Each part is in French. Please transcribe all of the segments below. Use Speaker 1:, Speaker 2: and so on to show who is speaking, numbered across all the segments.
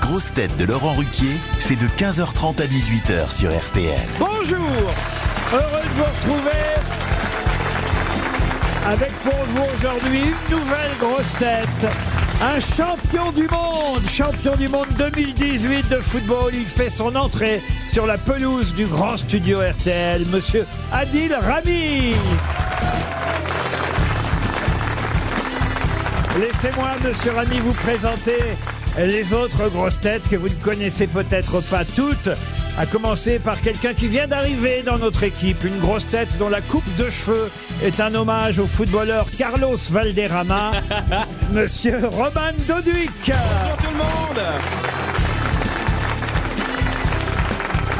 Speaker 1: grosses têtes de Laurent Ruquier, c'est de 15h30 à 18h sur RTL.
Speaker 2: Bonjour Heureux de vous retrouver avec pour vous aujourd'hui une nouvelle grosse tête. Un champion du monde, champion du monde 2018 de football, il fait son entrée sur la pelouse du grand studio RTL, monsieur Adil Rami. Laissez-moi, monsieur Rami, vous présenter les autres grosses têtes que vous ne connaissez peut-être pas toutes, à commencer par quelqu'un qui vient d'arriver dans notre équipe, une grosse tête dont la coupe de cheveux est un hommage au footballeur Carlos Valderrama, monsieur Roman Doduc. Bonjour
Speaker 3: tout le monde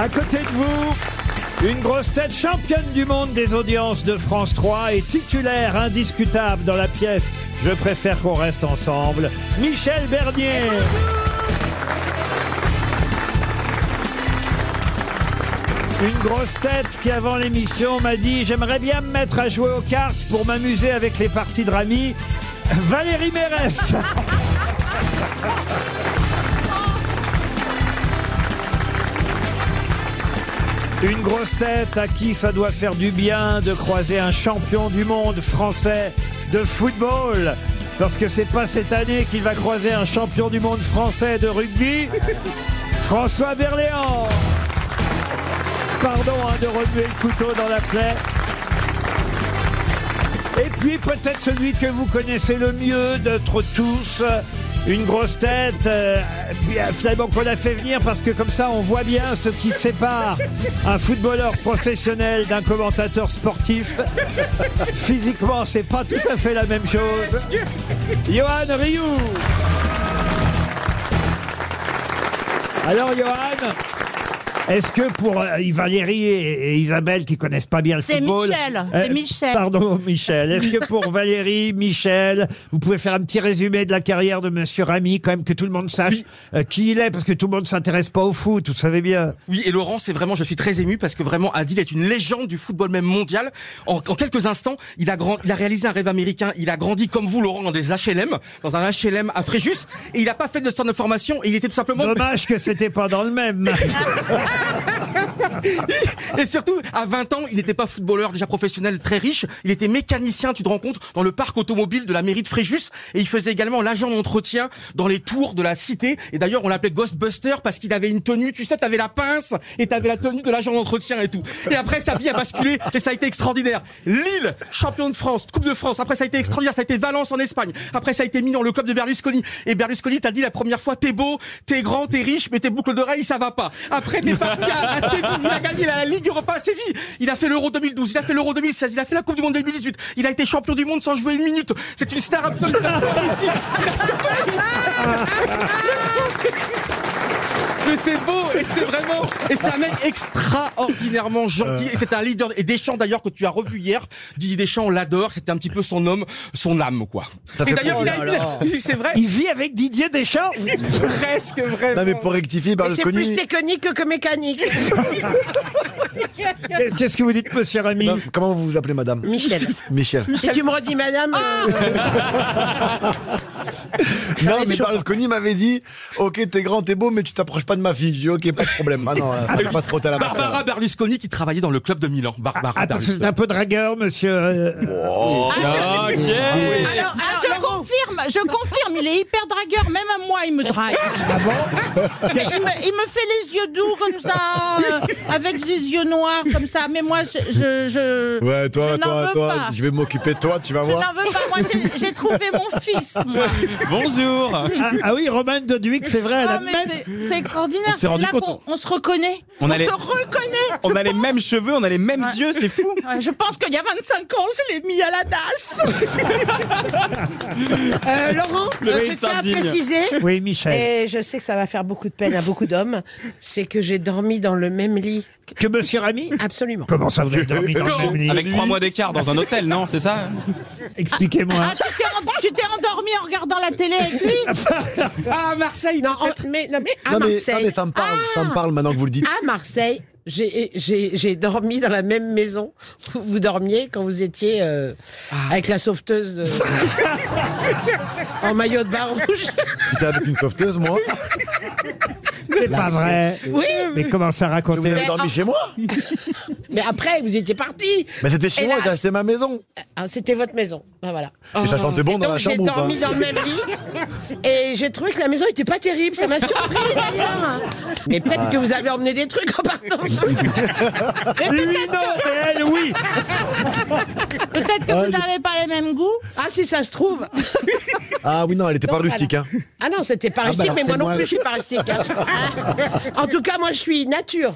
Speaker 2: À côté de vous, une grosse tête championne du monde des audiences de France 3 et titulaire indiscutable dans la pièce Je préfère qu'on reste ensemble, Michel Bernier. Une grosse tête qui avant l'émission m'a dit j'aimerais bien me mettre à jouer aux cartes pour m'amuser avec les parties de Rami. Valérie Mérès Une grosse tête à qui ça doit faire du bien de croiser un champion du monde français de football. Parce que c'est pas cette année qu'il va croiser un champion du monde français de rugby, François Berléand. Pardon hein, de remuer le couteau dans la plaie. Et puis peut-être celui que vous connaissez le mieux d'entre tous, euh, une grosse tête, euh, puis, euh, finalement qu'on a fait venir parce que comme ça on voit bien ce qui sépare un footballeur professionnel d'un commentateur sportif. Physiquement c'est pas tout à fait la même chose. Johan Rioux Alors Johan est-ce que pour euh, Valérie et, et Isabelle qui connaissent pas bien le
Speaker 4: C'est
Speaker 2: football, euh,
Speaker 4: Michel, c'est Michel.
Speaker 2: Pardon, Michel. Est-ce que pour Valérie, Michel, vous pouvez faire un petit résumé de la carrière de Monsieur Rami, quand même, que tout le monde sache euh, qui il est, parce que tout le monde s'intéresse pas au foot, vous savez bien.
Speaker 3: Oui, et Laurent, c'est vraiment, je suis très ému parce que vraiment, Adil est une légende du football même mondial. En, en quelques instants, il a, grand, il a réalisé un rêve américain. Il a grandi comme vous, Laurent, dans des HLM, dans un HLM à Fréjus. Et il n'a pas fait de stand de formation. Et il était tout simplement.
Speaker 2: Dommage que c'était pas dans le même.
Speaker 3: Et surtout, à 20 ans, il n'était pas footballeur déjà professionnel très riche. Il était mécanicien, tu te rends compte, dans le parc automobile de la mairie de Fréjus. Et il faisait également l'agent d'entretien dans les tours de la cité. Et d'ailleurs, on l'appelait Ghostbuster parce qu'il avait une tenue. Tu sais, t'avais la pince et t'avais la tenue de l'agent d'entretien et tout. Et après, sa vie a basculé et ça a été extraordinaire. Lille, champion de France, Coupe de France. Après, ça a été extraordinaire. Ça a été Valence en Espagne. Après, ça a été mis dans le club de Berlusconi. Et Berlusconi t'a dit la première fois, t'es beau, t'es grand, t'es riche, mais tes boucles d'oreilles, ça va pas. Après, t'es parti à, à Séville. Il a gagné la Ligue Europa à Séville. Il a fait l'Euro 2012. Il a fait l'Euro 2016. Il a fait la Coupe du Monde 2018. Il a été champion du monde sans jouer une minute. C'est une star absolue. Mais c'est beau et c'est vraiment et c'est un mec extraordinairement gentil et c'est un leader et Deschamps d'ailleurs que tu as revu hier Didier Deschamps on l'adore c'était un petit peu son homme son âme quoi
Speaker 5: Ça
Speaker 3: et
Speaker 5: fait
Speaker 3: d'ailleurs
Speaker 5: peur.
Speaker 3: il
Speaker 5: Oh
Speaker 3: a
Speaker 5: là là.
Speaker 3: une- c'est vrai
Speaker 2: Il vit avec Didier Deschamps
Speaker 3: presque vraiment
Speaker 5: Non mais pour rectifier,
Speaker 4: C'est plus
Speaker 5: Berlusconi.
Speaker 4: technique que mécanique.
Speaker 2: Qu'est-ce que vous dites, monsieur Rami
Speaker 5: Non, comment vous vous appelez, madame
Speaker 4: Michel.
Speaker 5: Michel.
Speaker 4: Si tu me redis, madame, euh,
Speaker 5: Non, mais Berlusconi m'avait dit Ok, t'es grand, t'es beau, mais tu t'approches pas de ma fille. J'ai dit Ok, pas de problème. Ah non, là, faut pas se frotter à la barbe.
Speaker 3: Barbara Berlusconi qui travaillait dans le club de Milan Barbara
Speaker 2: Ah, parce que c'est
Speaker 3: Berlusconi
Speaker 2: un peu dragueur, monsieur. euh,
Speaker 3: Ah,
Speaker 6: Alors, ah, je confirme, je confirme, il est hyper dragueur, même à moi il me drague. Mais il, me, il me fait les yeux doux comme ça, euh, avec des yeux noirs comme ça, mais moi je. je, je-
Speaker 5: Ouais, toi,
Speaker 6: je n'en
Speaker 5: toi,
Speaker 6: veux
Speaker 5: toi,
Speaker 6: pas.
Speaker 5: je vais m'occuper de toi, tu vas
Speaker 6: Je
Speaker 5: voir.
Speaker 6: n'en veux pas, moi j'ai- j'ai trouvé mon fils, moi.
Speaker 7: Bonjour
Speaker 2: ah, ah oui, Romain Doduic, c'est vrai, elle a
Speaker 6: Ah, mais
Speaker 2: même-
Speaker 6: c'est- c'est extraordinaire,
Speaker 7: On s'est
Speaker 6: c'est
Speaker 7: rendu
Speaker 6: là
Speaker 7: compte.
Speaker 6: qu'on on se reconnaît, on,
Speaker 7: On a les-
Speaker 6: se reconnaît.
Speaker 7: On
Speaker 6: je
Speaker 7: a les
Speaker 6: pense.
Speaker 7: mêmes cheveux, on a les mêmes
Speaker 6: Ouais.
Speaker 7: yeux, c'est fou
Speaker 6: Ouais, Je pense qu'il y a 25 ans, je l'ai mis à la DAS.
Speaker 4: euh, Laurent, euh, je tiens à
Speaker 7: Sardine.
Speaker 4: préciser,
Speaker 2: Oui, Michel.
Speaker 4: et je sais que ça va faire beaucoup de peine à beaucoup d'hommes, c'est que j'ai dormi dans le même lit.
Speaker 2: Que monsieur Rami
Speaker 4: Absolument.
Speaker 2: Comment ça, vous avez dormi dans le même lit
Speaker 7: Avec trois mois d'écart dans un hôtel, non C'est ça
Speaker 2: Expliquez-moi.
Speaker 6: Ah, tu t'es ren- tu t'es endormi en regardant la télé avec lui
Speaker 4: Ah, Marseille Non, en- mais, non, mais à
Speaker 5: Non, mais, non,
Speaker 4: Marseille, Ah,
Speaker 5: mais ça me parle, ça me parle maintenant que vous le dites.
Speaker 4: à Marseille, j'ai- j'ai j'ai dormi dans la même maison où vous dormiez quand vous étiez euh,
Speaker 5: Ah.
Speaker 4: avec la sauveteuse de- en maillot de bain rouge.
Speaker 5: J'étais avec une sauveteuse, moi.
Speaker 2: C'est pas vrai.
Speaker 4: Oui,
Speaker 2: Mais comment ça
Speaker 5: Vous
Speaker 2: raconter
Speaker 5: avez dormi chez moi
Speaker 4: mais après, vous étiez parti.
Speaker 5: Mais c'était chez
Speaker 4: Et
Speaker 5: moi,
Speaker 4: là-
Speaker 5: ça, c'est ma maison.
Speaker 4: Ah, C'était votre maison. Ah, voilà.
Speaker 5: Et ça sentait bon
Speaker 4: Et
Speaker 5: dans la
Speaker 4: donc, j'ai
Speaker 5: chambre ou pas
Speaker 4: dormi dans le même lit. Et j'ai trouvé que la maison était pas terrible. Ça m'a surpris, d'ailleurs. Mais peut-être que vous avez emmené des trucs en partant.
Speaker 2: Lui non, mais elle oui.
Speaker 6: Peut-être que vous n'avez pas les mêmes goûts.
Speaker 4: Ah, si ça se trouve.
Speaker 5: Ah oui, non, elle était pas
Speaker 4: Donc,
Speaker 5: rustique. Hein.
Speaker 4: Ah non, c'était pas
Speaker 5: bah
Speaker 4: rustique,
Speaker 5: alors,
Speaker 4: mais
Speaker 5: c'est
Speaker 4: moi non
Speaker 5: moi.
Speaker 4: plus, je suis pas rustique. hein. en tout cas, moi, je suis nature.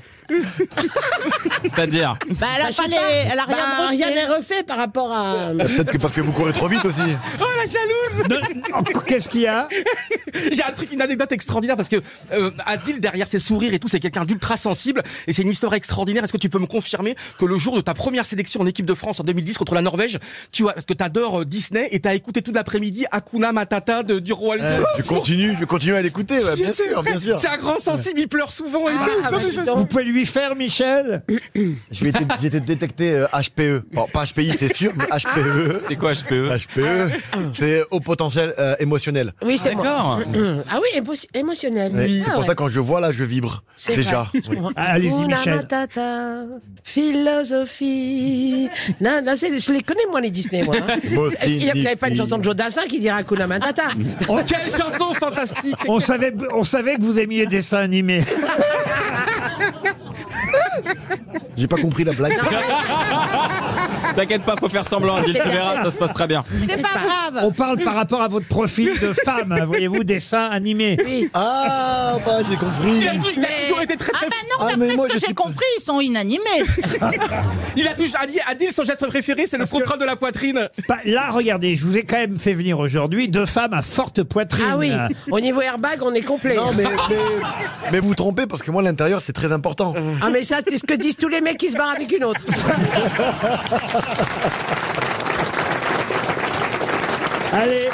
Speaker 7: C'est-à-dire
Speaker 6: Bah, elle a, pas les, elle a
Speaker 4: Bah,
Speaker 6: rien refait.
Speaker 4: rien n'est refait par rapport à.
Speaker 5: Euh, Peut-être que parce que vous courez trop vite aussi.
Speaker 3: Oh la jalouse oh,
Speaker 2: Qu'est-ce qu'il y a
Speaker 3: J'ai un truc, une anecdote extraordinaire parce que euh, Adil derrière ses sourires et tout, c'est quelqu'un d'ultra sensible et c'est une histoire extraordinaire. Est-ce que tu peux me confirmer que le jour de ta première sélection en équipe de France en 2010 contre la Norvège, tu as parce que t'adores euh, Disney et t'as écouté toute l'après-midi Akuna Matata de, du roi
Speaker 5: Euh,
Speaker 3: Lion.
Speaker 5: tu continues, tu continues à l'écouter, ouais, bien sûr, bien sûr.
Speaker 3: C'est un grand sensible, il pleure souvent. et tout.
Speaker 4: Ah, bah, dis
Speaker 2: Vous
Speaker 4: donc.
Speaker 2: pouvez lui faire, Michel
Speaker 5: J'ai été, j'ai été détecté euh, HPE. Bon, pas HPI, c'est sûr, mais E. HPE.
Speaker 7: C'est quoi E HPE
Speaker 5: HPE, E, c'est au potentiel euh, émotionnel.
Speaker 4: Oui, c'est moi.
Speaker 7: D'accord.
Speaker 4: Ah oui, émo- émotionnel. Ah
Speaker 5: Ouais,
Speaker 4: Oui,
Speaker 5: c'est pour ça que quand je vois là, je vibre. Déjà. Oui.
Speaker 2: Ah, Allez-y, Michel.
Speaker 4: Matata, philosophie. Non, non, c'est- je les connais, moi, les Disney, moi. hein.
Speaker 5: Moi aussi,
Speaker 4: Il n'y avait pas une
Speaker 5: Nicky.
Speaker 4: chanson de Joe Dassin qui dirait Hakuna Matata.
Speaker 3: Oh, quelle chanson fantastique c'est
Speaker 2: on savait, on savait que vous aimiez dessins animés.
Speaker 5: J'ai pas compris la blague.
Speaker 7: T'inquiète pas, faut faire semblant, Adil, tu verras, ça se passe très bien.
Speaker 6: C'est pas grave.
Speaker 2: On parle par rapport à votre profil de femme, hein, voyez-vous, dessins animés.
Speaker 5: Ah, bah j'ai compris.
Speaker 3: Il a, toujours- il a toujours été très,
Speaker 6: Ah
Speaker 3: très
Speaker 6: bah
Speaker 5: Ah,
Speaker 6: non,
Speaker 5: mais
Speaker 6: d'après
Speaker 5: moi,
Speaker 6: ce
Speaker 5: je
Speaker 6: que j'ai
Speaker 5: suis-
Speaker 6: compris, ils sont inanimés.
Speaker 3: Il a toujours Adil, Adil, son geste préféré, c'est le contrôle de la poitrine.
Speaker 2: Pas- Bah, Là, regardez, je vous ai quand même fait venir aujourd'hui deux femmes à forte poitrine.
Speaker 4: Ah oui, au niveau airbag, on est complet.
Speaker 5: Non, mais, mais, mais vous vous trompez parce que moi, l'intérieur, c'est très important.
Speaker 4: Ah, mais ça, c'est ce que disent tous les mecs qui se barrent avec une autre.
Speaker 2: Allez,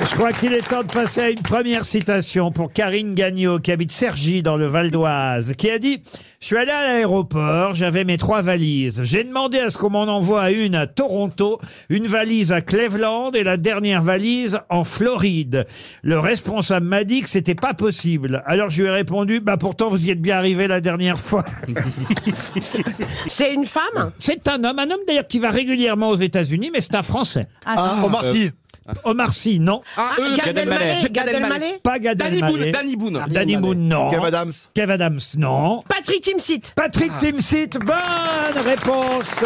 Speaker 2: je crois qu'il est temps de passer à une première citation pour Karine Gagnon, qui habite Cergy, dans le Val d'Oise, qui a dit « Je suis allé à l'aéroport, j'avais mes trois valises. J'ai demandé à ce qu'on m'en envoie une à Toronto, une valise à Cleveland et la dernière valise en Floride. Le responsable m'a dit que c'était pas possible. Alors je lui ai répondu « Bah pourtant, vous y êtes bien arrivé la dernière fois. »
Speaker 4: C'est une femme
Speaker 2: C'est un homme, un homme d'ailleurs qui va régulièrement aux États-Unis, mais c'est un Français.
Speaker 5: Ah, Omar Sy.
Speaker 2: Omar Sy, non.
Speaker 3: Ah, eux,
Speaker 4: Gad Elmaleh, Gad Elmaleh
Speaker 2: Pas Gad
Speaker 3: Danny Boone,
Speaker 2: Elmaleh.
Speaker 3: Danny Boone.
Speaker 2: Danny Boone, non.
Speaker 5: Kev Adams.
Speaker 2: Kev Adams, non.
Speaker 4: Patrick Timsit.
Speaker 2: Patrick
Speaker 3: Ah.
Speaker 7: Ah.
Speaker 2: Timsit, bonne réponse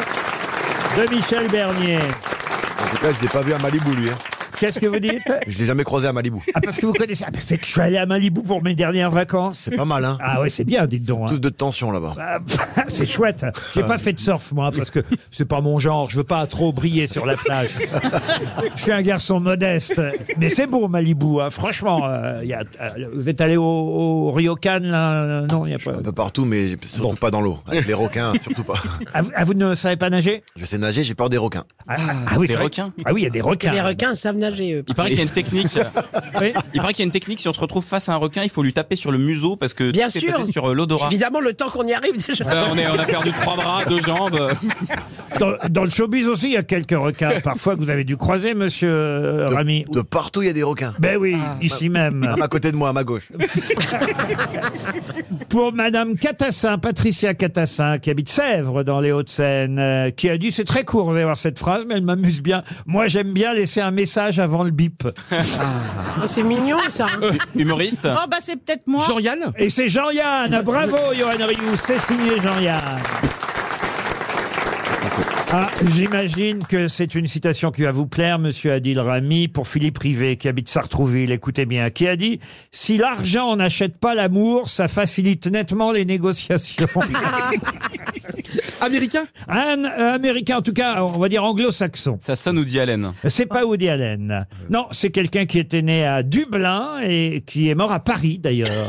Speaker 2: de Michel Bernier.
Speaker 5: En tout cas, je l'ai pas vu à Malibu, lui. hein.
Speaker 2: Qu'est-ce que vous dites
Speaker 5: Je l'ai jamais croisé à Malibu.
Speaker 2: Ah, parce que vous connaissez. Ah, bah, c'est que je suis allé à Malibu pour mes dernières vacances.
Speaker 5: C'est pas mal, hein.
Speaker 2: Ah ouais, c'est bien, dites donc. hein.
Speaker 5: Tous de tension là-bas.
Speaker 2: Ah, c'est chouette. J'ai pas fait de surf, moi, parce que c'est pas mon genre. Je veux pas trop briller sur la plage. Je suis un garçon modeste. Mais c'est beau, Malibu. hein. Franchement, euh, y a- euh, vous êtes allé au, au Ryokan, là euh, Non, il n'y a pas.
Speaker 5: Un peu partout, mais surtout
Speaker 2: Bon.
Speaker 5: pas dans l'eau. Avec les requins, surtout pas.
Speaker 2: Ah, vous- ah, vous ne savez pas nager
Speaker 5: Je sais nager, j'ai peur des requins.
Speaker 2: ah, ah, ah oui,
Speaker 7: des
Speaker 2: c'est vrai.
Speaker 7: requins.
Speaker 2: Ah oui, il y a des requins.
Speaker 4: Les requins savent nager, eux.
Speaker 7: Il paraît qu'il y a une technique.
Speaker 2: Oui.
Speaker 7: Il paraît qu'il y a une technique, si on se retrouve face à un requin, il faut lui taper sur le museau parce que
Speaker 4: Bien
Speaker 7: tout est
Speaker 4: sûr.
Speaker 7: basé sur euh, l'odorat.
Speaker 4: Évidemment, le temps qu'on y arrive déjà.
Speaker 7: Euh, on, est, on a perdu trois bras, deux jambes.
Speaker 2: Dans, dans le showbiz aussi, il y a quelques requins parfois que vous avez dû croiser, monsieur euh, Rami.
Speaker 5: De partout, il y a des requins.
Speaker 2: Ben oui, ici même.
Speaker 5: Même à côté de moi, à ma gauche.
Speaker 2: Pour madame Catassin, Patricia Catassin, qui habite Sèvres dans les Hauts-de-Seine, euh, qui a dit, c'est très court, vous allez voir cette phrase, mais elle m'amuse bien. Moi, j'aime bien laisser un message avant le bip.
Speaker 4: Oh, c'est mignon, ça.
Speaker 7: Euh, Humoriste.
Speaker 6: Oh, bah, c'est peut-être moi.
Speaker 3: Jean-Yann
Speaker 2: Et c'est Jean-Yann. Ah, Bravo, Johan Rioux. C'est signé Jean-Yann. Ah, j'imagine que c'est une citation qui va vous plaire, monsieur Adil Rami, pour Philippe Rivet, qui habite Sartrouville. Écoutez bien, qui a dit Si l'argent n'achète pas l'amour, ça facilite nettement les négociations.
Speaker 3: Américain
Speaker 2: Un euh, américain, en tout cas, on va dire anglo-saxon.
Speaker 7: Ça sonne ou dit Allen
Speaker 2: C'est pas Woody Allen. Non, c'est quelqu'un qui était né à Dublin et qui est mort à Paris, d'ailleurs.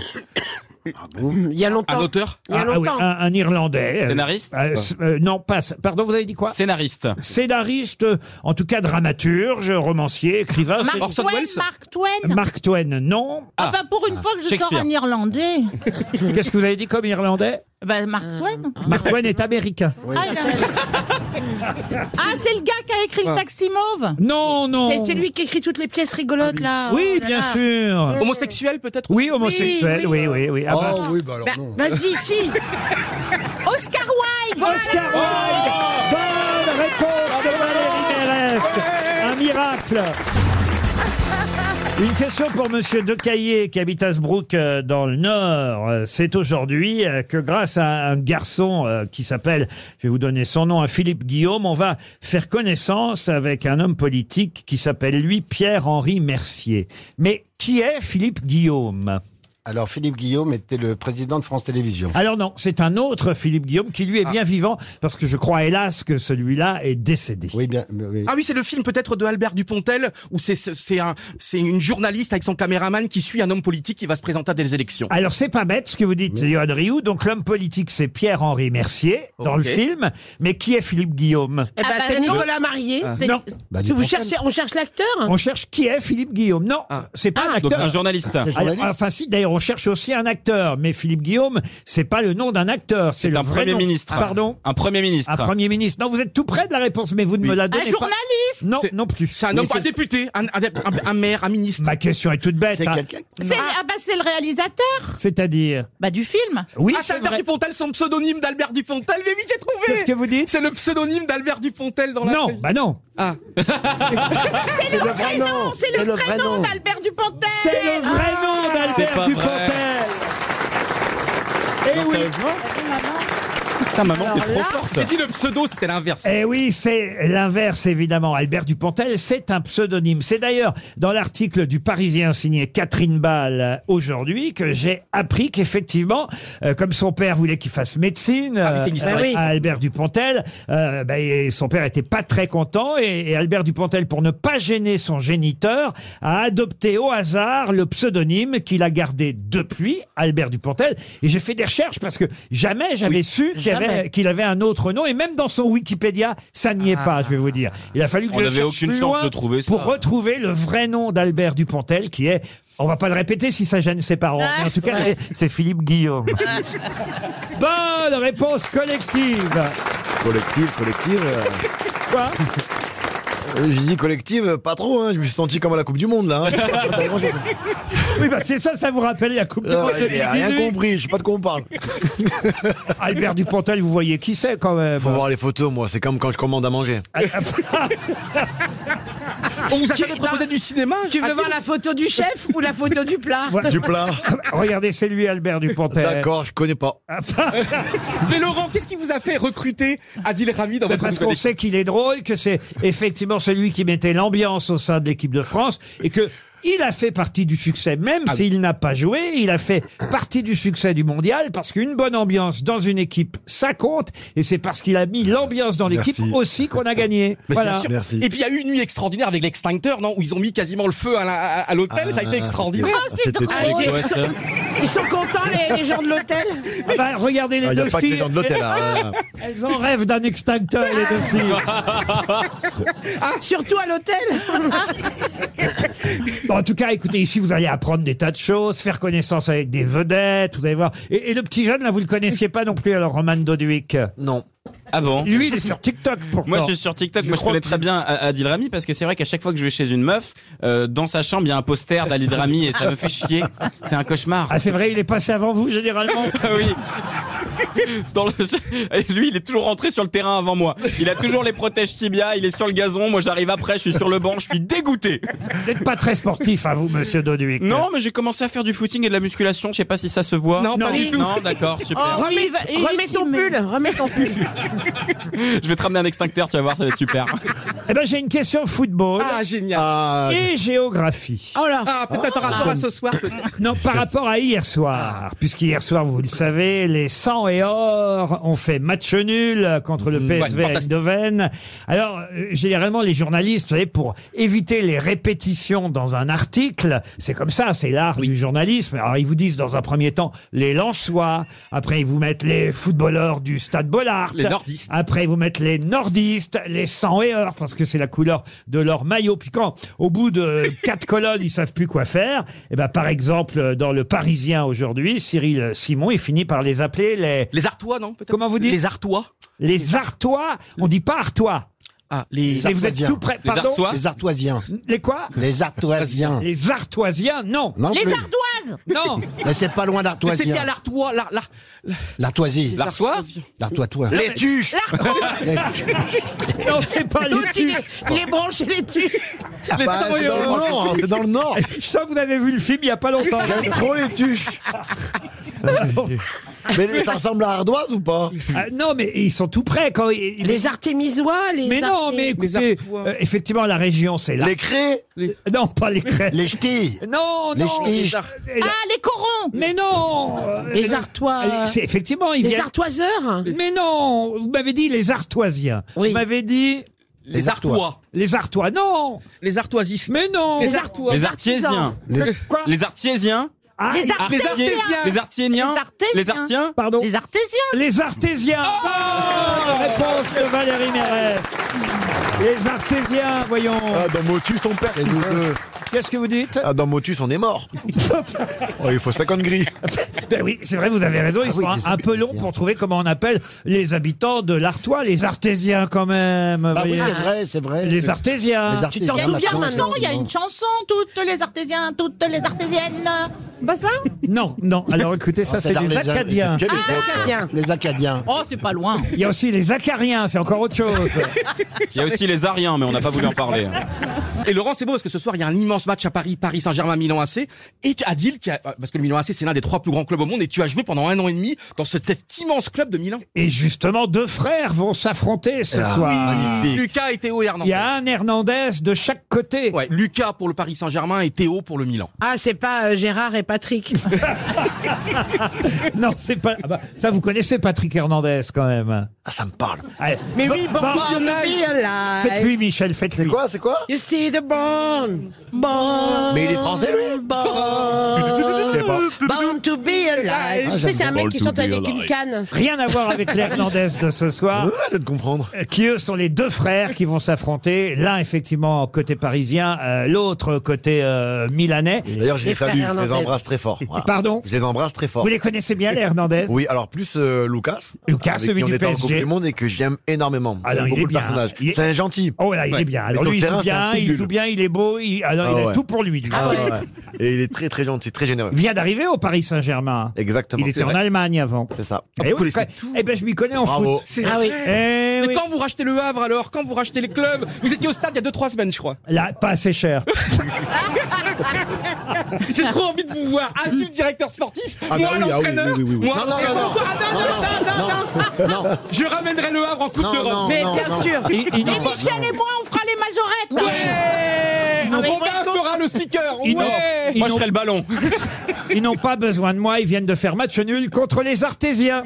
Speaker 4: Il y a
Speaker 7: Un
Speaker 4: longtemps.
Speaker 7: auteur
Speaker 4: Il y a
Speaker 2: Ah, ah oui,
Speaker 4: longtemps.
Speaker 2: un, un Irlandais. Euh,
Speaker 7: Scénariste
Speaker 2: Euh, s- euh, non, pas. Pardon, vous avez dit quoi
Speaker 7: Scénariste.
Speaker 2: Scénariste, euh, en tout cas dramaturge, romancier, écrivain. c'est-
Speaker 6: Mark
Speaker 7: Orson
Speaker 6: Twain,
Speaker 7: Welles
Speaker 6: Mark Twain.
Speaker 2: Mark Twain, non.
Speaker 6: Ah,
Speaker 7: Ah,
Speaker 6: bah, pour une fois que je sors
Speaker 7: Shakespeare.
Speaker 6: en irlandais.
Speaker 2: Qu'est-ce que vous avez dit comme irlandais
Speaker 5: Ah.
Speaker 6: Bah, Mark Twain.
Speaker 2: Mark Twain est américain.
Speaker 6: Ah, il a- Ah, c'est le gars qui a écrit le taxi mauve
Speaker 2: Non, non.
Speaker 4: C'est c'est lui qui écrit toutes les pièces rigolotes,
Speaker 3: Ah,
Speaker 6: Ah,
Speaker 4: là.
Speaker 2: Oui,
Speaker 4: Oh là
Speaker 2: bien
Speaker 4: là.
Speaker 6: Euh.
Speaker 2: sûr.
Speaker 3: Homosexuel peut-être
Speaker 2: Oui, homosexuel. Oui, oui, oui. Ah bah.
Speaker 5: Oh oui, bah alors
Speaker 4: Bah,
Speaker 5: non.
Speaker 4: Vas-y, si.
Speaker 6: Oscar Wilde voilà.
Speaker 2: Oscar Wilde Bonne réponse de Valérie Mérès. Un miracle une question pour Monsieur Decaillé qui habite Asbrook euh, dans le Nord. Euh, C'est aujourd'hui euh, que grâce à un garçon euh, qui s'appelle, je vais vous donner son nom, un Philippe Guillaume, on va faire connaissance avec un homme politique qui s'appelle lui Pierre-Henri Mercier. Mais qui est Philippe Guillaume
Speaker 8: Alors Philippe Guillaume était le président de France Télévisions.
Speaker 2: Alors non, c'est un autre Philippe Guillaume qui lui
Speaker 8: Ah.
Speaker 2: est bien vivant parce que je crois hélas que celui-là est décédé.
Speaker 8: Oui, bien. oui.
Speaker 3: Ah oui, c'est le film peut-être de Albert Dupontel où c'est c'est un c'est une journaliste avec son caméraman qui suit un homme politique qui va se présenter à des élections.
Speaker 2: Alors c'est pas bête ce que vous dites, Yoann Rioux. Donc l'homme politique c'est Pierre-Henri Mercier dans
Speaker 3: Ok.
Speaker 2: le film, mais qui est Philippe Guillaume
Speaker 4: Eh ben,
Speaker 6: Ah bah,
Speaker 4: c'est
Speaker 6: non. Ah.
Speaker 4: Nicolas Marié. C'est-
Speaker 2: Ah. Non.
Speaker 8: Bah,
Speaker 4: Si vous
Speaker 8: Dupontel.
Speaker 4: cherchez, on cherche l'acteur.
Speaker 2: On cherche qui est Philippe Guillaume. Non,
Speaker 3: Ah.
Speaker 2: c'est pas un
Speaker 7: Donc un
Speaker 2: acteur.
Speaker 7: journaliste.
Speaker 8: Un
Speaker 2: Alors,
Speaker 8: journaliste.
Speaker 2: enfin si, d'ailleurs on cherche aussi un acteur, mais Philippe Guillaume c'est pas le nom d'un acteur, c'est
Speaker 7: C'est
Speaker 2: le
Speaker 7: un
Speaker 2: vrai
Speaker 7: premier
Speaker 2: nom.
Speaker 7: ministre.
Speaker 2: Ah, Pardon.
Speaker 7: Un premier ministre.
Speaker 2: Un premier ministre. Non, vous êtes tout près de la réponse, mais vous ne me la
Speaker 6: Un
Speaker 2: donnez pas.
Speaker 6: journaliste
Speaker 2: Non,
Speaker 3: C'est-
Speaker 2: non plus.
Speaker 3: C'est un homme,
Speaker 8: Mais
Speaker 3: un député, un, un, un- un maire, un ministre.
Speaker 2: Ma question est toute bête.
Speaker 8: C'est
Speaker 2: hein.
Speaker 8: quelqu'un.
Speaker 6: C'est- Ah bah c'est le réalisateur
Speaker 2: C'est-à-dire.
Speaker 6: Bah du film
Speaker 2: Oui,
Speaker 3: ah, c'est
Speaker 2: c'est
Speaker 3: Albert
Speaker 2: vrai.
Speaker 3: Dupontel, son pseudonyme d'Albert Dupontel. Mais oui, j'ai trouvé.
Speaker 2: Qu'est-ce que vous dites
Speaker 3: C'est le pseudonyme d'Albert Dupontel dans la
Speaker 2: Non,
Speaker 3: série.
Speaker 2: bah non.
Speaker 3: Ah.
Speaker 6: C'est le, prénom C'est le, prénom d'Albert Dupontel
Speaker 2: C'est le
Speaker 4: Ah.
Speaker 2: vrai nom
Speaker 7: C'est
Speaker 2: d'Albert
Speaker 7: pas
Speaker 2: Dupontel. Eh oui,
Speaker 7: Putain,
Speaker 2: Ah,
Speaker 7: maman, t'es trop
Speaker 3: J'ai
Speaker 7: forte.
Speaker 3: dit le pseudo, c'était l'inverse.
Speaker 2: eh oui, c'est l'inverse évidemment. Albert Dupontel, c'est un pseudonyme. C'est d'ailleurs dans l'article du Parisien signé Catherine Ball euh, aujourd'hui que j'ai appris qu'effectivement, euh, comme son père voulait qu'il fasse médecine,
Speaker 3: Ah, mais c'est
Speaker 2: euh,
Speaker 3: une histoire.
Speaker 2: à Albert Dupontel, euh, ben, et son père était pas très content et, et Albert Dupontel, pour ne pas gêner son géniteur, a adopté au hasard le pseudonyme qu'il a gardé depuis Albert Dupontel. Et j'ai fait des recherches parce que jamais j'avais su qu'il y avait-
Speaker 4: jamais.
Speaker 2: qu'il avait un autre nom et même dans son Wikipédia, ça n'y est pas, je vais vous dire. Il a fallu que
Speaker 7: On
Speaker 2: je
Speaker 7: n'avait
Speaker 2: cherche
Speaker 7: aucune
Speaker 2: plus
Speaker 7: chance
Speaker 2: loin
Speaker 7: de trouver ça.
Speaker 2: pour retrouver le vrai nom d'Albert Dupontel qui est on va pas le répéter si ça gêne ses parents. mais en tout cas, c'est Philippe Guillaume. Bonne réponse collective.
Speaker 5: Collective, collective. euh.
Speaker 2: Quoi
Speaker 5: Euh, Je dis collective, pas trop. Hein. Je me suis senti comme à la Coupe du Monde là. Hein.
Speaker 2: Oui, bah c'est ça, ça vous rappelle la Coupe du
Speaker 5: Ah,
Speaker 2: Monde
Speaker 5: j'ai rien
Speaker 2: 2018.
Speaker 5: compris. Je sais pas de quoi on parle.
Speaker 2: Albert Ah, Dupontel, vous voyez qui c'est quand même.
Speaker 5: Faut voir les photos, moi. C'est comme quand je commande à manger.
Speaker 3: On vous a
Speaker 4: Tu-
Speaker 3: jamais proposé du cinéma
Speaker 4: Tu veux voir la photo du chef ou la photo du plat
Speaker 5: Du plat.
Speaker 2: Regardez, c'est lui Albert Dupontel.
Speaker 5: D'accord, je connais pas.
Speaker 3: Oh. Mais Laurent, qu'est-ce qui vous a fait recruter Adil Rami dans
Speaker 2: Mais
Speaker 3: votre
Speaker 2: Parce
Speaker 3: nouvelle
Speaker 2: qu'on sait qu'il est drôle, que c'est effectivement celui qui mettait l'ambiance au sein de l'équipe de France et que il a fait partie du succès, même
Speaker 5: Ah
Speaker 2: s'il n'a pas joué, il a fait partie du succès du mondial parce qu'une bonne ambiance dans une équipe, ça compte et c'est parce qu'il a mis l'ambiance dans l'équipe
Speaker 5: Merci.
Speaker 2: aussi qu'on a gagné. Voilà.
Speaker 3: sûr.
Speaker 5: Merci.
Speaker 3: Et puis il y a eu une nuit extraordinaire avec l'extincteur, non Où ils ont mis quasiment le feu à la- à à
Speaker 2: Ah,
Speaker 3: l'hôtel, ça a
Speaker 4: Ah,
Speaker 3: été extraordinaire.
Speaker 5: C'était
Speaker 4: drôle. Ah,
Speaker 5: très- hein.
Speaker 7: Ouais, c'est
Speaker 4: hein.
Speaker 7: vrai.
Speaker 4: Ils sont contents, les, les gens de l'hôtel
Speaker 2: Ah bah, regardez les
Speaker 5: Ah, Il n'y
Speaker 2: deux
Speaker 5: a pas que les
Speaker 2: filles,
Speaker 5: gens de l'hôtel. là. hein.
Speaker 2: elles en rêvent d'un extincteur les deux filles.
Speaker 4: Ah, Surtout à l'hôtel
Speaker 2: Bon, en tout cas, écoutez, ici, vous allez apprendre des tas de choses, faire connaissance avec des vedettes, vous allez voir. Et, et le petit jeune, là, vous le connaissiez pas non plus, alors, Roman Doduic.
Speaker 5: Non.
Speaker 7: Ah bon
Speaker 2: Lui, il est sur TikTok, pourquoi
Speaker 7: Moi, je suis sur TikTok. moi, je connais très bien A- Adil Rami parce que c'est vrai qu'à chaque fois que je vais chez une meuf, euh, dans sa chambre, il y a un poster d'Adil Rami et ça me fait chier. C'est un cauchemar.
Speaker 2: Ah, c'est vrai, il est passé avant vous, généralement.
Speaker 7: Ah oui. C'est Dans le... Lui, il est toujours rentré sur le terrain avant moi. Il a toujours les protèges tibia, il est sur le gazon. Moi, j'arrive après, je suis sur le banc, je suis dégoûté.
Speaker 2: Vous n'êtes pas très sportif, à vous, monsieur Doduic.
Speaker 7: Non, mais j'ai commencé à faire du footing et de la musculation. Je sais pas si ça se voit.
Speaker 3: Non, pas
Speaker 7: Non,
Speaker 3: du tout.
Speaker 7: d'accord, super.
Speaker 6: Oh,
Speaker 4: remets,
Speaker 6: il va- il
Speaker 4: remets
Speaker 6: s'y
Speaker 4: ton
Speaker 6: met.
Speaker 4: pull, remets ton pull.
Speaker 6: Bah
Speaker 7: Je vais te ramener un extincteur, tu vas voir, ça va être super.
Speaker 2: Eh ben, j'ai une question football.
Speaker 3: Ah génial.
Speaker 5: Ah,
Speaker 2: Et géographie.
Speaker 4: Oh là
Speaker 3: Ah, peut-être par rapport à ce soir, peut-être.
Speaker 2: Non, par rapport à hier soir. Puisqu'hier soir, vous le savez, les 100 et or ont fait match nul contre
Speaker 3: Mm.
Speaker 2: le PSV à Eindhoven. Alors, euh, généralement, les journalistes, vous savez, pour éviter les répétitions dans un article, c'est comme ça, c'est l'art du journalisme. Alors, ils vous disent dans un premier temps les Lensois. Après, ils vous mettent les footballeurs du Stade Bollard.
Speaker 3: Les Nordistes.
Speaker 2: Après, ils vous mettent les nordistes, les 100 et or, parce que c'est la couleur de leur maillot. Puis quand, au bout de quatre colonnes, ils savent plus quoi faire, eh ben, par exemple, dans le Parisien aujourd'hui, Cyril Simon, il finit par les appeler les mais
Speaker 3: Les Artois, non peut-être
Speaker 2: Comment vous dites
Speaker 3: Les Artois.
Speaker 2: les Artois, on dit pas Artois.
Speaker 3: Ah, les.
Speaker 2: Mais vous êtes
Speaker 8: Artoisiens.
Speaker 2: tout près.
Speaker 7: Les
Speaker 2: Pardon.
Speaker 7: Artois
Speaker 8: Les Artoisiens.
Speaker 2: Les quoi
Speaker 8: Les Artoisiens.
Speaker 2: Les Artoisiens, non.
Speaker 8: Non
Speaker 6: Les
Speaker 8: Ah, plus.
Speaker 6: ardoises
Speaker 2: Non.
Speaker 8: Mais c'est pas loin
Speaker 3: Mais c'est bien
Speaker 8: d'Artoisien.
Speaker 3: l'Artois, l'Ar- l'Ar-
Speaker 8: L'Artoisie.
Speaker 7: L'Arsois
Speaker 8: L'Artois-toi.
Speaker 5: Les tuches
Speaker 2: Non, Ah, c'est pas hein. les
Speaker 4: L'autre, il
Speaker 2: tuches.
Speaker 4: est- il est branché les tuches.
Speaker 9: Ah,
Speaker 3: les
Speaker 5: Bah, c'est dans le
Speaker 3: Savoyards.
Speaker 5: Nord, hein, c'est dans le Nord
Speaker 2: Je sens que vous avez vu le film il y a pas longtemps.
Speaker 5: J'aime trop les tuches Mais ça ressemble à ardoise ou pas
Speaker 2: Ah, non, mais ils sont tout près quand ils- ils-
Speaker 4: Les Artémisois, les.
Speaker 2: Mais non,
Speaker 4: Arté-
Speaker 2: mais écoutez,
Speaker 3: Artois.
Speaker 2: euh, effectivement, la région, c'est là.
Speaker 5: Les craies
Speaker 2: Non, pas les crêtes.
Speaker 8: Les ch'tis.
Speaker 2: Non,
Speaker 8: Les
Speaker 2: non.
Speaker 8: ch'tis.
Speaker 2: Et la-
Speaker 6: Ah, les corons
Speaker 2: Mais non euh,
Speaker 4: Les Artois.
Speaker 2: euh, c'est- Effectivement, ils
Speaker 4: Les
Speaker 2: viennent...
Speaker 4: Artoiseurs.
Speaker 2: Mais non Vous m'avez dit les Artoisiens.
Speaker 4: Oui.
Speaker 2: Vous m'avez dit
Speaker 3: Les Artois.
Speaker 2: les Artois. Non
Speaker 3: Les Artoisistes.
Speaker 2: Mais non
Speaker 4: Les Artois.
Speaker 7: Les Artiésiens.
Speaker 8: Les-
Speaker 2: Quoi
Speaker 7: Les Artiésiens
Speaker 2: Ah,
Speaker 6: Les
Speaker 7: Artié-
Speaker 6: artésiens
Speaker 7: Les Artiéniens
Speaker 6: Les Artésiens.
Speaker 7: Les Artiens
Speaker 2: Pardon.
Speaker 6: Les artésiens
Speaker 2: Les Artésiens
Speaker 4: Ah
Speaker 2: Bonne Réponse de Valérie Mérès. Les Artésiens, voyons.
Speaker 5: ah, Dans Motus, on perd
Speaker 8: Et
Speaker 5: tous.
Speaker 8: nous deux.
Speaker 2: Qu'est-ce que vous dites
Speaker 5: Ah, Dans Motus, on est mort oh, Il faut 50 grilles
Speaker 2: Ben oui, c'est vrai, vous avez raison. Ils
Speaker 8: Ah oui,
Speaker 2: sont un-
Speaker 8: les
Speaker 2: un, peu longs
Speaker 8: Artésiens.
Speaker 2: pour trouver comment on appelle les habitants de l'Artois, les Artésiens quand même.
Speaker 8: Ah oui,
Speaker 2: voyez.
Speaker 8: c'est vrai, c'est vrai.
Speaker 2: les Artésiens.
Speaker 8: Les
Speaker 4: Tu t'en
Speaker 6: Il y a une
Speaker 4: souviens
Speaker 8: Artésiens,
Speaker 6: chanson,
Speaker 8: maintenant,
Speaker 6: il y a une chanson, toutes les artésiens, toutes les artésiennes.
Speaker 4: Bah
Speaker 6: Pas ça
Speaker 2: Non, non. Alors écoutez, ça,
Speaker 8: Ah,
Speaker 2: c'est
Speaker 8: alors
Speaker 2: les
Speaker 8: les Ar-
Speaker 2: Acadiens.
Speaker 5: Quel est
Speaker 4: Les Acadiens.
Speaker 8: Les Acadiens.
Speaker 6: Oh, c'est pas loin.
Speaker 2: Il y a aussi les Acariens, c'est encore autre chose.
Speaker 7: Il y a aussi les Ariens, mais on n'a pas voulu en parler. hein.
Speaker 3: Et Laurent, c'est beau parce que ce soir, il y a un immense match à Paris, Paris Saint-Germain-Milan AC. Et à Lille, qui a- euh, parce que le Milan AC, c'est l'un des trois plus grands clubs au monde. Et tu as joué pendant un an et demi dans ce- cet immense club de Milan.
Speaker 2: Et justement, deux frères vont s'affronter ce
Speaker 5: Ah,
Speaker 2: soir.
Speaker 5: Magnifique
Speaker 3: Lucas et Théo
Speaker 2: Il y
Speaker 3: Hernandez.
Speaker 2: a un Hernandez de chaque côté.
Speaker 3: Ouais, Lucas pour le Paris Saint-Germain et Théo pour le Milan.
Speaker 4: Ah, c'est pas euh, Gérard et Patrick.
Speaker 2: Non, c'est pas. ah bah, ça, vous connaissez Patrick Hernandez quand même.
Speaker 5: Ah, ça me parle
Speaker 2: Mais oui,
Speaker 4: Be alive.
Speaker 2: Faites-lui, Michel, faites-lui.
Speaker 5: Quoi, c'est quoi
Speaker 4: You see the born, born.
Speaker 5: Mais il est français, lui
Speaker 4: Born,
Speaker 5: Je sais pas.
Speaker 4: born to be alive.
Speaker 8: Ah,
Speaker 4: tu sais, c'est un
Speaker 8: j'aime
Speaker 4: mec qui chante avec une canne.
Speaker 2: Rien à voir avec les Hernandez de ce soir.
Speaker 5: Ah, je viens de comprendre
Speaker 2: qui eux sont les deux frères qui vont s'affronter. L'un effectivement côté parisien, euh, l'autre côté euh, milanais.
Speaker 5: D'ailleurs, je
Speaker 4: Les
Speaker 5: les salue,
Speaker 4: frères
Speaker 5: je les
Speaker 4: Hernandez.
Speaker 5: embrasse très fort. Voilà.
Speaker 2: Pardon
Speaker 5: Je les embrasse très fort.
Speaker 2: Vous les connaissez bien les Hernandez
Speaker 5: Oui, alors plus euh, Lucas.
Speaker 2: Lucas,
Speaker 5: avec
Speaker 2: celui
Speaker 5: qui on
Speaker 2: du
Speaker 5: était en
Speaker 2: PSG.
Speaker 5: Coupe du Monde et que j'aime énormément.
Speaker 2: Ah non,
Speaker 5: J'aime
Speaker 2: il est
Speaker 5: beaucoup le
Speaker 2: bien.
Speaker 5: personnage.
Speaker 2: Il est-
Speaker 5: C'est un gentil.
Speaker 2: Oh là, il
Speaker 7: Ouais.
Speaker 2: est bien.
Speaker 5: Mais
Speaker 2: Alors
Speaker 5: sur
Speaker 2: lui, il
Speaker 5: le terrain,
Speaker 2: joue
Speaker 5: c'est un
Speaker 2: bien,
Speaker 5: pitbull.
Speaker 2: il joue bien, il est beau. il- Alors
Speaker 5: Ah
Speaker 2: il a
Speaker 5: ouais.
Speaker 2: tout pour lui. lui.
Speaker 5: Ah ouais, ouais. Et il est très très gentil, très généreux.
Speaker 2: Il vient d'arriver au Paris Saint-Germain.
Speaker 5: Exactement.
Speaker 2: Il était en
Speaker 5: C'est vrai.
Speaker 2: Allemagne avant.
Speaker 5: C'est ça.
Speaker 2: Eh oui,
Speaker 3: connaissez
Speaker 2: quoi. Eh ben je m'y connais en
Speaker 5: Bravo.
Speaker 2: foot.
Speaker 4: Ah oui.
Speaker 2: Eh
Speaker 3: Mais
Speaker 2: oui.
Speaker 3: quand vous rachetez le Havre alors Quand vous rachetez les clubs Vous étiez au stade il y a 2-3 semaines, je crois.
Speaker 2: Là, pas assez cher.
Speaker 3: J'ai trop envie de vous voir. Ah, lui, le directeur sportif Moi,
Speaker 5: Ah, bah oui, ah oui,
Speaker 3: l'entraîneur
Speaker 5: oui, oui, oui.
Speaker 3: Moi,
Speaker 8: Non, non,
Speaker 3: et
Speaker 8: non, non.
Speaker 3: bonsoir. Ah, non, non, non, non, non. Je ramènerai le Havre en Coupe
Speaker 8: Non,
Speaker 3: d'Europe.
Speaker 8: non,
Speaker 4: Mais
Speaker 8: non,
Speaker 4: bien
Speaker 8: non.
Speaker 4: sûr.
Speaker 6: Et Michel et moi, on fera les majorettes.
Speaker 3: Ouais
Speaker 2: Ils n'ont
Speaker 3: Robin fera le speaker
Speaker 2: Ils n'ont-
Speaker 3: Ouais
Speaker 7: Moi, je
Speaker 2: n'ont-
Speaker 7: serais le ballon.
Speaker 2: Ils n'ont pas besoin de moi, ils viennent de faire match nul contre les Artésiens.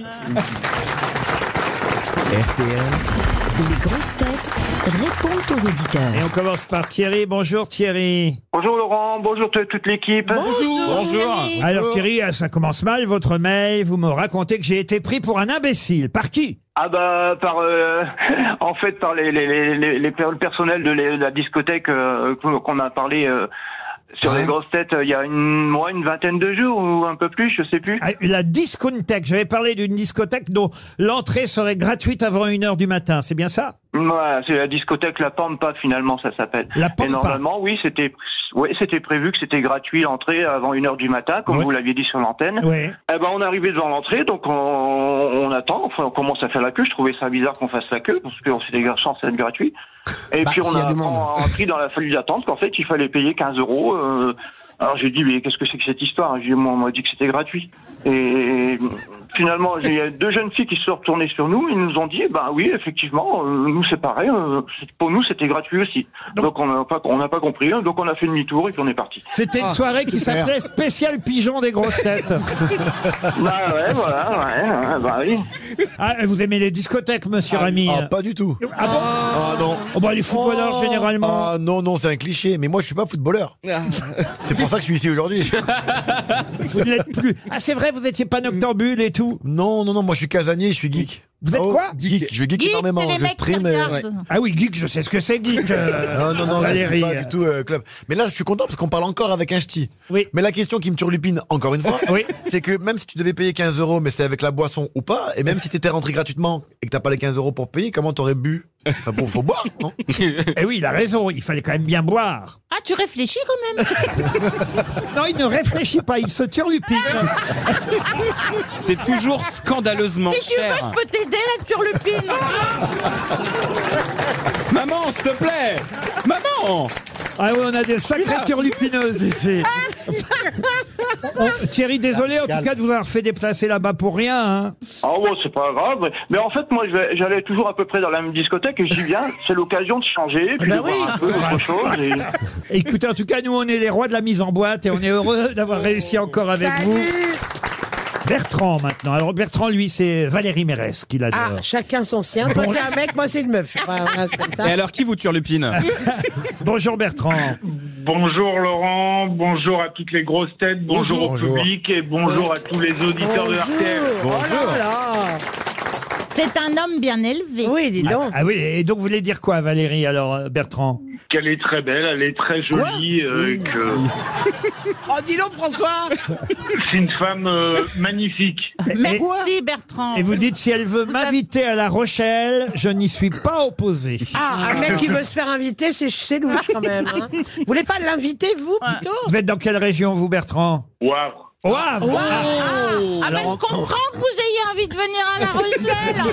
Speaker 10: Les grosses têtes répondent aux auditeurs.
Speaker 2: Et on commence par Thierry. Bonjour Thierry.
Speaker 11: Bonjour Laurent, bonjour t- toute l'équipe.
Speaker 6: Bonjour.
Speaker 7: Bonjour.
Speaker 6: Thierry.
Speaker 2: Alors Thierry, euh, ça commence mal votre mail. Vous me racontez que j'ai été pris pour un imbécile. Par qui
Speaker 11: Ah bah par euh, en fait par les les les, les, les per- le personnel de, les- de la discothèque euh, qu'on qu'on a parlé euh, sur les grosses têtes euh, il y a une moi une vingtaine de jours ou un peu plus, je sais plus.
Speaker 2: Ah, La discothèque. J'avais parlé d'une discothèque dont l'entrée serait gratuite avant 1h du matin. C'est bien ça
Speaker 11: Ouais, c'est la discothèque La Pampa finalement ça s'appelle.
Speaker 2: La
Speaker 11: Et
Speaker 2: Pampa.
Speaker 11: normalement oui, c'était ouais, c'était prévu que c'était gratuit l'entrée avant une heure du matin comme
Speaker 2: Ouais.
Speaker 11: vous l'aviez dit sur l'antenne.
Speaker 2: Oui.
Speaker 11: Eh ben, on est arrivé devant l'entrée, donc on, on attend. Enfin, on commence à faire la queue. Je trouvais ça bizarre qu'on fasse la queue, parce que c'était censé être gratuit. Et
Speaker 8: Bah,
Speaker 11: puis, on
Speaker 8: s'il y a
Speaker 11: a
Speaker 8: du monde.
Speaker 11: on a appris dans la folie d'attente qu'en fait, il fallait payer 15 euros. euh, alors, j'ai dit, mais qu'est-ce que c'est que cette histoire J'ai- On m'a dit que c'était gratuit. Et finalement, j'ai- il y a deux jeunes filles qui se sont retournées sur nous. Ils nous ont dit, bah oui, effectivement, euh, nous, c'est pareil. euh, c'est- pour nous, c'était gratuit aussi. Donc, on n'a pas, on n'a pas compris. hein. Donc, on a fait demi-tour et puis on est parti.
Speaker 2: C'était une soirée qui s'appelait Spécial Pigeon des grosses têtes.
Speaker 11: bah ouais, voilà, ouais, ouais, bah oui. oh.
Speaker 2: Ah, vous aimez les discothèques, monsieur Rami
Speaker 5: Ah, pas du tout.
Speaker 2: Ah bon
Speaker 5: Ah non.
Speaker 2: Oh, bah, les footballeurs généralement.
Speaker 5: Ah non, non, c'est un cliché. Mais moi, je suis pas footballeur. C'est pour ça que je suis ici aujourd'hui.
Speaker 2: Vous ne l'êtes plus. Ah, c'est vrai, vous n'étiez pas noctambule et tout.
Speaker 5: Non, non, non, moi, je suis casanier, je suis geek. Oh,
Speaker 2: Vous êtes quoi
Speaker 5: Geek. Je geek
Speaker 6: Geek,
Speaker 5: énormément.
Speaker 6: c'est les
Speaker 5: je
Speaker 6: mecs qui
Speaker 5: stream. et-
Speaker 6: regardent. Ouais.
Speaker 2: Ah oui, geek, je sais ce que c'est geek. euh,
Speaker 5: non, non, non, je suis
Speaker 2: Valérie.
Speaker 5: pas du tout euh, club. Mais là, je suis content parce qu'on parle encore avec un ch'ti.
Speaker 2: Oui.
Speaker 5: Mais la question qui me turlupine, encore une fois,
Speaker 2: Oui.
Speaker 5: c'est que même si tu devais payer 15 euros, mais c'est avec la boisson ou pas, et même si t'étais rentré gratuitement et que t'as pas les 15 euros pour payer, comment t'aurais bu Enfin bon, faut boire, non
Speaker 2: Eh oui, il a raison, il fallait quand même bien boire.
Speaker 6: Ah, tu réfléchis quand même
Speaker 2: Non, il ne réfléchit pas, il se turlupine.
Speaker 7: C'est toujours scandaleusement
Speaker 6: Ah, Si tu veux,
Speaker 7: cher.
Speaker 6: je peux t'aider, la turlupine
Speaker 7: Maman, s'il te plaît Maman
Speaker 2: Ah oui, on a des sacrées turlupineuses ici.
Speaker 6: Ah,
Speaker 2: Oh, Thierry, désolé en tout cas de vous avoir fait déplacer là-bas pour rien. hein.
Speaker 11: Ah ouais, c'est pas grave. Mais en fait, moi, je vais- j'allais toujours à peu près dans la même discothèque et j'y viens. C'est l'occasion de changer, puis
Speaker 4: bah
Speaker 11: de voir
Speaker 4: oui.
Speaker 11: un peu autre chose. et-
Speaker 2: Écoutez, en tout cas, nous, on est les rois de la mise en boîte et on est heureux d'avoir réussi encore avec vous. Bertrand, maintenant. Alors, Bertrand, lui, c'est Valérie Mérès qu'il adore.
Speaker 4: Ah, chacun son sien. Toi, c'est un mec, moi, c'est une meuf. Enfin, voilà, c'est comme ça.
Speaker 7: Et alors, qui vous turlupine
Speaker 2: Bonjour, Bertrand.
Speaker 12: Bonjour Laurent, bonjour à toutes les grosses têtes, bonjour,
Speaker 5: Bonjour.
Speaker 12: au public et bonjour à tous les auditeurs de RTL.
Speaker 4: Bonjour. Oh là là.
Speaker 6: C'est un homme bien élevé.
Speaker 4: Oui, dis donc.
Speaker 2: Ah oui, et donc, vous voulez dire quoi, Valérie, alors, euh, Bertrand
Speaker 12: Qu'elle est très belle, elle est très jolie, euh, et que
Speaker 4: Oh, dis donc, François.
Speaker 12: c'est une femme euh, magnifique.
Speaker 2: et,
Speaker 6: Merci, Bertrand.
Speaker 2: et vous dites, si elle veut m'inviter à La Rochelle, je n'y suis pas opposé.
Speaker 4: Ah, un mec qui veut se faire inviter, c'est c'est louche quand même. hein. Vous voulez pas l'inviter, vous, plutôt
Speaker 2: Vous êtes dans quelle région, vous, Bertrand Oh.
Speaker 12: Waouh
Speaker 2: Au Havre.
Speaker 4: Oh,
Speaker 6: Ah,
Speaker 4: bah,
Speaker 6: ben, je comprends que vous ayez envie de venir à la Rochelle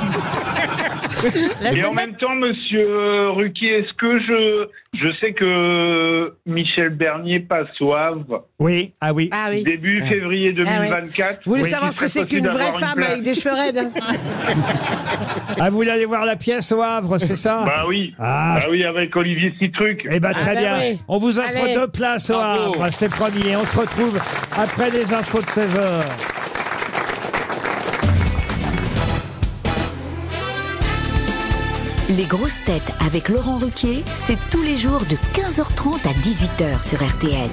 Speaker 12: Et en même temps, monsieur euh, Ruquier, est-ce que je je sais que Michel Bernier passe au Havre
Speaker 2: Oui, ah oui.
Speaker 4: Ah oui.
Speaker 12: début février 2024
Speaker 4: Vous voulez
Speaker 2: Oui,
Speaker 4: savoir
Speaker 12: il
Speaker 4: ce que
Speaker 12: serait
Speaker 4: c'est
Speaker 12: possible
Speaker 4: qu'une vraie
Speaker 12: d'avoir une
Speaker 4: femme
Speaker 12: place.
Speaker 4: avec des cheveux raides hein
Speaker 2: Ah, vous voulez aller voir la pièce au Havre, c'est ça
Speaker 12: Bah oui,
Speaker 2: Ah,
Speaker 12: bah oui, avec Olivier Citruc.
Speaker 2: Eh ben, très
Speaker 4: bah
Speaker 2: bien.
Speaker 4: oui.
Speaker 2: On vous offre
Speaker 4: Allez.
Speaker 2: deux places au
Speaker 7: Bravo.
Speaker 2: Havre, c'est promis. Et on se retrouve après les infos de 16 heures.
Speaker 10: Les grosses têtes avec Laurent Ruquier, c'est tous les jours de 15h30 à 18h sur RTL.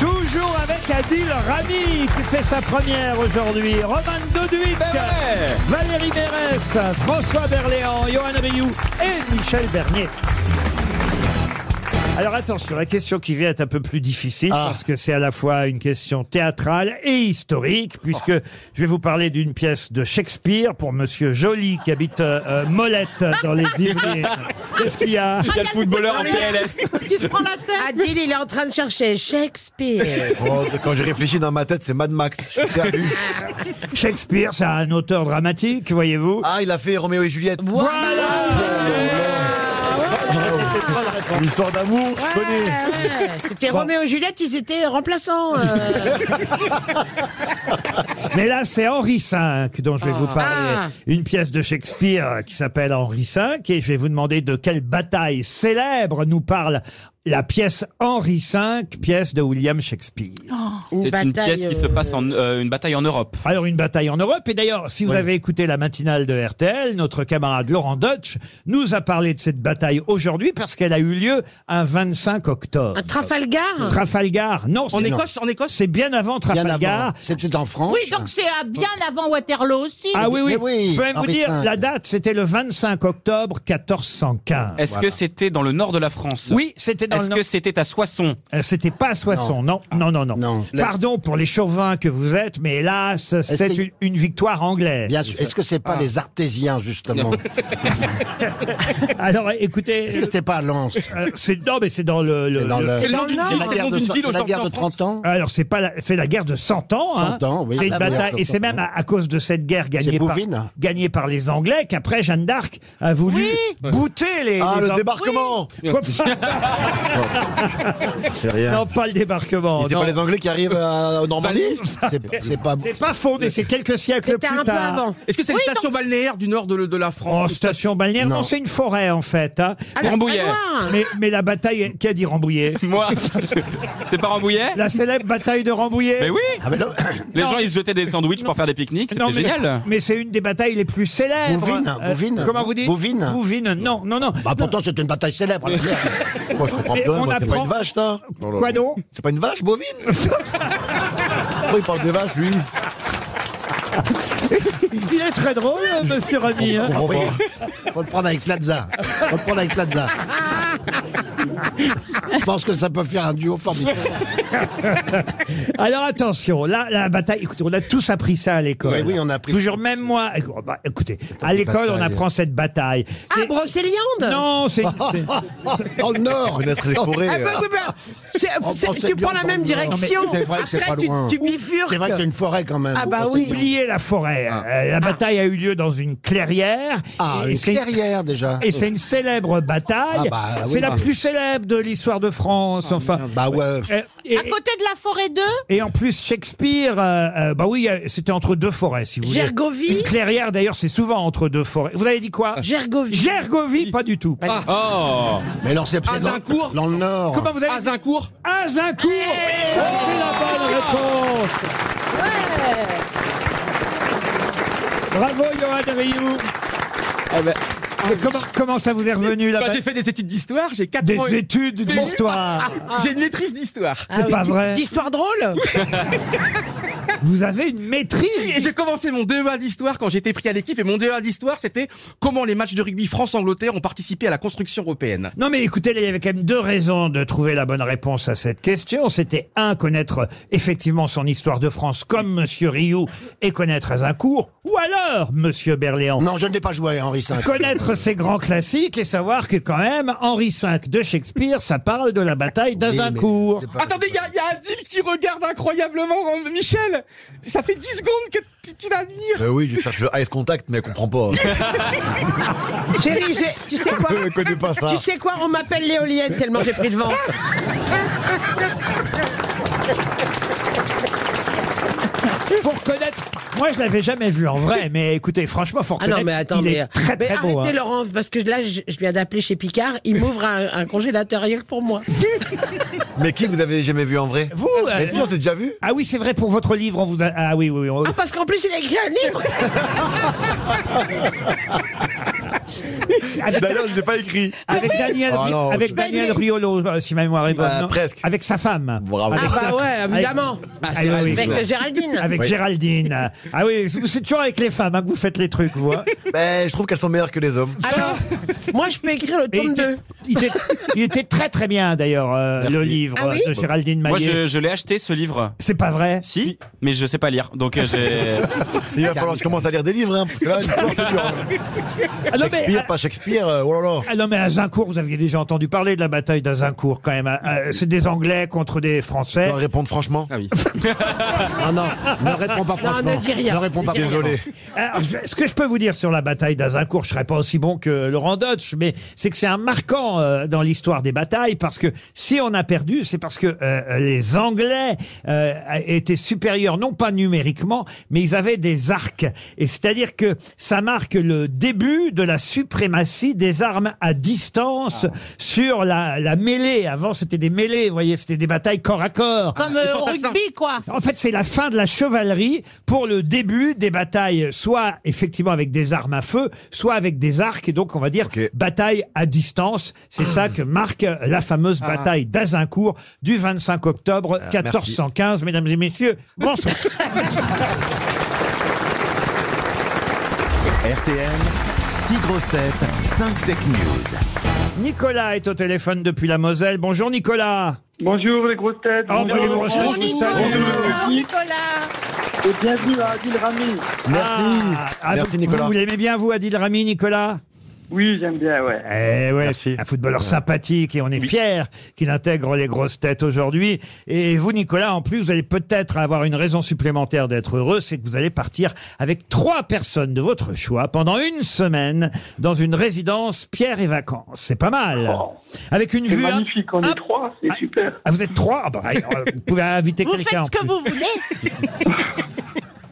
Speaker 2: Toujours avec Adil Rami qui fait sa première aujourd'hui. Roman Doduic,
Speaker 7: Ben
Speaker 2: Valérie Mérès, François Berléand, Johan Rioux et Michel Bernier. Alors attention, la question qui vient est un peu plus difficile
Speaker 7: Ah.
Speaker 2: parce que c'est à la fois une question théâtrale et historique puisque je vais vous parler d'une pièce de Shakespeare pour Monsieur Joly qui habite euh, euh, Molette dans les Yvelines. Qu'est-ce qu'il y a
Speaker 7: Il y a le footballeur en PLS.
Speaker 6: alors Tu se prends la tête
Speaker 4: Adil, Ah, il est en train de chercher Shakespeare.
Speaker 5: Oh, Quand j'ai réfléchi dans ma tête, c'est Mad Max. Je suis perdu.
Speaker 4: Ah,
Speaker 2: Shakespeare, c'est un auteur dramatique, voyez-vous.
Speaker 5: Ah, il a fait Roméo et Juliette. L'histoire d'amour, je connais.
Speaker 4: Ouais, ouais. C'était Roméo et Juliette, ils étaient remplaçants. euh.
Speaker 2: Mais là, c'est Henri V dont je vais vous parler.
Speaker 4: Ah.
Speaker 2: Une pièce de Shakespeare euh, qui s'appelle Henri V. Et je vais vous demander de quelle bataille célèbre nous parle la pièce Henri V, pièce de William Shakespeare.
Speaker 6: Oh,
Speaker 4: Ou
Speaker 7: C'est une
Speaker 4: bataille,
Speaker 7: pièce qui se
Speaker 4: euh,
Speaker 7: passe en euh, une bataille en Europe.
Speaker 2: Alors, une bataille en Europe. Et d'ailleurs, si vous avez écouté la matinale de RTL, notre camarade Laurent Deutsch nous a parlé de cette bataille aujourd'hui parce qu'elle a eu lieu un 25 octobre.
Speaker 4: Un Trafalgar
Speaker 2: Trafalgar, non,
Speaker 3: En
Speaker 2: c'est-
Speaker 3: Écosse, en Écosse.
Speaker 2: c'est bien avant
Speaker 8: Bien
Speaker 2: Trafalgar.
Speaker 8: avant. C'était en France.
Speaker 6: Oui, donc c'est à bien avant Waterloo aussi.
Speaker 2: Ah oui, oui.
Speaker 4: Eh
Speaker 8: Mais oui,
Speaker 2: Je peux même vous
Speaker 8: Henri
Speaker 2: dire,
Speaker 8: V.
Speaker 2: la date, c'était le 25 octobre 1415.
Speaker 7: Est-ce que c'était dans le nord de la France
Speaker 2: Oui, c'était dans le
Speaker 7: Est-ce
Speaker 2: Nord.
Speaker 7: que c'était à Soissons
Speaker 2: Euh, C'était pas à Soissons, non. Non, non, non.
Speaker 8: Ah. Non.
Speaker 2: Pardon pour les chauvins que vous êtes, mais hélas, c'est
Speaker 8: qu'il-
Speaker 2: une, une victoire anglaise. Ah.
Speaker 8: Bien sûr. Est-ce que c'est pas les artésiens justement Est-ce
Speaker 2: Alors,
Speaker 8: que
Speaker 2: écoutez,
Speaker 8: c'était pas à Lens
Speaker 2: euh, c'est non, mais c'est dans le. le-
Speaker 8: C'est dans
Speaker 2: le-
Speaker 8: le-
Speaker 7: C'est le nom d'une
Speaker 8: C'est
Speaker 7: ville,
Speaker 8: la
Speaker 7: c'est le
Speaker 8: guerre
Speaker 7: nom
Speaker 8: de
Speaker 7: d'une
Speaker 8: so-
Speaker 7: ville
Speaker 8: c'est la guerre de
Speaker 7: aujourd'hui en France.
Speaker 8: 30 ans.
Speaker 2: Alors c'est pas la, c'est la guerre de 100 ans. hein.
Speaker 8: 100 ans, oui.
Speaker 2: C'est une
Speaker 8: Ah, bah,
Speaker 2: bataille
Speaker 8: oui,
Speaker 2: et c'est même à, à cause de cette guerre gagnée par,
Speaker 8: Bouvines.
Speaker 2: gagnée par les Anglais qu'après Jeanne d'Arc a voulu bouter les.
Speaker 5: Ah,
Speaker 2: les
Speaker 5: le
Speaker 2: Ang-
Speaker 5: débarquement
Speaker 2: Quoi
Speaker 5: C'est rien.
Speaker 2: Non, pas le débarquement.
Speaker 5: C'est
Speaker 2: non.
Speaker 5: pas les Anglais qui arrivent à- en Normandie
Speaker 2: Ah,
Speaker 8: C'est- C'est pas.
Speaker 2: C'est pas fondé, c'est quelques siècles
Speaker 4: C'était
Speaker 2: plus
Speaker 4: un peu
Speaker 2: tard. Oh,
Speaker 4: avant.
Speaker 3: Est-ce que c'est une station balnéaire du nord de, de la
Speaker 2: En
Speaker 3: France
Speaker 2: station balnéaire, non, c'est une forêt en fait. hein.
Speaker 4: Alors,
Speaker 7: Rambouillet.
Speaker 4: Ah, très loin.
Speaker 2: Mais, mais la bataille, qui a dit Rambouillet
Speaker 7: Moi C'est pas Rambouillet
Speaker 2: La célèbre bataille de Rambouillet.
Speaker 7: Mais oui
Speaker 8: Ah, mais non.
Speaker 7: Les
Speaker 2: Non.
Speaker 7: gens ils se jetaient des sandwichs pour faire des pique-niques,
Speaker 2: Non,
Speaker 7: c'était
Speaker 2: mais,
Speaker 7: génial
Speaker 2: Mais c'est une des batailles les plus célèbres. Euh,
Speaker 8: Bouvines, Bouvines.
Speaker 2: comment vous dites
Speaker 8: Bouvines.
Speaker 2: Bouvines, non, non, non.
Speaker 8: Bah, pourtant, c'est une bataille célèbre. la guerre.
Speaker 5: Moi, je comprends
Speaker 2: Mais
Speaker 5: pas.
Speaker 2: on
Speaker 5: moi, C'est pas
Speaker 2: apprend-
Speaker 5: une vache, ça
Speaker 2: Quoi donc
Speaker 5: C'est pas une vache bovine Pourquoi il parle des vaches, lui
Speaker 2: Il est très drôle, euh, monsieur Rami. hein.
Speaker 5: Faut, le prendre avec Plaza. Faut le prendre avec Plaza. Je pense que ça peut faire un duo formidable.
Speaker 4: Euh,
Speaker 2: Alors attention, là, la bataille. Écoutez, on a tous appris ça à l'école.
Speaker 8: Oui, oui, on a appris
Speaker 2: Toujours, même moi. écou- bah, écoutez, à
Speaker 8: des
Speaker 2: l'école, on
Speaker 8: batailles.
Speaker 2: apprend cette bataille.
Speaker 4: Ah, Brocéliande
Speaker 2: Non, c'est. c'est-
Speaker 5: Dans le Nord.
Speaker 8: Connaître les forêts,
Speaker 4: Ah, bah,
Speaker 8: euh.
Speaker 4: bah, bah, c'est-
Speaker 8: On
Speaker 4: c'est-
Speaker 8: prend
Speaker 4: tu
Speaker 8: cette
Speaker 4: prends la
Speaker 8: viande
Speaker 4: même
Speaker 8: dans le Nord.
Speaker 4: direction.
Speaker 8: hein. C'est vrai que c'est
Speaker 4: Après,
Speaker 8: pas
Speaker 4: tu,
Speaker 8: loin.
Speaker 4: tu bifurques.
Speaker 8: C'est vrai que c'est une forêt quand même.
Speaker 4: Ah bah
Speaker 8: Ça,
Speaker 4: oui.
Speaker 8: c'est-
Speaker 2: Oubliez la forêt. Euh, la bataille a eu lieu dans une clairière.
Speaker 8: Ah,
Speaker 2: Et
Speaker 8: une
Speaker 2: c'est-
Speaker 8: clairière déjà.
Speaker 2: Et c'est une célèbre bataille.
Speaker 8: Ah bah, oui,
Speaker 2: c'est la
Speaker 8: bah.
Speaker 2: plus célèbre de l'histoire de France. enfin.
Speaker 8: Bah ouais.
Speaker 2: Euh, Et,
Speaker 6: À côté de la forêt 2
Speaker 2: et en plus, Shakespeare, euh, euh, bah oui, euh, c'était entre deux forêts, si vous voulez.
Speaker 4: Gergovie
Speaker 2: Une clairière, d'ailleurs, c'est souvent entre deux forêts. Vous avez dit quoi
Speaker 4: Gergovie.
Speaker 2: Ah. Gergovie, pas du tout.
Speaker 7: Oh
Speaker 8: Mais alors c'est c'est
Speaker 3: Ah. Azincourt
Speaker 8: dans, dans le Nord.
Speaker 2: Comment vous avez dit
Speaker 3: Azincourt
Speaker 2: Azincourt
Speaker 9: Eh.
Speaker 2: Ça, Oh, C'est la bonne réponse Bravo, Johan Rioux
Speaker 3: Eh ben,
Speaker 2: Et comment, comment ça vous est revenu
Speaker 3: Quand
Speaker 2: là-bas
Speaker 3: ah Bah, j'ai fait des études d'histoire, j'ai quatre ans
Speaker 2: Des
Speaker 3: et-
Speaker 2: études d'histoire
Speaker 6: Ah.
Speaker 3: J'ai une maîtrise d'histoire.
Speaker 2: C'est pas vrai
Speaker 4: Ah D'histoire drôle
Speaker 2: Vous avez une maîtrise
Speaker 3: Et j'ai commencé mon DEA d'histoire quand j'étais pris à l'équipe et mon DEA d'histoire c'était comment les matchs de rugby France-Angleterre ont participé à la construction européenne.
Speaker 2: Non mais écoutez, là, il y avait quand même deux raisons de trouver la bonne réponse à cette question. C'était un, connaître effectivement son histoire de France comme Monsieur Rioux et connaître Azincourt, ou alors Monsieur Berléand.
Speaker 8: Non, je ne l'ai pas joué Henri V.
Speaker 2: Connaître ses grands classiques et savoir que quand même, Henri V de Shakespeare, ça parle de la bataille d'Azincourt.
Speaker 8: Oui, mais c'est pas-
Speaker 3: Attendez, il y a, il y a Adil qui regarde incroyablement euh, Michel. Ça fait 10 secondes que t- qu'il a à lire.
Speaker 5: Euh, oui, je cherche le Ice Contact, mais elle comprend pas.
Speaker 4: Ah. Chérie, j'ai- tu sais quoi
Speaker 5: Elle connaît pas ça.
Speaker 4: Tu sais quoi On m'appelle l'éolienne tellement j'ai pris de vent.
Speaker 2: Faut reconnaître... Moi, je l'avais jamais vu en vrai, mais écoutez, franchement, faut
Speaker 4: Ah
Speaker 2: reconnaître
Speaker 4: non, mais attends,
Speaker 2: il
Speaker 4: mais,
Speaker 2: est très
Speaker 4: mais
Speaker 2: très
Speaker 4: arrêtez
Speaker 2: beau. hein.
Speaker 4: Laurent, parce que là, je, je viens d'appeler chez Picard, il m'ouvre un, un congélateur rien que pour moi.
Speaker 5: Mais qui vous avez jamais vu en vrai
Speaker 2: Vous euh,
Speaker 5: Mais si, on s'est déjà vu
Speaker 2: Ah oui, c'est vrai, pour votre livre, on vous a... Ah oui, oui, oui. on-
Speaker 4: Ah, parce qu'en plus, il a écrit un livre
Speaker 5: D'ailleurs, je l'ai pas écrit.
Speaker 2: Avec Daniel,
Speaker 5: Ah
Speaker 2: Ri-
Speaker 5: non,
Speaker 2: avec
Speaker 5: tu-
Speaker 2: Daniel Riolo, euh, si ma mémoire est bonne.
Speaker 5: Bah,
Speaker 2: non
Speaker 5: presque.
Speaker 2: Avec sa femme.
Speaker 5: Bravo.
Speaker 4: Ah
Speaker 2: Avec
Speaker 4: bah
Speaker 2: sa-
Speaker 4: ouais, évidemment
Speaker 2: Ah oui, oui.
Speaker 4: Avec euh, Géraldine
Speaker 2: Avec Géraldine. Ah oui, c'est c'est toujours avec les femmes hein, que vous faites les trucs, vous. hein.
Speaker 5: Mais Ben, je trouve qu'elles sont meilleures que les hommes.
Speaker 4: Alors, moi, je peux écrire le
Speaker 2: Et il,
Speaker 4: tome
Speaker 2: était,
Speaker 4: 2.
Speaker 2: il était- il était très très bien d'ailleurs, euh, le livre
Speaker 4: Ah oui
Speaker 2: euh, de Géraldine
Speaker 7: Moi,
Speaker 2: Maillet.
Speaker 7: je, je l'ai acheté ce livre.
Speaker 2: C'est pas vrai
Speaker 7: Si, mais je sais pas lire. Donc euh, j'ai.
Speaker 5: Il va falloir que je commence à lire des livres, hein, parce que là, une fois, c'est dur. hein.
Speaker 2: ah non, mais,
Speaker 5: Shakespeare, pas Shakespeare, euh, oh là là.
Speaker 2: ah non, mais Azincourt, vous aviez déjà entendu parler de la bataille d'Azincourt quand même. hein. Euh, C'est des Anglais contre des
Speaker 5: Je
Speaker 2: Français.
Speaker 5: dois répondre franchement. Ah
Speaker 7: Ah oui.
Speaker 8: Non, non, ne réponds pas franchement.
Speaker 4: ne dis rien.
Speaker 8: Ne réponds pas
Speaker 5: Désolé.
Speaker 2: Alors, je- ce que je peux vous dire sur la bataille d'Azincourt, je serais pas aussi bon que Laurent Dodge, mais c'est que c'est un marquant euh, dans l'histoire des batailles parce que si on a perdu, c'est parce que euh, les Anglais euh, étaient supérieurs, non pas numériquement, mais ils avaient des arcs. Et c'est-à-dire que ça marque le début de la suprématie des armes à distance sur la, la mêlée. Avant, c'était des mêlées, vous voyez, c'était des batailles corps à corps.
Speaker 6: Comme euh, au rugby, quoi.
Speaker 2: En fait, c'est la fin de la chevalerie pour le début des batailles, soit effectivement avec des armes à feu, soit avec des arcs, et donc on va dire
Speaker 5: Ok.
Speaker 2: bataille à distance. C'est ça que marque la fameuse bataille d'Azincourt du 25 octobre 1415. Mesdames et messieurs, bonsoir.
Speaker 1: RTL, 6 grosses têtes, 5 fake news.
Speaker 2: Nicolas est au téléphone depuis la Moselle. Bonjour Nicolas.
Speaker 12: Bonjour les grosses têtes.
Speaker 2: Oh, bah, les grosses têtes,
Speaker 6: Bonjour
Speaker 2: vous savez.
Speaker 6: Nicolas. Nicolas.
Speaker 12: Et bienvenue à Adil Rami.
Speaker 5: Merci.
Speaker 2: Ah, ah,
Speaker 5: Merci,
Speaker 2: vous-
Speaker 5: Nicolas.
Speaker 2: Vous, vous l'aimez bien, vous, Adil Rami, Nicolas
Speaker 12: Oui, j'aime bien, ouais.
Speaker 2: Eh ouais,
Speaker 5: Merci.
Speaker 2: un footballeur sympathique et on est fier qu'il intègre les grosses têtes aujourd'hui. Et vous, Nicolas, en plus, vous allez peut-être avoir une raison supplémentaire d'être heureux, c'est que vous allez partir avec trois personnes de votre choix pendant une semaine dans une résidence Pierre et Vacances. C'est pas mal.
Speaker 12: Oh.
Speaker 2: Avec une
Speaker 12: C'est
Speaker 2: vue. hein.
Speaker 12: magnifique, on
Speaker 2: Ah.
Speaker 12: est trois, c'est super.
Speaker 2: Ah, vous êtes trois Ah bah, euh, Vous pouvez inviter
Speaker 6: Vous
Speaker 2: quelqu'un.
Speaker 6: faites
Speaker 2: en
Speaker 6: ce que
Speaker 2: plus.
Speaker 6: vous voulez.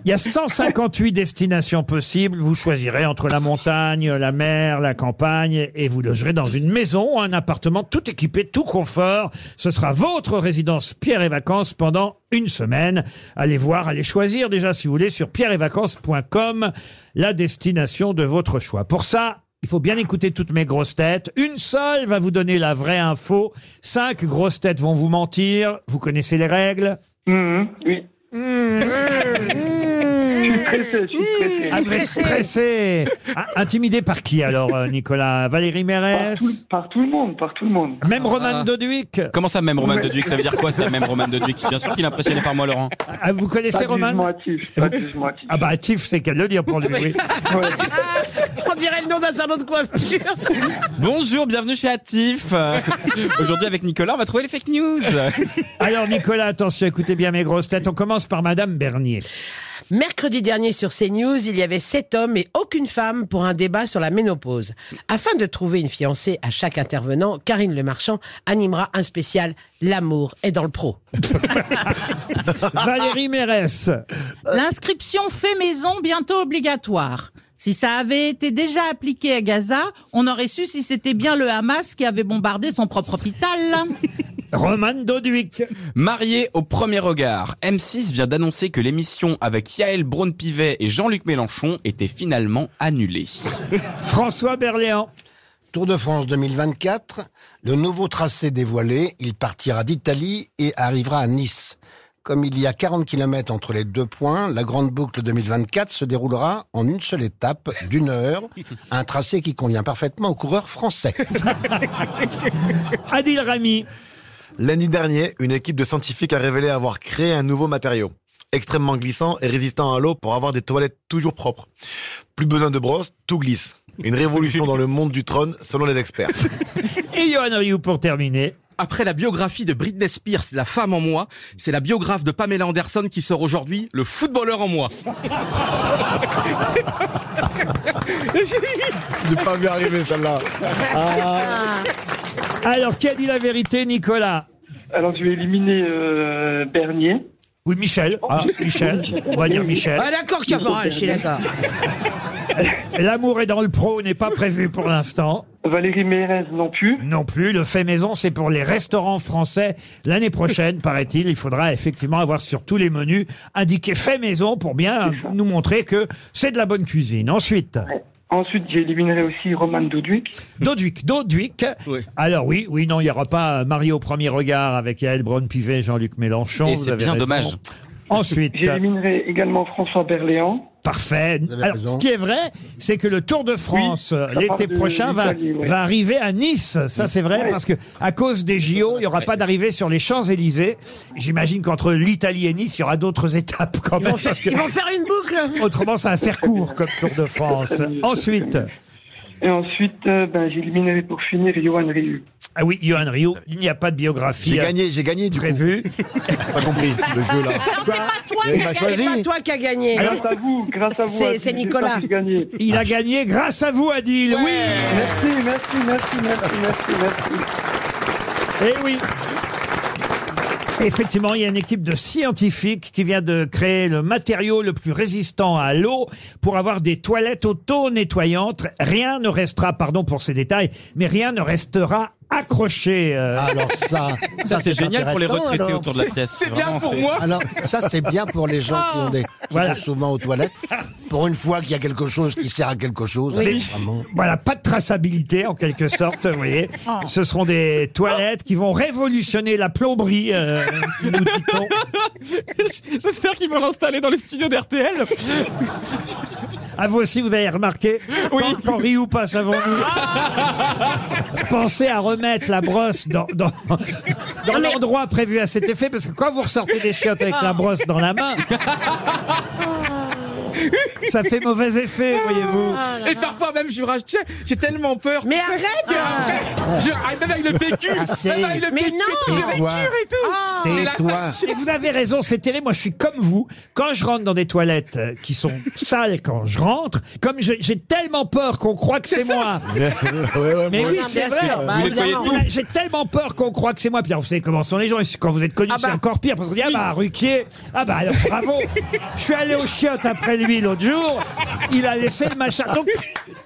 Speaker 2: Il y a 158 destinations possibles. Vous choisirez entre la montagne, la mer, la campagne et vous logerez dans une maison ou un appartement tout équipé, tout confort. Ce sera votre résidence Pierre et Vacances pendant une semaine. Allez voir, allez choisir déjà si vous voulez sur pierreetvacances.com la destination de votre choix. Pour ça, il faut bien écouter toutes mes grosses têtes. Une seule va vous donner la vraie info. Cinq grosses têtes vont vous Mmh. mentir. Vous connaissez les règles
Speaker 12: Mhm, oui. stressé, je suis stressé.
Speaker 2: Ah, vous êtes stressé. Ah, Intimidé par qui alors, euh, Nicolas Valérie Mérès
Speaker 12: Par tout, par tout le monde, par tout le monde.
Speaker 2: Même Roman Doduic
Speaker 7: Comment ça, Ah. même Roman Doduic Ça veut dire quoi, ça, même Roman Doduic Bien sûr qu'il est impressionné par moi, Laurent.
Speaker 2: Ah, Vous connaissez
Speaker 12: Pas de jugement
Speaker 2: Roman
Speaker 12: hâtif, pas de jugement hâtif.
Speaker 2: Ah bah Tiff, c'est qu'elle le dire pour lui. oui.
Speaker 4: On dirait le nom d'un salon de coiffure.
Speaker 7: Bonjour, bienvenue chez Atif. Euh, Aujourd'hui, avec Nicolas, on va trouver les fake news.
Speaker 2: Alors Nicolas, attention, écoutez bien mes grosses têtes. On commence par Madame Bernier.
Speaker 4: Mercredi dernier sur CNews, il y avait sept hommes et aucune femme pour un débat sur la ménopause. Afin de trouver une fiancée à chaque intervenant, Karine Le Marchand animera un spécial L'amour est dans le pro.
Speaker 2: Valérie Mérès.
Speaker 4: Euh.
Speaker 6: L'inscription fait maison bientôt obligatoire. Si ça avait été déjà appliqué à Gaza, on aurait su si c'était bien le Hamas qui avait bombardé son propre hôpital.
Speaker 2: Roman Doduic.
Speaker 7: Marié au premier regard, M6 vient d'annoncer que l'émission avec Yael Braun-Pivet et Jean-Luc Mélenchon était finalement annulée.
Speaker 2: François Berléand.
Speaker 8: Tour de France 2024, le nouveau tracé dévoilé, il partira d'Italie et arrivera à Nice. Comme il y a 40 km entre les deux points, la grande boucle 2024 se déroulera en une seule étape d'une heure, un tracé qui convient parfaitement aux coureurs français.
Speaker 2: Adil Rami.
Speaker 5: Lundi dernier, une équipe de scientifiques a révélé avoir créé un nouveau matériau, extrêmement glissant et résistant à l'eau pour avoir des toilettes toujours propres. Plus besoin de brosse, tout glisse. Une révolution dans le monde du trône, selon les experts.
Speaker 2: Et Johan Rioux pour terminer.
Speaker 3: Après la biographie de Britney Spears, La femme en moi, c'est la biographe de Pamela Anderson qui sort aujourd'hui, Le footballeur en moi.
Speaker 2: Mmh.
Speaker 5: Je n'ai pas vu arriver celle-là. Ah.
Speaker 2: Ah. Alors, qui a dit la vérité, Nicolas
Speaker 12: Alors je vais éliminer euh, Bernier. Oh.
Speaker 2: Oui, Michel. Ah, Michel. On va dire Michel.
Speaker 4: Ah d'accord, caporal, je suis d'accord.
Speaker 2: L'amour est dans le pro n'est pas prévu pour l'instant.
Speaker 12: Valérie Mérez non plus.
Speaker 2: Non plus. Le fait maison, c'est pour les restaurants français. L'année prochaine, paraît-il, il faudra effectivement avoir sur tous les menus indiqué fait maison pour bien nous montrer que c'est de la bonne cuisine. Ensuite,
Speaker 12: Ensuite, j'éliminerai aussi Roman Doduic.
Speaker 2: Doduic. Doduic.
Speaker 7: Oui.
Speaker 2: Alors oui, oui, non, il n'y aura pas Mario au premier regard avec Yael Braun-Pivet, Jean-Luc Mélenchon.
Speaker 7: Et
Speaker 2: vous
Speaker 7: c'est
Speaker 2: avez
Speaker 7: bien
Speaker 2: raison.
Speaker 7: dommage.
Speaker 2: Ensuite.
Speaker 12: J'éliminerai également François Berléand.
Speaker 2: Parfait.
Speaker 8: avez
Speaker 2: Alors,
Speaker 8: raison.
Speaker 2: ce qui est vrai, c'est que le Tour de France euh,
Speaker 12: ça
Speaker 2: l'été
Speaker 12: parle de
Speaker 2: prochain va,
Speaker 12: l'Italie, ouais.
Speaker 2: va arriver à Nice. Ça, c'est vrai, parce que à cause des JO, il n'y aura pas d'arrivée sur les Champs-Élysées. J'imagine qu'entre l'Italie et Nice, il y aura d'autres étapes quand même. parce que
Speaker 4: Ils vont faire une boucle.
Speaker 2: Autrement, ça va faire court comme Tour de France. Ensuite,
Speaker 12: Et ensuite, euh, ben, j'éliminerai pour finir Johan Rieu.
Speaker 2: ah oui, Johan Rio, il n'y a pas de
Speaker 5: Euh, J'ai
Speaker 2: biographie euh,
Speaker 5: gagné, j'ai gagné du coup.
Speaker 2: prévue.
Speaker 5: J'ai pas compris le jeu là.
Speaker 6: Non, c'est pas toi
Speaker 5: Il
Speaker 6: qui
Speaker 5: m'a
Speaker 6: as
Speaker 5: choisi.
Speaker 4: C'est pas toi qui as gagné.
Speaker 12: Grâce à vous, grâce à vous.
Speaker 4: C'est-
Speaker 12: à tous,
Speaker 4: c'est
Speaker 12: j'ai
Speaker 4: Nicolas.
Speaker 12: pas pu gagner.
Speaker 2: Il a gagné grâce à vous, Adil. Oui.
Speaker 12: Merci, merci, merci, merci, merci, merci.
Speaker 2: Eh oui Effectivement, il y a une équipe de scientifiques qui vient de créer le matériau le plus résistant à l'eau pour avoir des toilettes auto-nettoyantes. Rien ne restera, pardon pour ces détails, mais rien ne restera accroché. euh,
Speaker 8: Ah, Alors ça,
Speaker 7: Ça, c'est génial pour les
Speaker 8: intéressant,
Speaker 7: retraités
Speaker 8: alors.
Speaker 7: autour de la pièce.
Speaker 3: C'est bien
Speaker 7: vraiment
Speaker 3: pour
Speaker 7: fait.
Speaker 3: moi.
Speaker 8: Alors, ça, c'est bien pour les gens
Speaker 2: Ah.
Speaker 8: qui ont des, qui
Speaker 2: Voilà.
Speaker 8: vont souvent aux toilettes. Pour une fois qu'il y a quelque chose qui sert à quelque chose.
Speaker 2: mais-
Speaker 8: vraiment.
Speaker 2: Voilà, pas de traçabilité en quelque sorte, vous voyez. Ce seront des toilettes qui vont révolutionner la plomberie, euh, nous dit-on.
Speaker 7: J'espère qu'ils vont l'installer dans les studios d'RTL.
Speaker 2: Ah, vous aussi, vous avez remarqué
Speaker 7: Oui. Ah.
Speaker 2: Quand, quand Ryu passe avant nous. Pensez à remettre la brosse dans, dans, dans l'endroit prévu à cet effet, parce que quand vous ressortez des chiottes avec
Speaker 7: Ah.
Speaker 2: la brosse dans la main, ça fait mauvais effet, voyez-vous.
Speaker 3: Et parfois même, je rage- tiens, j'ai tellement peur.
Speaker 4: Mais arrête
Speaker 3: Je, ah, même avec le PQ,
Speaker 8: Assez.
Speaker 3: même avec le
Speaker 4: Mais
Speaker 3: PQ,
Speaker 4: non
Speaker 3: j'ai des
Speaker 8: Tais-toi.
Speaker 3: cures et tout.
Speaker 4: oh.
Speaker 3: J'ai la
Speaker 8: Tais-toi.
Speaker 3: face-
Speaker 2: Et vous avez raison, c'est terrible. Moi, je suis comme vous. Quand je rentre dans des toilettes euh, qui sont sales quand je rentre, comme je- j'ai tellement peur qu'on croit que c'est moi.
Speaker 5: Ouais, ouais,
Speaker 2: Mais
Speaker 5: bon,
Speaker 2: oui,
Speaker 4: Non,
Speaker 2: c'est
Speaker 4: bien
Speaker 2: vrai.
Speaker 4: sûr, bah,
Speaker 7: Vous nettoyez
Speaker 4: évidemment.
Speaker 7: tout.
Speaker 2: Là, J'ai tellement peur qu'on croit que c'est moi. Puis alors, vous savez comment sont les gens. Et Quand vous êtes connu,
Speaker 4: Ah
Speaker 2: c'est
Speaker 4: bah.
Speaker 2: encore pire parce qu'on dit Ah bah, Ruquier, ah bah, alors bravo. Je suis allé au chiottes après lui l'autre jour. Il a laissé le machin. Donc,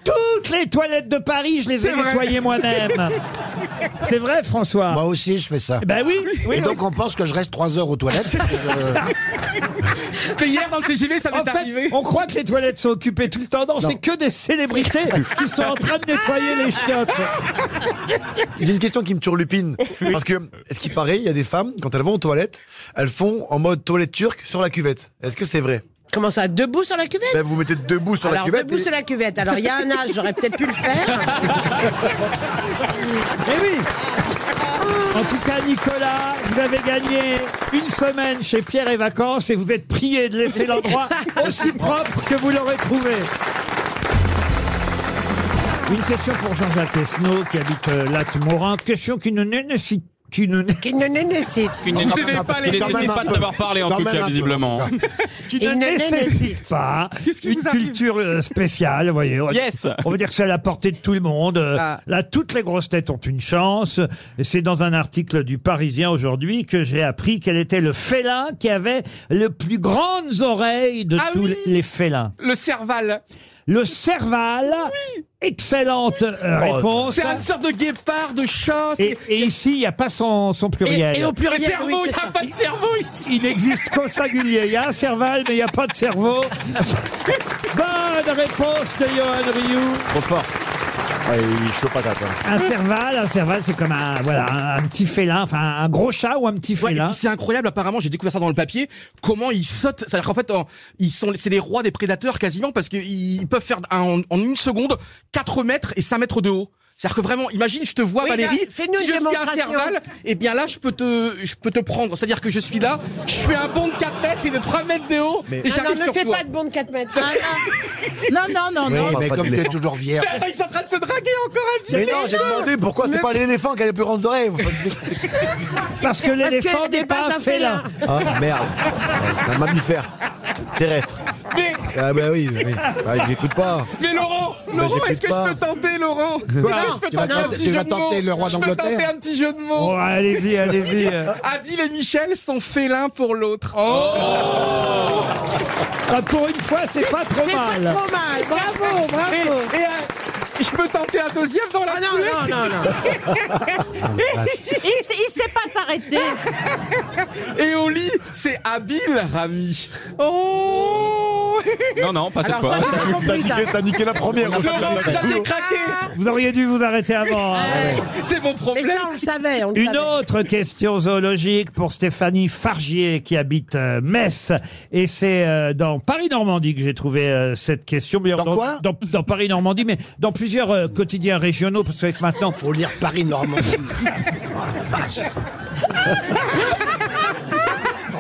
Speaker 2: toutes les toilettes de Paris, je les
Speaker 3: C'est
Speaker 2: ai
Speaker 3: vrai.
Speaker 2: nettoyées moi-même. C'est vrai, François
Speaker 8: Moi aussi, je fais ça.
Speaker 2: Ben oui, oui.
Speaker 8: Et
Speaker 2: oui.
Speaker 8: donc, on pense que je reste trois heures aux toilettes. parce que je-
Speaker 3: Mais hier dans le TGV, ça
Speaker 2: En
Speaker 3: m'est arrivé.
Speaker 2: fait, on croit que les toilettes sont occupées tout le temps. Non, c'est que des célébrités qui sont en train de nettoyer les chiottes.
Speaker 5: J'ai une question qui me turlupine. Parce que, est-ce qu'il paraît, il y a des femmes, quand elles vont aux toilettes, elles font en mode toilette turque sur la cuvette. Est-ce que c'est vrai
Speaker 4: Comment ça, debout sur la cuvette
Speaker 5: Ben, vous mettez debout sur
Speaker 4: Alors,
Speaker 5: la cuvette.
Speaker 4: debout sur la cuvette. Alors, il y a un âge, j'aurais peut-être pu le faire.
Speaker 2: Eh oui En tout cas, Nicolas, vous avez gagné une semaine chez Pierre et Vacances et vous êtes prié de laisser l'endroit aussi propre que vous l'aurez trouvé. Une question pour Jean-Jacques Esnault qui habite euh, Latte-Morin. Question qui ne nécessite qui ne
Speaker 4: qui ne nécessite,
Speaker 7: Qui ne nécessite pas,
Speaker 2: les-
Speaker 7: de t'avoir parlé en
Speaker 2: Quand
Speaker 7: tout
Speaker 2: même un
Speaker 7: cas,
Speaker 2: peu.
Speaker 7: visiblement.
Speaker 2: qui
Speaker 4: Il
Speaker 2: ne
Speaker 4: ne
Speaker 2: nécessite
Speaker 4: nécessite.
Speaker 2: pas une culture euh, spéciale, vous voyez. On-
Speaker 7: Yes.
Speaker 2: On veut dire que c'est à la portée de tout le monde. Euh,
Speaker 3: Ah.
Speaker 2: Là, toutes les grosses têtes ont une chance. Et C'est dans un article du Parisien aujourd'hui que j'ai appris quel était le félin qui avait les plus grandes oreilles de tous les félins.
Speaker 3: Ah Le Serval.
Speaker 2: Le Serval, excellente euh, réponse.
Speaker 3: C'est une sorte de guépard, de chat. c'est-
Speaker 2: Et, et ici, il n'y a pas son, son pluriel.
Speaker 4: Et, et au pluriel.
Speaker 3: Et cerveau,
Speaker 4: oui,
Speaker 3: il n'y a pas de cerveau ici.
Speaker 2: Il n'existe qu'au singulier. Il y a un cerval, mais il n'y a pas de cerveau. Bonne réponse de Johan Rioux.
Speaker 5: Trop fort. Ouais, il est chaud patate. hein.
Speaker 2: Un cerval, un cerval, c'est comme un, voilà, un, un petit félin, enfin un gros chat ou un petit
Speaker 3: Ouais, et
Speaker 2: félin.
Speaker 3: puis c'est incroyable, apparemment, j'ai découvert ça dans le papier, comment ils sautent. C'est-à-dire qu'en fait, en- ils sont, c'est les rois des prédateurs quasiment parce qu'ils peuvent faire un- en, en une seconde 4 mètres et 5 mètres de haut. C'est-à-dire que vraiment, imagine, je te vois,
Speaker 4: Oui,
Speaker 3: Valérie,
Speaker 4: gars, fais-nous
Speaker 3: si je
Speaker 4: une
Speaker 3: suis un
Speaker 4: démonstration.
Speaker 3: serval, et bien là, je peux te, je peux te prendre. C'est-à-dire que je suis là, je fais un bond de 4 mètres et de 3 mètres de haut, et
Speaker 4: Ah non,
Speaker 3: j'arrive
Speaker 4: ne
Speaker 3: sur
Speaker 4: fais
Speaker 3: toi.
Speaker 4: pas de bond de 4 mètres.
Speaker 6: Ah, non, non, non, non.
Speaker 8: Oui,
Speaker 6: non.
Speaker 5: on va
Speaker 8: mais
Speaker 5: pas
Speaker 8: comme
Speaker 5: dire.
Speaker 8: t'es toujours vierge.
Speaker 3: Ah, Ils sont en train de se draguer encore un petit
Speaker 5: Mais
Speaker 3: peu.
Speaker 5: non, j'ai demandé pourquoi c'est pas l'éléphant qui a les plus grandes oreilles.
Speaker 2: Parce que l'éléphant
Speaker 4: que
Speaker 2: n'est pas
Speaker 4: dépasse
Speaker 2: un
Speaker 4: un
Speaker 2: félin.
Speaker 4: félin.
Speaker 5: Ah merde. Un mammifère. Terrestre.
Speaker 3: Mais,
Speaker 5: Ah bah oui, oui. Ah, il n'écoute pas.
Speaker 3: mais Laurent,
Speaker 8: Bah,
Speaker 3: Laurent,
Speaker 5: j'écoute
Speaker 3: est-ce que
Speaker 5: pas.
Speaker 3: je peux tenter, Laurent Est-ce que je peux
Speaker 8: Tu vas
Speaker 3: tenter un
Speaker 8: tenter-
Speaker 3: petit
Speaker 8: tu
Speaker 3: jeu
Speaker 8: vas
Speaker 3: de mots
Speaker 8: tenter le roi
Speaker 3: Je peux
Speaker 8: d'Angleterre
Speaker 3: tenter un petit jeu de mots.
Speaker 7: Oh,
Speaker 2: Bon, allez-y, allez-y. Euh,
Speaker 3: Adil et Michel sont félins pour l'autre.
Speaker 7: Oh.
Speaker 2: bah, pour une fois, c'est pas trop mal.
Speaker 4: Trop mal. Bravo,
Speaker 3: et,
Speaker 4: bravo.
Speaker 3: et, euh, je peux tenter un deuxième dans la foulée
Speaker 4: non, non.
Speaker 6: Il, il sait pas s'arrêter.
Speaker 3: Et au lit, c'est habile, Rami. Oh
Speaker 7: Non, non, pas cette
Speaker 3: Alors,
Speaker 7: fois.
Speaker 4: ça, j'ai pas
Speaker 5: T'as
Speaker 4: compris, ça.
Speaker 5: niqué, t'as niqué la première.
Speaker 3: Laurent, vous avez craqué
Speaker 2: Vous auriez dû vous arrêter avant. hein.
Speaker 4: Ah
Speaker 3: C'est mon
Speaker 4: Mais
Speaker 3: problème
Speaker 4: ça, on le savait. On le
Speaker 2: Une
Speaker 4: savait.
Speaker 2: autre question zoologique pour Stéphanie Fargier qui habite euh, Metz. Et c'est euh, dans Paris-Normandie que j'ai trouvé euh, cette question. Mais
Speaker 8: Dans quoi
Speaker 2: dans, dans Paris-Normandie, mais dans plusieurs euh, quotidiens régionaux, parce que c'est vrai que maintenant,
Speaker 8: Faut lire Paris Normandie. Oh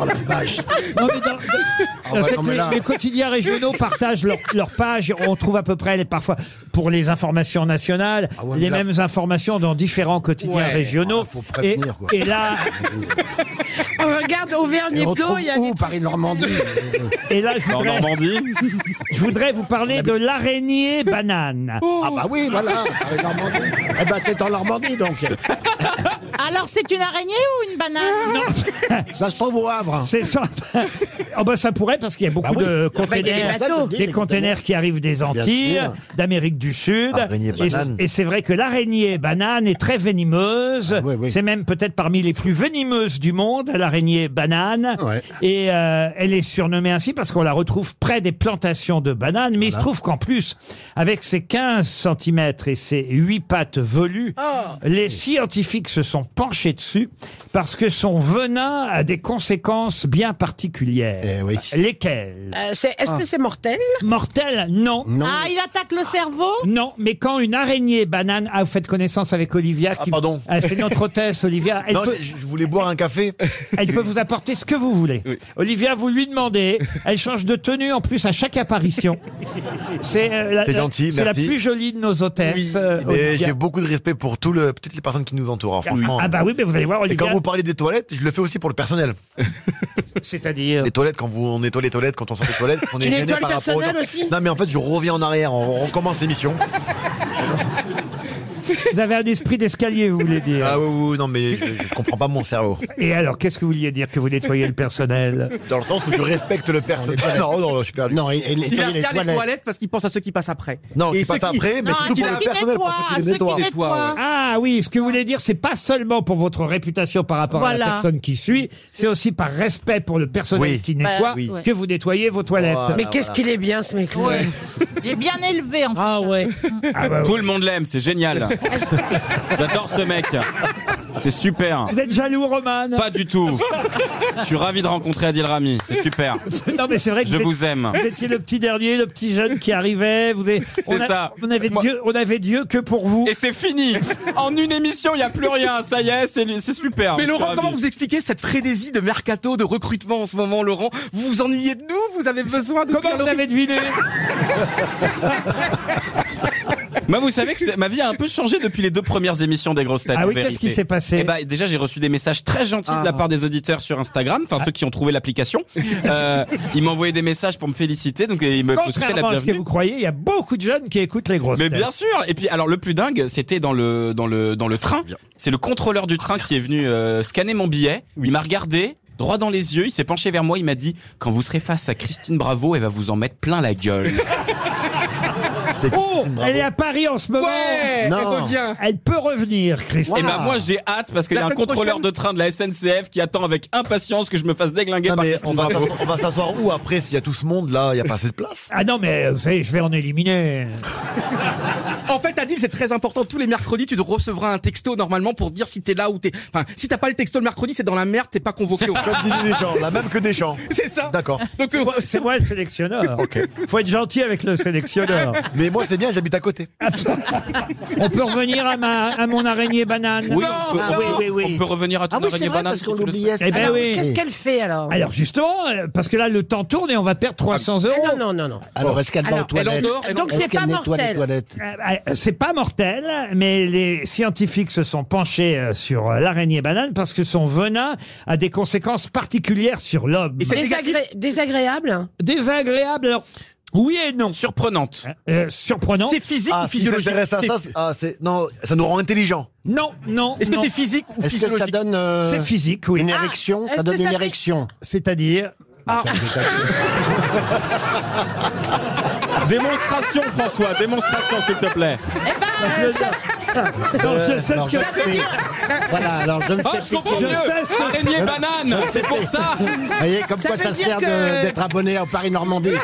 Speaker 8: la vache. Ah,
Speaker 2: Non, mais dans-
Speaker 8: ouais,
Speaker 2: en fait,
Speaker 8: non, mais
Speaker 2: les,
Speaker 8: là-
Speaker 2: les quotidiens régionaux partagent leurs leurs pages. On trouve à peu près, les- parfois, pour les informations nationales,
Speaker 8: Ah ouais, mais
Speaker 2: les
Speaker 8: là-
Speaker 2: mêmes informations dans différents quotidiens
Speaker 8: Ouais.
Speaker 2: régionaux.
Speaker 8: Ah, faut prévenir, quoi.
Speaker 2: et, et là,
Speaker 4: On regarde
Speaker 8: Et on
Speaker 4: Auvergne-Hebdo,
Speaker 8: trouve
Speaker 4: il y a
Speaker 8: où
Speaker 4: des
Speaker 8: Paris Normandie
Speaker 2: et là je,
Speaker 7: En
Speaker 2: voudrais,
Speaker 7: Normandie,
Speaker 2: je voudrais vous parler de l'araignée banane.
Speaker 8: Ah bah oui, voilà, Paris Normandie. Eh ben c'est en Normandie donc.
Speaker 6: Alors, c'est une araignée ou une banane
Speaker 8: Ça se trouve au Havre.
Speaker 2: C'est ça. Oh bah ça pourrait parce qu'il y a beaucoup
Speaker 8: Bah oui.
Speaker 2: de
Speaker 4: bah, il y a les
Speaker 2: containers.
Speaker 4: bateaux.
Speaker 2: Des containers qui arrivent des Antilles,
Speaker 8: sûr.
Speaker 2: d'Amérique du Sud.
Speaker 5: Araignée
Speaker 2: Et-
Speaker 5: banane.
Speaker 2: et c'est vrai que l'araignée banane est très venimeuse.
Speaker 8: Ah, oui, oui.
Speaker 2: C'est même peut-être parmi les plus venimeuses du monde, l'araignée banane.
Speaker 8: Ouais.
Speaker 2: Et euh, elle est surnommée ainsi parce qu'on la retrouve près des plantations de bananes. Mais il se trouve qu'en plus, avec ses 15 cm et ses 8 pattes velues, les scientifiques se sont penchés dessus parce que son venin a des conséquences bien particulières.
Speaker 8: Eh oui.
Speaker 2: Lesquelles
Speaker 4: Euh, c'est- Est-ce que c'est mortel
Speaker 2: Mortelles, non.
Speaker 8: Ah. Non.
Speaker 6: Ah, il attaque le cerveau
Speaker 2: Non, mais quand une araignée banane... Ah, vous faites connaissance avec Olivia.
Speaker 5: Ah, pardon.
Speaker 2: Ah, C'est notre hôtesse, Olivia. Elle,
Speaker 5: Non,
Speaker 2: peut,
Speaker 5: je je voulais boire un café.
Speaker 2: elle peut vous apporter ce que vous voulez. Olivia, vous lui demandez. Elle change de tenue en plus à chaque apparition. C'est euh, la,
Speaker 5: C'est
Speaker 2: la-
Speaker 5: gentil,
Speaker 2: c'est la
Speaker 5: merci.
Speaker 2: plus jolie de nos hôtesses, euh,
Speaker 5: Et
Speaker 2: Olivia.
Speaker 5: j'ai beaucoup de respect pour tout le, toutes les personnes qui nous entourent, hein, franchement.
Speaker 2: Ah bah oui, mais vous allez voir,
Speaker 5: Et
Speaker 2: Olivia,
Speaker 5: quand vous parlez des toilettes, je le fais aussi pour le personnel.
Speaker 2: c'est-à-dire...
Speaker 5: Les toilettes, quand vous, on nettoie les toilettes, quand on sort des toilettes, on est
Speaker 4: nettoies
Speaker 5: gêné
Speaker 4: le
Speaker 5: par rapport aux gens.
Speaker 4: personnel aussi
Speaker 5: Non, mais en fait, je reviens en arrière, on on recommence l'émission.
Speaker 2: Vous avez un esprit d'escalier, vous voulez dire.
Speaker 5: Ah oui, oui, non, mais je, je comprends pas mon cerveau.
Speaker 2: Et alors, qu'est-ce que vous vouliez dire que vous nettoyez le personnel
Speaker 5: Dans le sens où je respecte le personnel. Non,
Speaker 8: Oh,
Speaker 5: non, je suis perdu.
Speaker 8: Non, et, et les,
Speaker 3: Il a bien
Speaker 8: les
Speaker 3: les
Speaker 8: toilettes.
Speaker 3: toilettes parce qu'il pense à ceux qui passent après.
Speaker 5: Non,
Speaker 3: Et
Speaker 5: c'est
Speaker 3: ceux
Speaker 5: pas ça
Speaker 3: qui-
Speaker 5: après, mais
Speaker 6: Non,
Speaker 5: surtout
Speaker 6: à
Speaker 5: pour
Speaker 6: ceux
Speaker 5: le
Speaker 6: qui
Speaker 5: personnel,
Speaker 6: nettoient,
Speaker 5: pour
Speaker 6: à
Speaker 5: ceux
Speaker 6: ceux
Speaker 5: qui les
Speaker 6: qui
Speaker 5: nettoient.
Speaker 6: nettoient.
Speaker 2: Ah oui, ce que vous voulez dire, c'est pas seulement pour votre réputation par rapport à la
Speaker 6: Voilà.
Speaker 2: personne qui suit, c'est aussi par respect pour le personnel
Speaker 5: Oui.
Speaker 2: qui nettoie
Speaker 6: Bah, oui.
Speaker 2: que vous nettoyez vos toilettes.
Speaker 8: Ah,
Speaker 5: Voilà.
Speaker 4: Mais qu'est-ce qu'il est bien, ce mec-là.
Speaker 6: Ouais. Il est bien élevé en
Speaker 4: Ah ouais.
Speaker 8: bah,
Speaker 7: tout le monde l'aime, c'est génial. J'adore ce mec. C'est super.
Speaker 2: Vous êtes jaloux, Roman
Speaker 7: Pas du tout. Je suis ravi de rencontrer Adil Rami. C'est super.
Speaker 2: Non, mais c'est vrai que
Speaker 7: Je
Speaker 2: êtes-
Speaker 7: vous aime.
Speaker 2: Vous étiez le petit dernier, le petit jeune qui arrivait. Vous avez- on
Speaker 7: C'est
Speaker 2: a-
Speaker 7: ça.
Speaker 2: On avait, Dieu, on avait Dieu que pour vous.
Speaker 7: Et c'est fini. En une émission, il n'y a plus rien. Ça y est, c'est c'est super. Je
Speaker 3: Mais
Speaker 7: suis
Speaker 3: Laurent,
Speaker 7: ravi.
Speaker 3: comment vous expliquez cette frénésie de mercato, de recrutement en ce moment, Laurent Vous vous ennuyez de nous Vous avez besoin de
Speaker 2: Comment vous avez deviné
Speaker 7: Moi, vous savez que c'est- ma vie a un peu changé depuis les deux premières émissions des grosses têtes.
Speaker 2: Ah oui,
Speaker 7: en vérité.
Speaker 2: qu'est-ce qui s'est passé Ah.
Speaker 7: Eh ben, déjà, j'ai reçu des messages très gentils de la part des auditeurs sur Instagram, enfin ceux qui ont trouvé l'application. Euh, ils m'envoyaient des messages pour me féliciter, donc et ils me me souhaitaient la
Speaker 2: Contrairement à ce que
Speaker 7: bienvenue.
Speaker 2: vous croyez, il y a beaucoup de jeunes qui écoutent les grosses
Speaker 7: Mais
Speaker 2: têtes.
Speaker 7: bien sûr. Et puis alors le plus dingue, c'était dans le dans le dans le train. C'est le contrôleur du train qui est venu euh, scanner mon billet. Il m'a regardé droit dans les yeux. Il s'est penché vers moi. Il m'a dit quand vous serez face à Christine Bravo, elle va vous en mettre plein la gueule.
Speaker 2: Oh, elle est à Paris en ce moment.
Speaker 3: Ouais, elle
Speaker 5: Non.
Speaker 3: revient.
Speaker 2: Elle peut revenir, Christine.
Speaker 7: Et bah moi j'ai hâte parce qu'il y a
Speaker 3: La
Speaker 7: un
Speaker 3: semaine
Speaker 7: contrôleur
Speaker 3: prochaine.
Speaker 7: de train de la SNCF qui attend avec impatience que je me fasse déglinguer
Speaker 5: Non,
Speaker 7: par
Speaker 5: mais
Speaker 7: Christine
Speaker 5: on va,
Speaker 7: Bravo.
Speaker 5: on va s'asseoir où après s'il y a tout ce monde là, il n'y a pas assez de place
Speaker 2: Ah non, mais vous savez, je vais en éliminer.
Speaker 3: En fait, Adil, c'est très important. Tous les mercredis, tu recevras un texto normalement pour dire si t'es là ou t'es. Enfin, si t'as pas le texto le mercredi, c'est dans la merde. T'es pas convoqué. au-
Speaker 5: Comme Didier Deschamps, la même que Deschamps.
Speaker 3: c'est ça.
Speaker 5: D'accord.
Speaker 3: Donc, euh,
Speaker 2: C'est moi le sélectionneur. Ah. Faut être gentil avec le sélectionneur. Ah,
Speaker 5: Mais moi c'est bien, j'habite à côté.
Speaker 2: On peut revenir à, ma, à mon araignée banane.
Speaker 7: Oui, on peut,
Speaker 8: Ah
Speaker 7: on
Speaker 8: oui,
Speaker 7: peut-
Speaker 8: oui, oui.
Speaker 7: on peut revenir à ton
Speaker 8: Ah oui, c'est
Speaker 7: araignée
Speaker 8: vrai,
Speaker 7: banane
Speaker 8: parce
Speaker 7: si
Speaker 8: qu'on
Speaker 7: tu le
Speaker 8: l'oubliait.
Speaker 2: Eh ben
Speaker 4: Alors,
Speaker 2: oui.
Speaker 4: Qu'est-ce qu'elle fait alors
Speaker 2: Alors justement, euh, parce que là le temps tourne et on va perdre 300 euros.
Speaker 4: Ah Ah Non, non, non, non.
Speaker 8: Alors, est-ce qu'elle va
Speaker 4: Alors,
Speaker 8: aux
Speaker 7: elle
Speaker 8: toilettes
Speaker 7: endort, elle
Speaker 4: Donc
Speaker 8: Est-ce
Speaker 4: c'est
Speaker 8: qu'elle
Speaker 4: pas
Speaker 8: nettoie les
Speaker 4: mortel.
Speaker 8: toilettes
Speaker 2: Euh, euh, C'est pas mortel, mais les scientifiques se sont penchés euh, sur euh, l'araignée banane parce que son venin a des conséquences particulières sur l'homme.
Speaker 3: Et c'est-
Speaker 4: Désagré- Désagréable hein.
Speaker 2: Désagréable. alors, oui et non.
Speaker 7: Surprenante.
Speaker 2: Euh, surprenant.
Speaker 3: c'est physique
Speaker 5: Ah,
Speaker 3: ou
Speaker 5: si
Speaker 3: physiologique
Speaker 5: s'intéresse à
Speaker 3: C'est-
Speaker 5: ça, c'est- ah, c'est- non, ça nous rend intelligents.
Speaker 2: Non, non.
Speaker 3: Est-ce que
Speaker 2: non.
Speaker 3: c'est physique ou
Speaker 8: Est-ce que ça
Speaker 3: physiologique
Speaker 8: donne euh,
Speaker 2: C'est physique, oui.
Speaker 8: une érection
Speaker 4: est-ce
Speaker 8: Ah, Ça donne
Speaker 4: que ça
Speaker 8: une
Speaker 4: fait-
Speaker 8: érection.
Speaker 2: C'est-à-dire.
Speaker 7: Ah, Démonstration François, démonstration s'il te plaît.
Speaker 3: Eh ben,
Speaker 2: Bah, Non, je sais
Speaker 8: Alors,
Speaker 2: ce que.
Speaker 8: je me fais- Voilà, alors je me
Speaker 7: Oh,
Speaker 8: fais
Speaker 7: je comprends
Speaker 8: piquer.
Speaker 7: mieux.
Speaker 2: Je sais ce que
Speaker 7: Araignée banane, c'est pour ça.
Speaker 8: Vous voyez, comme
Speaker 4: Ça
Speaker 8: quoi
Speaker 4: veut
Speaker 8: ça
Speaker 4: dire
Speaker 8: sert de-
Speaker 4: que-
Speaker 8: d'être abonné au Paris-Normandie.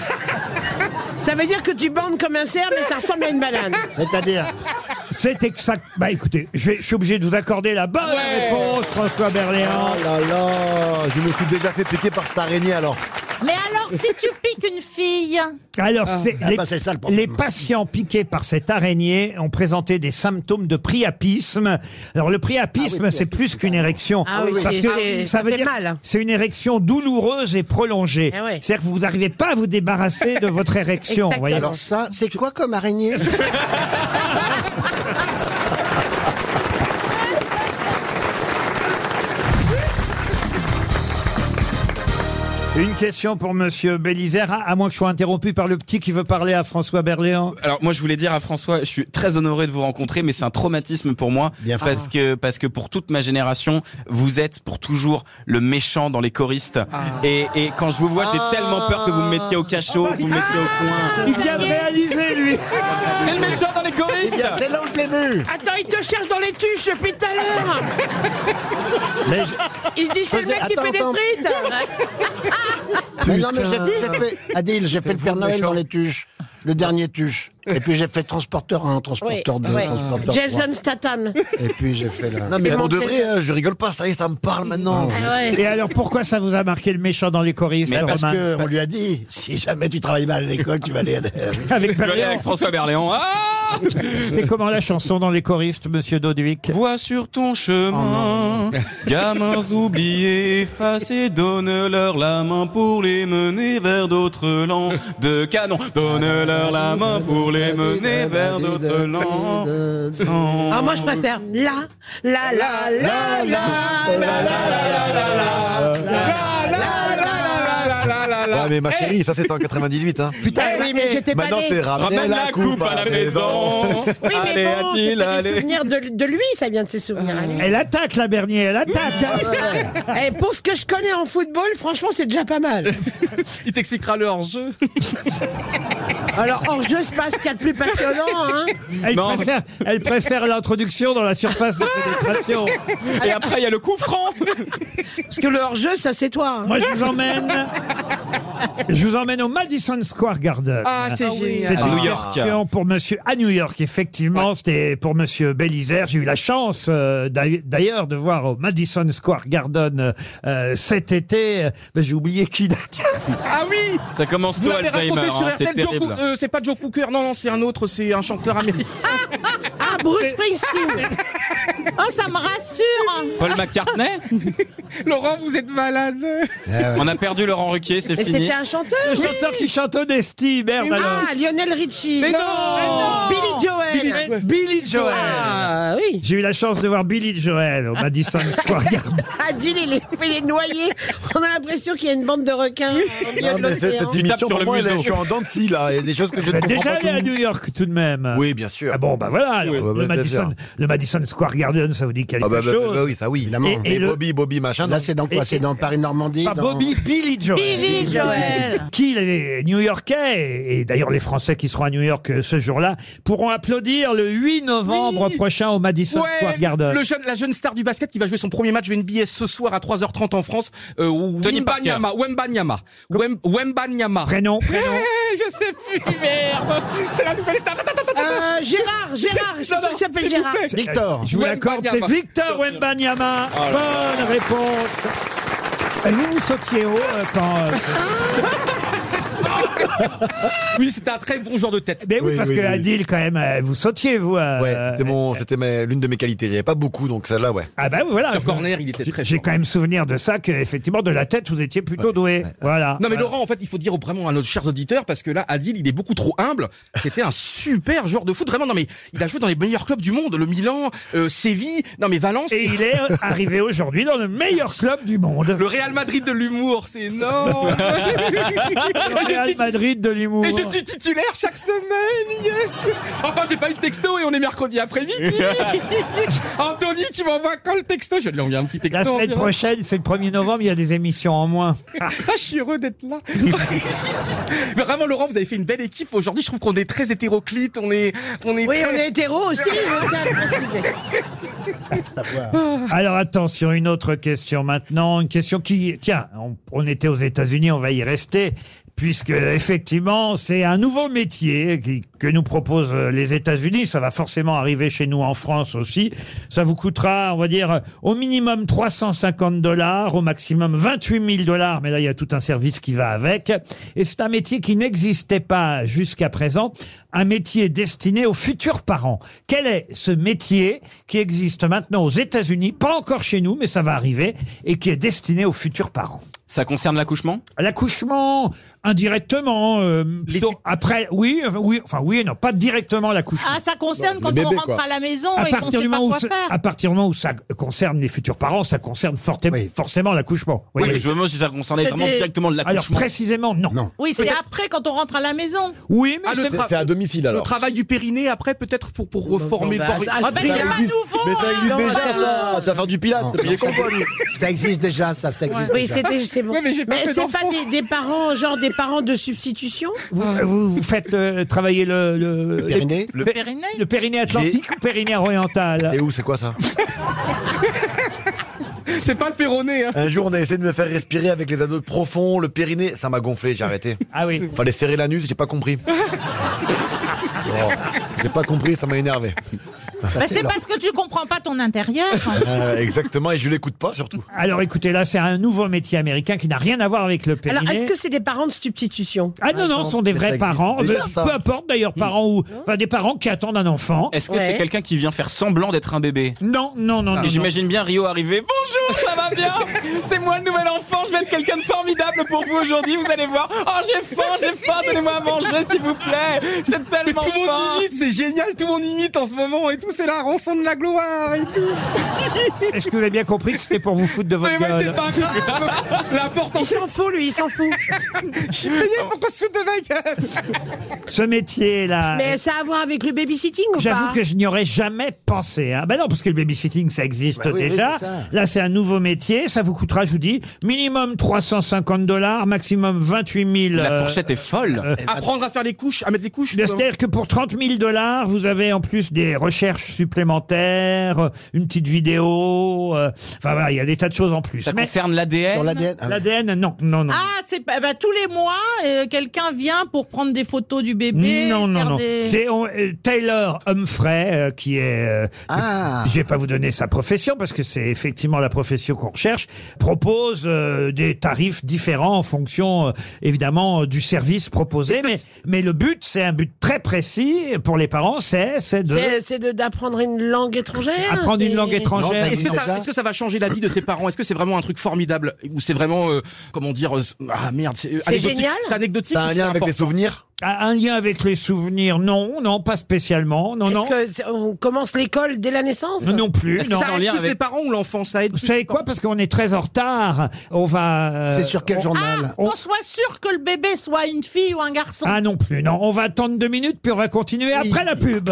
Speaker 4: Ça veut dire que tu bandes comme un cerf, mais ça ressemble à une banane.
Speaker 8: C'est-à-dire,
Speaker 2: C'est exact. Bah écoutez, je, vais- je suis obligé de vous accorder la bonne réponse, François Berléand.
Speaker 5: Oh là là, je me suis déjà fait piquer par cette araignée alors.
Speaker 6: Mais alors, si tu piques une fille,
Speaker 2: Alors,
Speaker 4: Ah.
Speaker 2: Ah. c'est les,
Speaker 8: bah, c'est ça, le
Speaker 2: les
Speaker 8: problème.
Speaker 2: patients piqués par cette araignée ont présenté des symptômes de priapisme. Alors, le priapisme, c'est plus qu'une érection.
Speaker 4: Ah oui,
Speaker 2: parce
Speaker 4: c'est-
Speaker 2: que
Speaker 4: c'est-
Speaker 2: ça
Speaker 4: ça
Speaker 2: veut
Speaker 4: fait
Speaker 2: dire que
Speaker 4: mal.
Speaker 2: c'est une érection douloureuse et prolongée.
Speaker 4: Eh ouais.
Speaker 2: C'est-à-dire que vous n'arrivez pas à vous débarrasser de votre érection. vous voyez.
Speaker 4: Exactement.
Speaker 8: alors ça, c'est quoi comme araignée
Speaker 2: Une question pour Monsieur Bélisère, à à moins que je sois interrompu par le petit qui veut parler à François Berléand.
Speaker 7: Alors moi je voulais dire à François, je suis très honoré de vous rencontrer, mais c'est un traumatisme pour moi
Speaker 8: Bien fait.
Speaker 7: parce que parce que pour toute ma génération, vous êtes pour toujours le méchant dans les choristes. Et, et quand je vous vois, j'ai tellement peur que vous me mettiez au cachot, que vous me mettiez au coin.
Speaker 2: Il vient de réaliser, lui
Speaker 7: C'est le méchant dans les choristes.
Speaker 8: Bien, C'est là où je l'ai vu.
Speaker 4: Attends, il te cherche dans les tuches depuis tout à l'heure.
Speaker 8: Mais je-
Speaker 4: Il se dit, c'est le mec qui
Speaker 8: Attends,
Speaker 4: fait des
Speaker 8: attends.
Speaker 4: frites.
Speaker 8: Mais non, mais j'ai j'ai fait, Adil, j'ai fait le Père Noël dans les tuches, le dernier tuche. Et puis j'ai fait transporteur 1, transporteur
Speaker 4: Oui,
Speaker 8: 2,
Speaker 4: oui.
Speaker 8: transporteur 3.
Speaker 4: Jason Statham.
Speaker 8: Et puis j'ai fait la.
Speaker 5: Non mais
Speaker 4: C'est
Speaker 5: pour de
Speaker 4: mortel.
Speaker 5: vrai, hein, je rigole pas, ça y est, ça me parle maintenant.
Speaker 4: Ah ouais.
Speaker 2: Et alors, pourquoi ça vous a marqué le méchant dans les choristes,
Speaker 7: Mais
Speaker 8: parce
Speaker 2: Romain
Speaker 8: qu'on lui a dit, si jamais tu travailles mal à l'école, tu vas aller à la-
Speaker 2: Avec
Speaker 7: Je vais aller
Speaker 2: Berléand.
Speaker 7: avec François Berléand. Ah
Speaker 2: C'était comment la chanson dans les choristes, monsieur Doduic
Speaker 7: Vois sur ton chemin, gamins oubliés, effacés, donne-leur la main pour les mener vers d'autres lands de canon. Donne-leur la main pour les mener vers d'autres lands. sans-
Speaker 4: Ah, moi, je préfère la, la, la, la, la, la,
Speaker 5: Ouais mais ma chérie, ça c'était en 98 hein.
Speaker 4: Putain, oui, mais j'étais pas
Speaker 5: Maintenant t'es
Speaker 4: née.
Speaker 5: ramené
Speaker 7: Ramène la coupe à la maison.
Speaker 4: Oui,
Speaker 7: Allez,
Speaker 4: mais bon,
Speaker 7: Adil,
Speaker 4: c'était des
Speaker 7: allez.
Speaker 4: souvenirs de, de lui, ça vient de ses souvenirs. à lui.
Speaker 2: Elle attaque, la Bernier, elle attaque
Speaker 4: Eh, pour ce que je connais en football, franchement, c'est déjà pas mal.
Speaker 3: Il t'expliquera le hors-jeu.
Speaker 4: Alors, hors jeu, c'est pas ce qu'il y a de plus passionnant. Hein.
Speaker 2: Elle
Speaker 7: Non.
Speaker 2: Ah, préfère, elle préfère l'introduction dans la surface de pénétration.
Speaker 7: Et après, il y a le coup franc.
Speaker 4: Parce que le hors jeu, ça, c'est toi. hein.
Speaker 2: Moi, je vous emmène Je vous emmène au Madison Square Garden.
Speaker 3: Ah, c'est Ah oui. génial.
Speaker 2: C'est
Speaker 3: À
Speaker 2: une
Speaker 3: New York.
Speaker 2: question pour monsieur à New York, effectivement. C'était pour monsieur Bélisaire. J'ai eu la chance euh, d'aille- d'ailleurs de voir au Madison Square Garden euh, euh, cet été. Euh, ben, J'ai oublié qui.
Speaker 3: Ah oui
Speaker 7: Ça commence
Speaker 3: Vous
Speaker 7: tôt,
Speaker 3: l'avez
Speaker 7: Alzheimer.
Speaker 3: raconté sur
Speaker 7: hein, c'est
Speaker 3: RTL, Joe
Speaker 7: terrible.
Speaker 3: Cook- euh, c'est pas Joe Cooker, non, non, c'est un autre, c'est un chanteur américain.
Speaker 6: Ah, Bruce Springsteen Oh, ça me rassure
Speaker 7: Paul McCartney
Speaker 3: Laurent, vous êtes malade.
Speaker 7: On a perdu Laurent Ruquier, c'est
Speaker 6: Et
Speaker 7: fini.
Speaker 6: c'était un chanteur
Speaker 2: Ah Le
Speaker 6: oui.
Speaker 2: chanteur qui chante Honesty, merde alors.
Speaker 4: Ah, Lionel Richie.
Speaker 2: Mais non
Speaker 4: Ah non, Billy Joel.
Speaker 2: Billy, Billy Joel.
Speaker 4: Ah oui.
Speaker 2: J'ai eu la chance de voir Billy Joel au Madison Square Garden.
Speaker 4: Ah, Jill, il est, il est noyé. On a l'impression qu'il y a une bande de requins au milieu
Speaker 5: Non,
Speaker 4: de
Speaker 5: mais cette,
Speaker 4: l'océan.
Speaker 5: cette émission,
Speaker 7: sur
Speaker 5: pour
Speaker 7: le
Speaker 5: moi, elle est-
Speaker 7: museau.
Speaker 5: je suis en dents de scie, là. Il y a des choses que je ne
Speaker 2: Vous êtes Bah,
Speaker 5: comprends
Speaker 2: déjà
Speaker 5: pas.
Speaker 2: allé à
Speaker 5: tout.
Speaker 2: New York tout de même.
Speaker 5: Oui, bien sûr.
Speaker 2: Ah bon, bah voilà. alors,
Speaker 5: Oui. Ah bah,
Speaker 2: le,
Speaker 5: bien
Speaker 2: Madison,
Speaker 5: sûr.
Speaker 2: le Madison Square Garden, ça vous dit quelque
Speaker 5: Ah bah, bah,
Speaker 2: chose.
Speaker 5: bah, bah oui, ça oui.
Speaker 8: Évidemment.
Speaker 2: Et-
Speaker 5: Et,
Speaker 2: le-
Speaker 5: Bobby, Bobby, machin.
Speaker 8: Là,
Speaker 5: non
Speaker 8: c'est dans
Speaker 2: Et-
Speaker 8: quoi C'est dans Paris-Normandie
Speaker 2: Pas
Speaker 8: dans-
Speaker 2: Bobby, Billy Joel.
Speaker 6: Billy Joel
Speaker 2: Qui, les New Yorkais, et et d'ailleurs les Français qui seront à New York euh, ce jour-là, pourront applaudir le 8 novembre
Speaker 3: Oui.
Speaker 2: prochain au Madison Square Garden.
Speaker 3: le jeune, la jeune star du basket qui va jouer son premier match de NBA ce soir à 3h30 en France. Euh, au
Speaker 7: Tony
Speaker 3: Wimbanyama, Wembanyama. Wem- Wembanyama.
Speaker 2: Prénom,
Speaker 3: Eh,
Speaker 2: prénom.
Speaker 3: je sais plus, merde. C'est la nouvelle star. Attends, attends, attends.
Speaker 4: Euh, Gérard, Gérard, je suis
Speaker 3: Non,
Speaker 4: sûre
Speaker 3: non,
Speaker 4: qu'il s'appelle
Speaker 3: s'il vous
Speaker 4: Gérard.
Speaker 3: plaît.
Speaker 8: Victor.
Speaker 2: Je vous l'accorde, c'est
Speaker 3: Wembanyama.
Speaker 2: Victor Wembanyama.
Speaker 3: Oh
Speaker 2: Bonne réponse. Et Vous vous sautiez haut euh, quand. euh,
Speaker 3: Oui, c'était un très bon joueur de tête.
Speaker 2: Mais oui,
Speaker 5: Oui,
Speaker 2: parce
Speaker 5: oui,
Speaker 2: que
Speaker 5: oui.
Speaker 2: Adil, quand même, euh, vous sautiez, vous. euh,
Speaker 5: Ouais, c'était mon, c'était ma- l'une de mes qualités. Il n'y avait pas beaucoup, donc celle-là, ouais.
Speaker 2: Ah ben voilà.
Speaker 3: Sur
Speaker 2: je-
Speaker 3: corner, il était
Speaker 2: J'ai
Speaker 3: très
Speaker 2: j'ai
Speaker 3: fort.
Speaker 2: quand même souvenir de ça, que effectivement de la tête, vous étiez plutôt doué. Voilà. Euh,
Speaker 3: Non mais
Speaker 2: Voilà.
Speaker 3: Laurent, en fait, il faut dire vraiment à nos chers auditeurs parce que là, Adil, il est beaucoup trop humble. C'était un super joueur de foot, vraiment. Non mais il a joué dans les meilleurs clubs du monde, le Milan, euh, Séville, non mais Valence,
Speaker 2: Et il est euh, arrivé aujourd'hui dans le meilleur club du monde.
Speaker 3: le Real Madrid de l'humour, c'est énorme.
Speaker 2: Le
Speaker 3: Et je
Speaker 2: Real
Speaker 3: suis-
Speaker 2: Madrid de l'humour.
Speaker 3: Et je suis titulaire chaque semaine, yes Enfin, j'ai pas eu le texto et on est mercredi après-midi Anthony, tu m'envoies quand le texto Je vais lui envoyer un petit texto.
Speaker 2: La semaine
Speaker 3: environ.
Speaker 2: prochaine, c'est le 1er novembre, il y a des émissions en moins.
Speaker 3: Ah, je suis heureux d'être là. Mais vraiment, Laurent, vous avez fait une belle équipe. Aujourd'hui, je trouve qu'on est très hétéroclite. On est, on est
Speaker 4: Oui,
Speaker 3: très-
Speaker 4: on est hétéro aussi, je tiens à le préciser.
Speaker 2: Alors attention, une autre question maintenant, une question qui, tiens, on, on était aux États-Unis, on va y rester, puisque effectivement, c'est un nouveau métier qui- que nous proposent euh, les États-Unis. Ça va forcément arriver chez nous en France aussi. Ça vous coûtera, on va dire, au minimum 350 dollars, au maximum 28 000 dollars, mais là, il y a tout un service qui va avec. Et c'est un métier qui n'existait pas jusqu'à présent, un métier destiné aux futurs parents. Quel est ce métier qui existe maintenant aux États-Unis, pas encore chez nous, mais ça va arriver, et qui est destiné aux futurs parents
Speaker 7: Ça concerne l'accouchement
Speaker 2: L'accouchement, indirectement, euh, plutôt après, oui, enfin, oui, enfin oui, et non, pas directement l'accouchement.
Speaker 6: Ah, ça concerne
Speaker 5: Le
Speaker 6: quand
Speaker 5: bébé,
Speaker 6: on rentre
Speaker 5: quoi.
Speaker 6: à la maison
Speaker 2: à
Speaker 6: et qu'on
Speaker 2: partir,
Speaker 6: sait
Speaker 2: du
Speaker 6: pas
Speaker 2: moment où
Speaker 6: quoi
Speaker 2: ça,
Speaker 6: faire.
Speaker 2: à partir du moment où ça concerne les futurs parents, ça concerne fortem-
Speaker 8: Oui.
Speaker 2: forcément l'accouchement. Vous
Speaker 7: Oui,
Speaker 2: voyez.
Speaker 7: mais je me demande si ça concernait
Speaker 4: C'est
Speaker 7: vraiment
Speaker 4: des-
Speaker 7: directement de
Speaker 2: Alors
Speaker 7: l'accouchement.
Speaker 2: précisément, non.
Speaker 8: Non.
Speaker 6: Oui, c'est après quand on rentre à la maison.
Speaker 2: Oui, mais
Speaker 3: Ah, le
Speaker 2: c'est-
Speaker 5: C'est-
Speaker 3: tra-
Speaker 5: C'est à domicile,
Speaker 3: le
Speaker 5: alors.
Speaker 3: travail du périnée après, peut-être pour, pour reformer.
Speaker 4: bah,
Speaker 3: pour-
Speaker 4: ça-
Speaker 3: Ah,
Speaker 4: ça-
Speaker 3: ben,
Speaker 4: ça-
Speaker 3: il y a
Speaker 5: Ça
Speaker 3: pas- hein.
Speaker 5: existe- Mais ça existe
Speaker 4: alors.
Speaker 5: déjà, ça. Tu vas faire du pilate.
Speaker 8: Non,
Speaker 5: Il est
Speaker 8: non,
Speaker 5: con,
Speaker 8: ça-
Speaker 5: toi, lui.
Speaker 8: Ça existe déjà, ça, ça existe
Speaker 4: Oui,
Speaker 8: déjà.
Speaker 4: c'est des- c'est bon.
Speaker 3: Ouais, mais j'ai pas
Speaker 2: Ah,
Speaker 3: fait
Speaker 4: c'est pas
Speaker 3: d'enfant.
Speaker 4: des, des parents, genre des parents de substitution
Speaker 2: vous, vous- vous faites euh, travailler le, le,
Speaker 8: Le périnée
Speaker 2: le,
Speaker 6: Le périnée
Speaker 2: le périnée atlantique ou périnée oriental
Speaker 5: Et où, c'est quoi ça
Speaker 3: c'est pas le péroné. hein.
Speaker 5: Un jour, on a essayé de me faire respirer avec les ados profonds, le périnée. Ça m'a gonflé, j'ai arrêté.
Speaker 2: Ah oui.
Speaker 5: Fallait serrer l'anus, j'ai pas compris. Oh, j'ai pas compris, ça m'a énervé.
Speaker 6: Bah, C'est parce que tu comprends pas ton intérieur.
Speaker 5: Euh, exactement, et je l'écoute pas surtout.
Speaker 2: Alors écoutez, là, c'est un nouveau métier américain qui n'a rien à voir avec le périnée.
Speaker 4: Alors, est-ce que c'est des parents de substitution
Speaker 2: ah non, non, ce sont des
Speaker 5: mais
Speaker 2: vrais
Speaker 5: ça existe
Speaker 2: parents.
Speaker 5: déjà,
Speaker 2: euh,
Speaker 5: ça.
Speaker 2: Peu importe d'ailleurs, parents ou. Enfin, des parents qui attendent un enfant.
Speaker 7: Est-ce que
Speaker 4: Ouais.
Speaker 7: c'est quelqu'un qui vient faire semblant d'être un bébé
Speaker 2: Non, non, non, non.
Speaker 7: Et
Speaker 2: non.
Speaker 7: J'imagine bien Rio arriver. Bonjour, ça va bien C'est moi le nouvel enfant, je vais être quelqu'un de formidable pour vous aujourd'hui, vous allez voir. Oh, j'ai faim, j'ai faim, donnez-moi à manger s'il vous plaît. J'ai
Speaker 3: Mais
Speaker 7: tellement
Speaker 3: tout
Speaker 7: faim.
Speaker 3: le monde imite, c'est génial, tout le monde imite en ce moment et tout, c'est la rançon de la gloire et tout.
Speaker 2: Est-ce que vous avez bien compris que c'était pour vous foutre de votre
Speaker 3: Mais ouais, c'est
Speaker 2: gueule
Speaker 3: pas grave. L'important,
Speaker 4: Il s'en fout, lui, il s'en fout.
Speaker 3: je suis payé pour qu'on se foute de ma gueule.
Speaker 2: Ce métier-là.
Speaker 4: Mais ça a à voir avec le babysitting ou
Speaker 2: Ah, J'avoue
Speaker 4: pas
Speaker 2: que je n'y aurais jamais pensé. Hein. Ben non, parce que le babysitting, ça existe
Speaker 8: Bah oui, oui,
Speaker 2: déjà.
Speaker 8: c'est ça.
Speaker 2: Là, c'est un nouveau métier. Ça vous coûtera, je vous dis, minimum 350 dollars, maximum 28 000.
Speaker 7: La
Speaker 2: euh,
Speaker 7: fourchette est folle.
Speaker 3: Apprendre à faire les couches, euh, à mettre les couches.
Speaker 2: C'est-à-dire que pour 30 000 dollars, vous avez en plus des recherches recherches supplémentaires, une petite vidéo. euh, enfin voilà, il y a des tas de choses en plus.
Speaker 6: Ça
Speaker 2: concerne l'ADN
Speaker 6: Sur l'ADN, ah oui.
Speaker 2: L'ADN, non, non, non.
Speaker 6: Ah, c'est pas- bah, tous les mois, euh, quelqu'un vient pour prendre des photos du bébé.
Speaker 2: Non, non,
Speaker 6: faire
Speaker 2: non.
Speaker 6: des-
Speaker 2: C'est, on, euh, Taylor Humphrey, euh, qui est... euh,
Speaker 6: Ah.
Speaker 2: Je vais pas vous donner sa profession, parce que c'est effectivement la profession qu'on recherche, propose euh, des tarifs différents en fonction, euh, évidemment, euh, du service proposé. Mais, mais le but, c'est un but très précis pour les parents, c'est, c'est de...
Speaker 4: C'est- C'est de- d'apprendre une langue étrangère.
Speaker 2: Apprendre une
Speaker 4: c'est-
Speaker 2: langue étrangère.
Speaker 3: Est-ce que, ça, est-ce que ça va changer la vie de ses parents Est-ce que c'est vraiment un truc formidable Ou c'est vraiment, euh, comment dire, euh, ah merde, c'est euh,
Speaker 2: C'est
Speaker 3: anecdotique
Speaker 2: génial
Speaker 3: C'est anecdotique ou c'est important
Speaker 2: Ah, Un lien avec les souvenirs, non, non, pas spécialement, non, non.
Speaker 4: Est-ce que c'est- on commence l'école dès la naissance
Speaker 2: Non plus,
Speaker 4: Est-ce que
Speaker 2: non.
Speaker 4: ça aide plus les
Speaker 3: parents ou l'enfant Ça aide
Speaker 2: Vous savez quoi Parce qu'on est très en retard. On va. euh,
Speaker 8: C'est sur quel
Speaker 2: on-
Speaker 8: journal
Speaker 2: on-
Speaker 6: Ah, Qu'on soit sûr que le bébé soit une fille ou un garçon.
Speaker 2: Ah non plus, non. On va attendre deux minutes, puis on va continuer après la pub.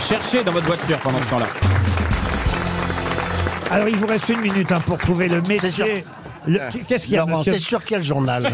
Speaker 7: Cherchez dans votre voiture pendant ce temps-là.
Speaker 2: Alors, il vous reste une minute hein, pour trouver le métier. Le- Qu'est-ce qu'il y a,
Speaker 8: Euh, Laurent,
Speaker 2: monsieur
Speaker 8: c'est sur quel journal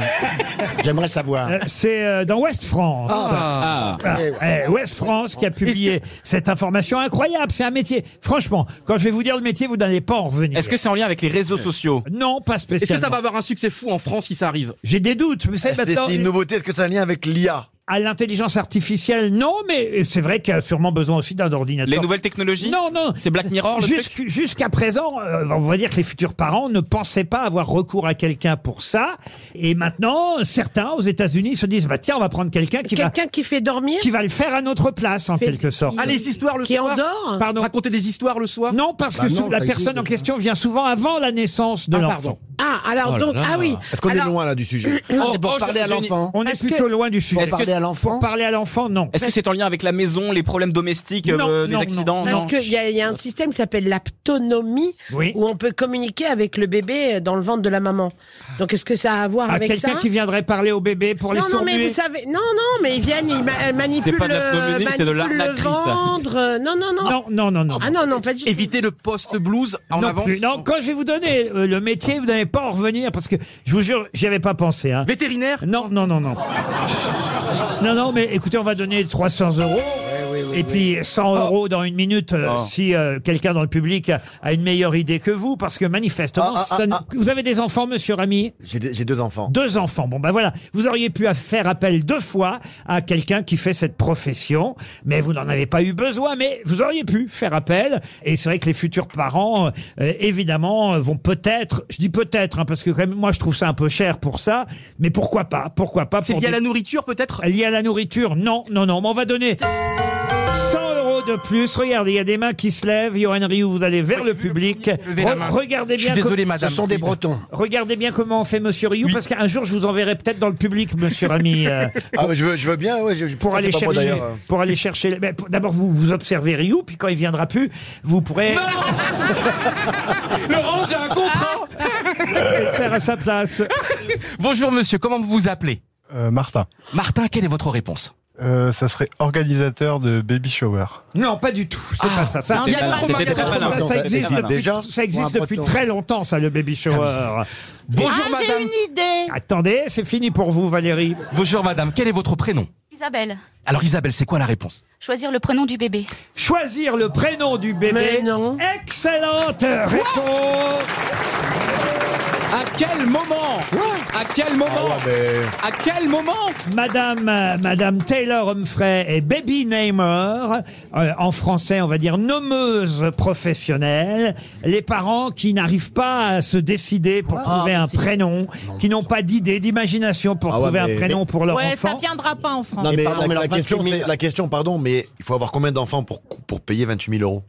Speaker 8: J'aimerais savoir.
Speaker 2: Euh, C'est euh, dans Ouest France.
Speaker 8: Ah. Ah. Eh ouais.
Speaker 2: eh, Ouest France qui a publié cette information incroyable. C'est un métier. Franchement, quand je vais vous dire le métier, vous n'allez pas en revenir.
Speaker 3: Est-ce que c'est en lien avec les réseaux
Speaker 2: Euh,
Speaker 3: sociaux
Speaker 2: Non, pas
Speaker 3: Est-ce
Speaker 2: spécialement.
Speaker 3: que ça va avoir un succès fou en France si ça arrive
Speaker 2: J'ai des doutes. Mais c'est
Speaker 3: Est-ce que
Speaker 2: maintenant.
Speaker 3: c'est une
Speaker 2: nouveauté. Est-ce que ça a un lien avec l'IA à l'intelligence artificielle, non, mais c'est vrai qu'il y a sûrement besoin aussi d'un ordinateur.
Speaker 7: Les nouvelles technologies
Speaker 2: Non, non.
Speaker 7: C'est Black Mirror le
Speaker 2: Jusqu-
Speaker 7: truc
Speaker 2: Jusqu'à présent, euh, on va dire que les futurs parents ne pensaient pas avoir recours à quelqu'un pour ça. Et maintenant, certains aux États-Unis se disent bah tiens, on va prendre quelqu'un qui va
Speaker 4: Quelqu'un qui fait dormir
Speaker 2: qui va le faire à notre place en quelque sorte.
Speaker 3: Ah, les histoires le
Speaker 4: Qui
Speaker 3: soir
Speaker 4: endort
Speaker 2: Pardon.
Speaker 3: Raconter des histoires le soir
Speaker 2: Bah Non, parce que sous- la personne en question vient souvent avant la naissance de
Speaker 3: Ah,
Speaker 2: l'enfant.
Speaker 4: Ah, alors
Speaker 2: Oh là
Speaker 4: donc,
Speaker 2: là.
Speaker 4: ah oui.
Speaker 2: Est-ce qu'on est
Speaker 4: Alors-
Speaker 2: loin, là, du sujet
Speaker 8: Ah, c'est pour
Speaker 7: Oh, je-
Speaker 8: parler à
Speaker 7: j'ai une-
Speaker 8: l'enfant.
Speaker 2: On est plutôt loin du sujet.
Speaker 8: Pour parler à l'enfant
Speaker 2: Parler à l'enfant, non.
Speaker 7: Est-ce que c'est en lien avec la maison, les problèmes domestiques,
Speaker 2: Non,
Speaker 7: euh,
Speaker 2: non,
Speaker 7: les accidents
Speaker 4: Parce qu'il y, a- il y a un système qui s'appelle l'aptonomie,
Speaker 2: Oui.
Speaker 4: où on peut communiquer avec le bébé euh, dans le ventre de la maman. Donc est-ce que ça a à voir
Speaker 2: Ah,
Speaker 4: avec ça
Speaker 2: quelqu'un qui viendrait parler au bébé pour les
Speaker 4: non, non, mais
Speaker 2: sourds-muets
Speaker 4: vous savez, non, non, mais ils viennent, ils ma- manipulent,
Speaker 2: pas de l'aptonomie,
Speaker 4: euh,
Speaker 2: c'est de
Speaker 4: manipulent le
Speaker 2: l'arnaquerie, ça.
Speaker 4: ventre. euh, Non, non, non.
Speaker 2: Non, non, non, non.
Speaker 4: Ah non, non, pas du tout.
Speaker 3: Éviter le post-blues en
Speaker 2: non,
Speaker 3: avance
Speaker 2: plus. non, quand je vais vous donner euh, le métier, vous n'allez pas en revenir parce que je vous jure, j'y avais pas pensé. Hein.
Speaker 3: Vétérinaire
Speaker 2: Non, non, non, non. non, non, mais écoutez, on va donner 300 euros.
Speaker 5: Eh
Speaker 2: Et puis 100 euros dans une minute euh,
Speaker 5: Oh.
Speaker 2: si euh, quelqu'un dans le public a, a une meilleure idée que vous, parce que manifestement,
Speaker 5: Ah, ah,
Speaker 2: ça ne-
Speaker 5: ah, ah.
Speaker 2: vous avez des enfants, monsieur Rami
Speaker 5: J'ai deux j'ai deux enfants.
Speaker 2: Deux enfants. Bon, ben voilà. Vous auriez pu faire appel deux fois à quelqu'un qui fait cette profession, mais vous n'en avez pas eu besoin, mais vous auriez pu faire appel. Et c'est vrai que les futurs parents, euh, évidemment, euh, vont peut-être, je dis peut-être, hein, parce que quand même, moi, je trouve ça un peu cher pour ça, mais pourquoi pas Pourquoi pas
Speaker 3: C'est
Speaker 2: pour
Speaker 3: lié à
Speaker 2: des-
Speaker 3: la nourriture peut-être
Speaker 2: Lié à la nourriture Non, non, non. Mais on va donner 100 euros de plus. Regardez, il y a des mains qui se lèvent. Johan Rioux, vous allez vers le public.
Speaker 3: Levez la
Speaker 2: Re-
Speaker 3: main.
Speaker 2: regardez
Speaker 3: Je
Speaker 2: bien.
Speaker 3: suis désolé,
Speaker 2: co-
Speaker 3: madame.
Speaker 2: Regardez bien comment on fait, monsieur Rioux, parce qu'un jour, je vous enverrai peut-être dans le public, monsieur Rami. euh,
Speaker 5: Ah, mais je veux, je veux bien, ouais. je- je-
Speaker 2: Pour
Speaker 5: c'est
Speaker 2: aller,
Speaker 5: pas
Speaker 2: chercher,
Speaker 5: moi, d'ailleurs, euh.
Speaker 2: pour aller chercher. mais pour- D'abord, vous vous observez Rioux, puis quand il viendra plus, vous pourrez
Speaker 3: Laurent, j'ai un contrat
Speaker 2: faire à sa place.
Speaker 3: Bonjour monsieur, comment vous vous appelez
Speaker 13: Euh, Martin. Euh,
Speaker 3: Martin, quelle est votre réponse
Speaker 13: ça serait organisateur de baby shower.
Speaker 2: Non, pas du tout. C'est pas ça. Ça,
Speaker 13: Ah. Non, il y a pas-
Speaker 2: ça,
Speaker 13: C'était
Speaker 2: ça,
Speaker 13: très malin.
Speaker 2: ça
Speaker 13: C'était
Speaker 2: existe
Speaker 13: malin.
Speaker 2: depuis,
Speaker 13: Déjà,
Speaker 2: ça
Speaker 13: pour un
Speaker 2: existe depuis
Speaker 13: breton.
Speaker 2: très longtemps, ça, le baby shower.
Speaker 3: Bonjour
Speaker 6: Ah,
Speaker 3: madame.
Speaker 6: j'ai une idée.
Speaker 2: Attendez, c'est fini pour vous, Valérie.
Speaker 3: Bonjour madame, quel est votre prénom
Speaker 14: Isabelle,
Speaker 3: Alors Isabelle, c'est quoi la réponse
Speaker 14: choisir le prénom du bébé.
Speaker 2: Choisir le prénom du bébé. Excellente réponse.
Speaker 7: À quel moment À quel moment
Speaker 8: Ah,
Speaker 7: À quel moment
Speaker 2: Ah Madame, euh, Madame Taylor Humphrey est baby namer, euh, en français on va dire nommeuse professionnelle. Les parents qui n'arrivent pas à se décider pour trouver un prénom, qui n'ont pas d'idée, d'imagination pour
Speaker 5: Ah ouais,
Speaker 2: trouver
Speaker 5: mais-
Speaker 2: un prénom
Speaker 5: mais-
Speaker 2: pour leur
Speaker 6: ouais,
Speaker 2: enfant.
Speaker 6: ça viendra pas en France.
Speaker 5: Non, mais, la, la
Speaker 6: alors,
Speaker 5: question,
Speaker 6: 28 000.
Speaker 5: c'est- la question, pardon, mais il faut avoir combien d'enfants pour, pour payer 28 000 euros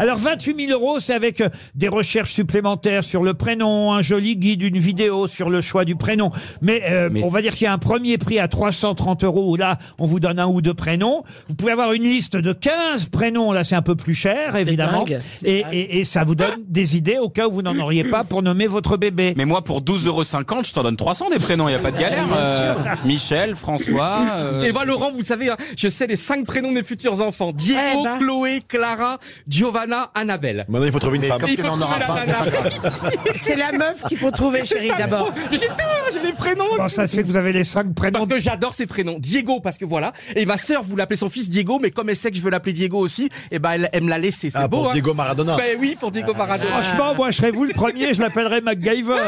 Speaker 2: Alors 28 000 euros, c'est avec euh, des recherches supplémentaires sur le prénom, un joli guide, une vidéo sur le choix du prénom. Mais, euh, on va dire qu'il y a un premier prix à 330 euros où là, on vous donne un ou deux prénoms. Vous pouvez avoir une liste de 15 prénoms, là c'est un peu plus cher évidemment.
Speaker 7: dingue,
Speaker 2: Et, et- et ça vous donne des idées au cas où vous n'en auriez pas pour nommer votre bébé.
Speaker 7: Mais moi, pour 12,50€, je t'en donne 300 des prénoms, il a pas de galère. Euh, Michel, François. euh,
Speaker 3: Et moi, Laurent, vous le savez, hein, je sais les cinq prénoms de mes futurs enfants. Diego,
Speaker 7: Eh ben.
Speaker 3: Chloé, Clara, Giovanna, Annabelle.
Speaker 5: Maintenant, il faut trouver une
Speaker 3: Mais
Speaker 5: femme.
Speaker 3: comme Il tu faut n'en trouver auras la pas, c'est nana. pas grave.
Speaker 4: C'est la meuf qu'il faut trouver, chérie, d'abord.
Speaker 3: J'ai tout, hein, j'ai les prénoms.
Speaker 2: Bon, ça se fait que vous avez les cinq prénoms.
Speaker 3: Parce que j'adore ces prénoms. Diego, parce que voilà. Et ma sœur, vous l'appelez son fils Diego, mais comme elle sait que je veux l'appeler Diego aussi, et ben elle, elle me l'a laissé. C'est
Speaker 5: Ah,
Speaker 3: beau.
Speaker 5: pour
Speaker 3: hein.
Speaker 5: Diego Maradona. Ah,
Speaker 3: Ben oui, pour Diego Maradona.
Speaker 2: Franchement, moi, je serais vous le premier, je l'appellerais MacGyver.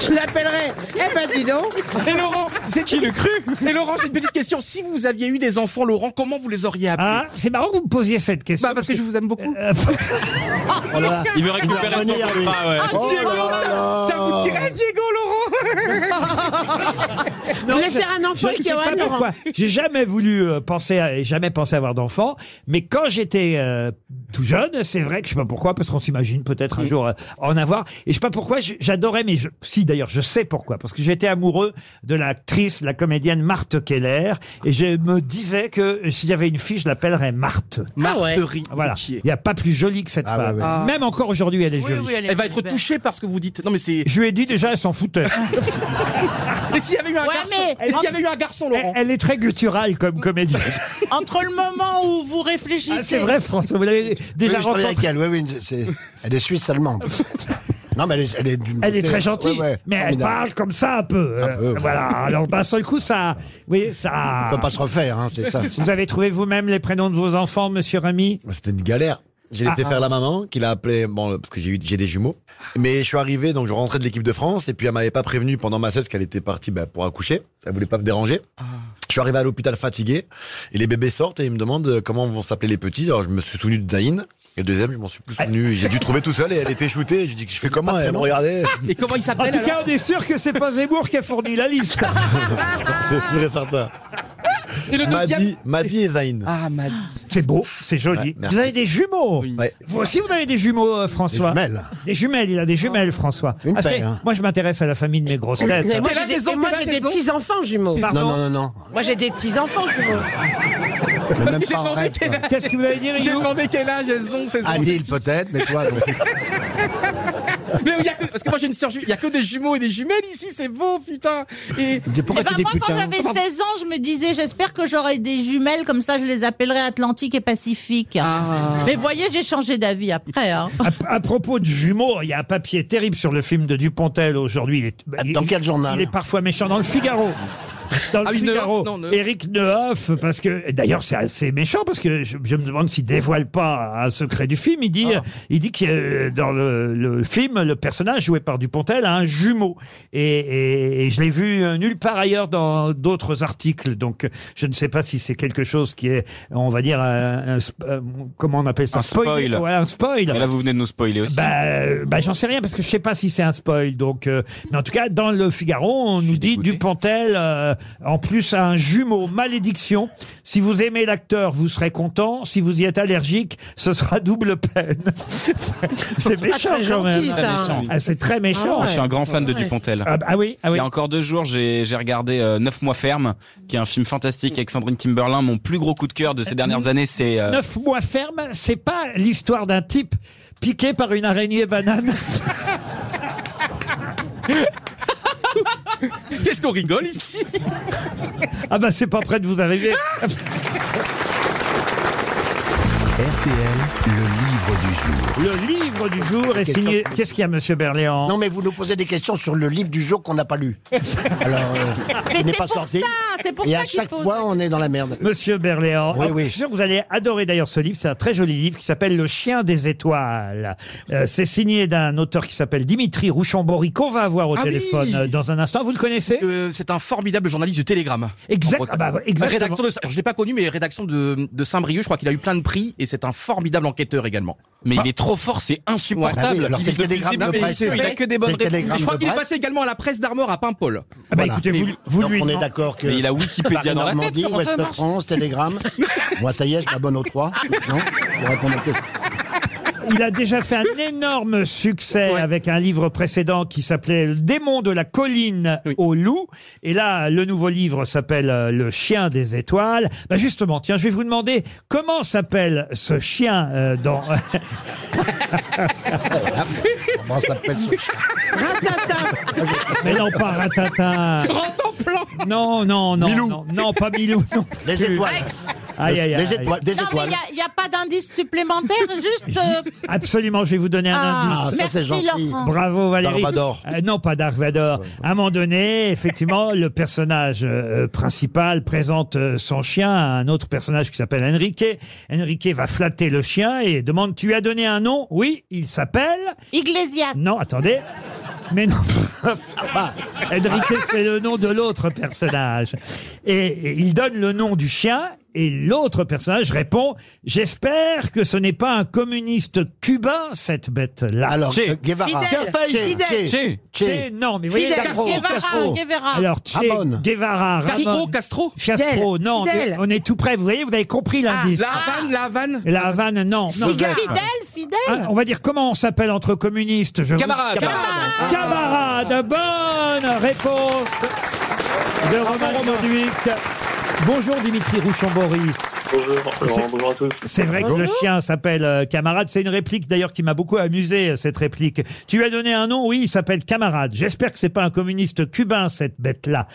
Speaker 4: Je l'appellerai. Eh ben, dis donc.
Speaker 3: Et Laurent, c'est qui le cru Et Laurent, j'ai une petite question. Si vous aviez eu des enfants, Laurent, comment vous les auriez appelés
Speaker 2: Hein c'est marrant que vous me posiez cette question. Euh,
Speaker 3: Bah parce que je vous aime beaucoup. Ah,
Speaker 2: Ah,
Speaker 7: Il veut récupérer son contrat, ouais.
Speaker 2: Oh
Speaker 3: Diego, ça, ça vous dirait Diego, Laurent
Speaker 4: Vous voulez faire un enfant
Speaker 2: je
Speaker 4: avec
Speaker 2: ne sais
Speaker 4: Johan,
Speaker 2: pas
Speaker 4: Laurent
Speaker 2: pourquoi. J'ai jamais voulu euh, penser à, et jamais pensé avoir d'enfant, mais quand j'étais euh, tout jeune, c'est vrai que je sais pas pourquoi, parce qu'on s'imagine peut-être un jour euh, en avoir. Et je sais pas pourquoi, je- j'adorais, mais je, si d'ailleurs, je sais pourquoi, parce que j'étais amoureux de l'actrice, la comédienne Marthe Keller, et je me disais que euh, s'il y avait une fille, je l'appellerais Marthe.
Speaker 4: Ah ouais.
Speaker 3: Marterie.
Speaker 2: Voilà.
Speaker 3: Gauthier.
Speaker 2: Il n'y a pas plus jolie que cette
Speaker 8: Ah,
Speaker 2: femme.
Speaker 8: ouais, ouais.
Speaker 3: Ah.
Speaker 2: Même encore aujourd'hui, elle est
Speaker 6: Oui,
Speaker 2: jolie.
Speaker 6: oui, elle est
Speaker 3: Elle va être
Speaker 6: belle.
Speaker 3: touchée par ce que vous dites. Non mais c'est.
Speaker 2: Je lui ai dit déjà, elle s'en foutait.
Speaker 3: Mais s'il y avait eu un
Speaker 6: Ouais,
Speaker 3: garçon,
Speaker 6: mais-
Speaker 3: et s'il y avait eu un garçon,
Speaker 2: elle,
Speaker 3: Laurent.
Speaker 2: elle est très gutturale comme comédienne.
Speaker 6: Entre le moment où vous réfléchissez.
Speaker 2: Ah, c'est vrai, François, vous l'avez déjà
Speaker 8: oui, je travaille
Speaker 2: rencontrée.
Speaker 8: avec elle. Oui, oui, c'est- elle est suisse-allemande. non, mais elle est, elle est, d'une
Speaker 2: Elle est
Speaker 8: beauté-
Speaker 2: très gentille,
Speaker 8: ouais, ouais,
Speaker 2: mais elle
Speaker 8: formidable.
Speaker 2: parle comme ça un peu.
Speaker 8: Un peu,
Speaker 2: Euh,
Speaker 8: ouais.
Speaker 2: Voilà. Alors d'un seul coup, ça, oui, ça.
Speaker 8: On peut pas se refaire, hein, c'est ça.
Speaker 2: Vous avez trouvé vous-même les prénoms de vos enfants, Monsieur Remy
Speaker 5: C'était une galère. J'ai laissé faire la maman, qui l'a appelé, bon, parce que j'ai eu, j'ai des jumeaux. Mais je suis arrivé, donc je rentrais de l'équipe de France, et puis elle m'avait pas prévenu pendant ma cesse qu'elle était partie bah, pour accoucher. Elle voulait pas me déranger. Je suis arrivé à l'hôpital fatigué, et les bébés sortent, et ils me demandent euh, comment vont s'appeler les petits. Alors je me suis souvenu de Zayn, et le deuxième, je m'en suis plus souvenu. J'ai dû trouver tout seul, et elle était shootée. et Je dis que je fais comment Elle me regardait.
Speaker 3: Et comment il
Speaker 2: En
Speaker 3: s'appelle
Speaker 2: tout
Speaker 3: alors
Speaker 2: cas, on est sûr que c'est pas Zemmour qui a fourni la liste.
Speaker 5: C'est sûr et certain.
Speaker 3: Et le deuxième.
Speaker 5: Madi, Madi et Zayn.
Speaker 3: Ah Madi.
Speaker 2: C'est beau, c'est joli.
Speaker 5: Ouais, merci.
Speaker 2: vous avez des jumeaux.
Speaker 5: Ouais.
Speaker 2: Vous aussi, vous avez des jumeaux, euh,
Speaker 8: Des
Speaker 2: François.
Speaker 8: jumelles.
Speaker 2: Des jumelles, il a des jumelles, François.
Speaker 8: Une
Speaker 2: c'est-
Speaker 8: paire, hein.
Speaker 2: Moi, je m'intéresse à la famille de mes grosses têtes.
Speaker 4: Mais moi,
Speaker 3: T'es là,
Speaker 4: j'ai des,
Speaker 3: raison,
Speaker 4: moi,
Speaker 3: t'es là,
Speaker 4: j'ai des
Speaker 3: raison.
Speaker 4: petits-enfants jumeaux.
Speaker 2: Pardon.
Speaker 8: Non, non, non, non.
Speaker 4: Moi, j'ai des petits-enfants jumeaux.
Speaker 8: Mais même
Speaker 3: J'ai
Speaker 8: pas en
Speaker 3: demandé
Speaker 8: rêve.
Speaker 3: quel
Speaker 8: quoi.
Speaker 3: âge.
Speaker 2: Qu'est-ce que vous avez dit,
Speaker 3: J'ai
Speaker 2: Rio
Speaker 3: demandé quel âge elles ont,
Speaker 5: Ah,
Speaker 3: ces
Speaker 8: À
Speaker 3: enfants.
Speaker 8: Lille, peut-être, mais toi, bon.
Speaker 3: Mais il y a que- parce que moi j'ai une sœur, ju- il y a que des jumeaux et des jumelles ici, c'est beau, putain. Et
Speaker 8: Mais pourquoi
Speaker 6: Eh ben,
Speaker 8: tu dis
Speaker 6: moi, quand
Speaker 8: putain
Speaker 6: j'avais 16 ans, je me disais, j'espère que j'aurai des jumelles, comme ça je les appellerai Atlantique et Pacifique. Mais voyez, j'ai changé d'avis après. hein.
Speaker 2: À, à propos de jumeaux, il y a un papier terrible sur le film de Dupontel aujourd'hui. Il est- il-
Speaker 8: Dans
Speaker 2: il-
Speaker 8: quel journal
Speaker 2: Il est parfois méchant dans le Figaro. Dans le
Speaker 3: Ah oui,
Speaker 2: Figaro,
Speaker 3: Nehoff, non, Nehoff.
Speaker 2: Éric Nehoff, parce que d'ailleurs c'est assez méchant parce que je, je me demande s'il dévoile pas un secret du film. Il dit,
Speaker 3: Ah.
Speaker 2: il dit que euh, dans le, le film, le personnage joué par Dupontel a un jumeau et, et- et je l'ai vu euh, nulle part ailleurs dans d'autres articles. Donc euh, je ne sais pas si c'est quelque chose qui est, on va dire, un, un sp- euh, comment on appelle ça,
Speaker 7: Un spoil.
Speaker 2: Ouais, un spoil.
Speaker 7: Et là, vous venez de nous spoiler aussi.
Speaker 2: Bah, euh, bah, j'en sais rien parce que je sais pas si c'est un spoil. Donc, euh, mais en tout cas, dans le Figaro, on nous dit
Speaker 7: dégoûté.
Speaker 2: Dupontel euh, en plus a un jumeau malédiction. Si vous aimez l'acteur, vous serez content. Si vous y êtes allergique, ce sera double peine. c'est
Speaker 4: pas
Speaker 2: méchant
Speaker 4: très
Speaker 2: quand même.
Speaker 4: gentil, ça.
Speaker 7: méchant.
Speaker 2: Ah, c'est très méchant.
Speaker 4: Ah
Speaker 7: Moi, je suis un
Speaker 4: ouais.
Speaker 7: grand fan de Dupontel.
Speaker 2: Ah, bah, ah oui, ah
Speaker 7: Il
Speaker 2: oui.
Speaker 7: y a encore deux jours, j'ai j'ai regardé euh, 9 mois ferme, qui est un film fantastique avec Sandrine Kimberlin. Mon plus gros coup de cœur de ces dernières années, c'est euh,
Speaker 2: Neuf mois ferme, c'est pas l'histoire d'un type piqué par une araignée banane.
Speaker 3: qu'est-ce qu'on rigole ici
Speaker 2: ah bah c'est pas près de vous arriver.
Speaker 1: RTL, le livre du jour.
Speaker 2: Le livre du jour est signé. Qu'est-ce qu'il y a, Monsieur Berléand
Speaker 8: Non, mais vous nous posez des questions sur le livre du jour qu'on n'a pas lu. Alors, euh,
Speaker 6: Mais
Speaker 8: il n'est
Speaker 6: c'est
Speaker 8: pas
Speaker 6: pour
Speaker 8: sorti.
Speaker 6: ça, c'est pour
Speaker 8: Et
Speaker 6: ça
Speaker 8: à
Speaker 6: qu'il
Speaker 8: chaque
Speaker 6: faut.
Speaker 8: fois, on est dans la merde.
Speaker 2: Monsieur Berléand.
Speaker 8: Oui,
Speaker 2: Ah,
Speaker 8: oui.
Speaker 2: Je suis sûr que vous allez adorer d'ailleurs ce livre. C'est un très joli livre qui s'appelle Le chien des étoiles. Euh, c'est signé d'un auteur qui s'appelle Dimitri Rouchon-Bory qu'on va avoir au
Speaker 3: Ah oui
Speaker 2: téléphone euh, dans un instant. Vous le connaissez
Speaker 3: Euh, C'est un formidable journaliste du Télégramme.
Speaker 2: Exact-
Speaker 3: En Bretagne.
Speaker 2: ah bah, exactement.
Speaker 3: Rédaction de, alors, je l'ai pas connu, mais rédaction de, de Saint-Brieuc, je crois qu'il a eu plein de prix et c'est un formidable enquêteur également. Bah.
Speaker 7: Mais il est trop fort, c'est insupportable.
Speaker 8: Ah oui, alors
Speaker 7: Il
Speaker 8: c'est
Speaker 7: est
Speaker 8: le
Speaker 7: depuis
Speaker 8: télégramme
Speaker 7: début,
Speaker 8: de presse.
Speaker 7: Il a que des bonnes
Speaker 8: C'est le
Speaker 7: réponses.
Speaker 8: télégramme
Speaker 3: Je crois
Speaker 8: de
Speaker 3: qu'il est
Speaker 8: presse.
Speaker 3: passé également à la presse d'armor à Paimpol.
Speaker 2: Ah bah,
Speaker 8: Voilà.
Speaker 2: écoutez, vous, vous
Speaker 8: Donc
Speaker 2: lui
Speaker 8: on est
Speaker 2: non.
Speaker 8: d'accord que.
Speaker 7: Mais il a Wikipédia
Speaker 8: Paris,
Speaker 7: dans la tête.
Speaker 8: Normandie,
Speaker 7: comment ça
Speaker 8: Ouest de
Speaker 7: marche
Speaker 8: France, Telegram. Moi, ça y est, je m'abonne aux trois. Non Pour répondre aux questions.
Speaker 2: Il a déjà fait un énorme succès avec un livre précédent qui s'appelait Le démon de la colline
Speaker 3: Oui.
Speaker 2: au loup. Et là, le nouveau livre s'appelle euh, Le chien des étoiles. Bah justement, tiens, je vais vous demander comment s'appelle ce chien euh, dans.
Speaker 3: Ah.
Speaker 8: Comment s'appelle ce chien
Speaker 2: Mais non, pas Ratata. Non, non, non. Non, non, pas Milou. non
Speaker 8: Les
Speaker 2: plus.
Speaker 8: étoiles.
Speaker 2: Aïe, aïe, aïe.
Speaker 6: non, mais il n'y a, pas d'indice supplémentaire, juste. euh,
Speaker 2: Absolument, je vais vous donner un
Speaker 6: Ah,
Speaker 2: indice.
Speaker 6: Ah, ça, c'est merci, gentil. Laurent.
Speaker 2: Bravo Valérie.
Speaker 6: Darvador.
Speaker 2: Euh, non, pas Darvador. À un moment donné, effectivement, le personnage euh, principal présente euh, son chien à un autre personnage qui s'appelle Enrique. Enrique va flatter le chien et demande Tu lui as donné un nom Oui, il s'appelle.
Speaker 6: Iglesias.
Speaker 2: Non, attendez. Mais non.
Speaker 8: Ah, bah.
Speaker 2: Enrique, c'est le nom de l'autre personnage. Et, et il donne le nom du chien. Et l'autre personnage répond J'espère que ce n'est pas un communiste cubain, cette bête-là.
Speaker 8: Alors, Che. euh, Guevara. Fidel.
Speaker 2: Che.
Speaker 8: Fidel.
Speaker 2: Che.
Speaker 8: Che.
Speaker 2: Che, non, mais vous voyez.
Speaker 8: Fidel. Guevara, Guevara.
Speaker 2: Alors, Che,
Speaker 8: Ramon.
Speaker 2: Guevara,
Speaker 8: Castro,
Speaker 2: Ramon.
Speaker 3: Castro.
Speaker 2: Castro,
Speaker 3: Fidel.
Speaker 2: non,
Speaker 3: Fidel.
Speaker 2: mais on est tout près. Vous voyez, vous avez compris l'indice.
Speaker 3: La Havane, la Havane.
Speaker 2: La Havane, non. non.
Speaker 6: Fidèle, fidèle.
Speaker 2: Ah, on va dire comment on s'appelle entre communistes. Je vous-
Speaker 6: Camarade.
Speaker 2: Camarade. Camarade. Bonne réponse de Romain Duduic. Bonjour Dimitri Rouchon-Bory.
Speaker 14: Bonjour,
Speaker 2: C'est-
Speaker 14: Laurent, bonjour à tous.
Speaker 2: C'est vrai que le chien s'appelle euh, Camarade. C'est une réplique d'ailleurs qui m'a beaucoup amusé, euh, cette réplique. Tu lui as donné un nom, oui, il s'appelle Camarade. J'espère que c'est pas un communiste cubain, cette bête-là.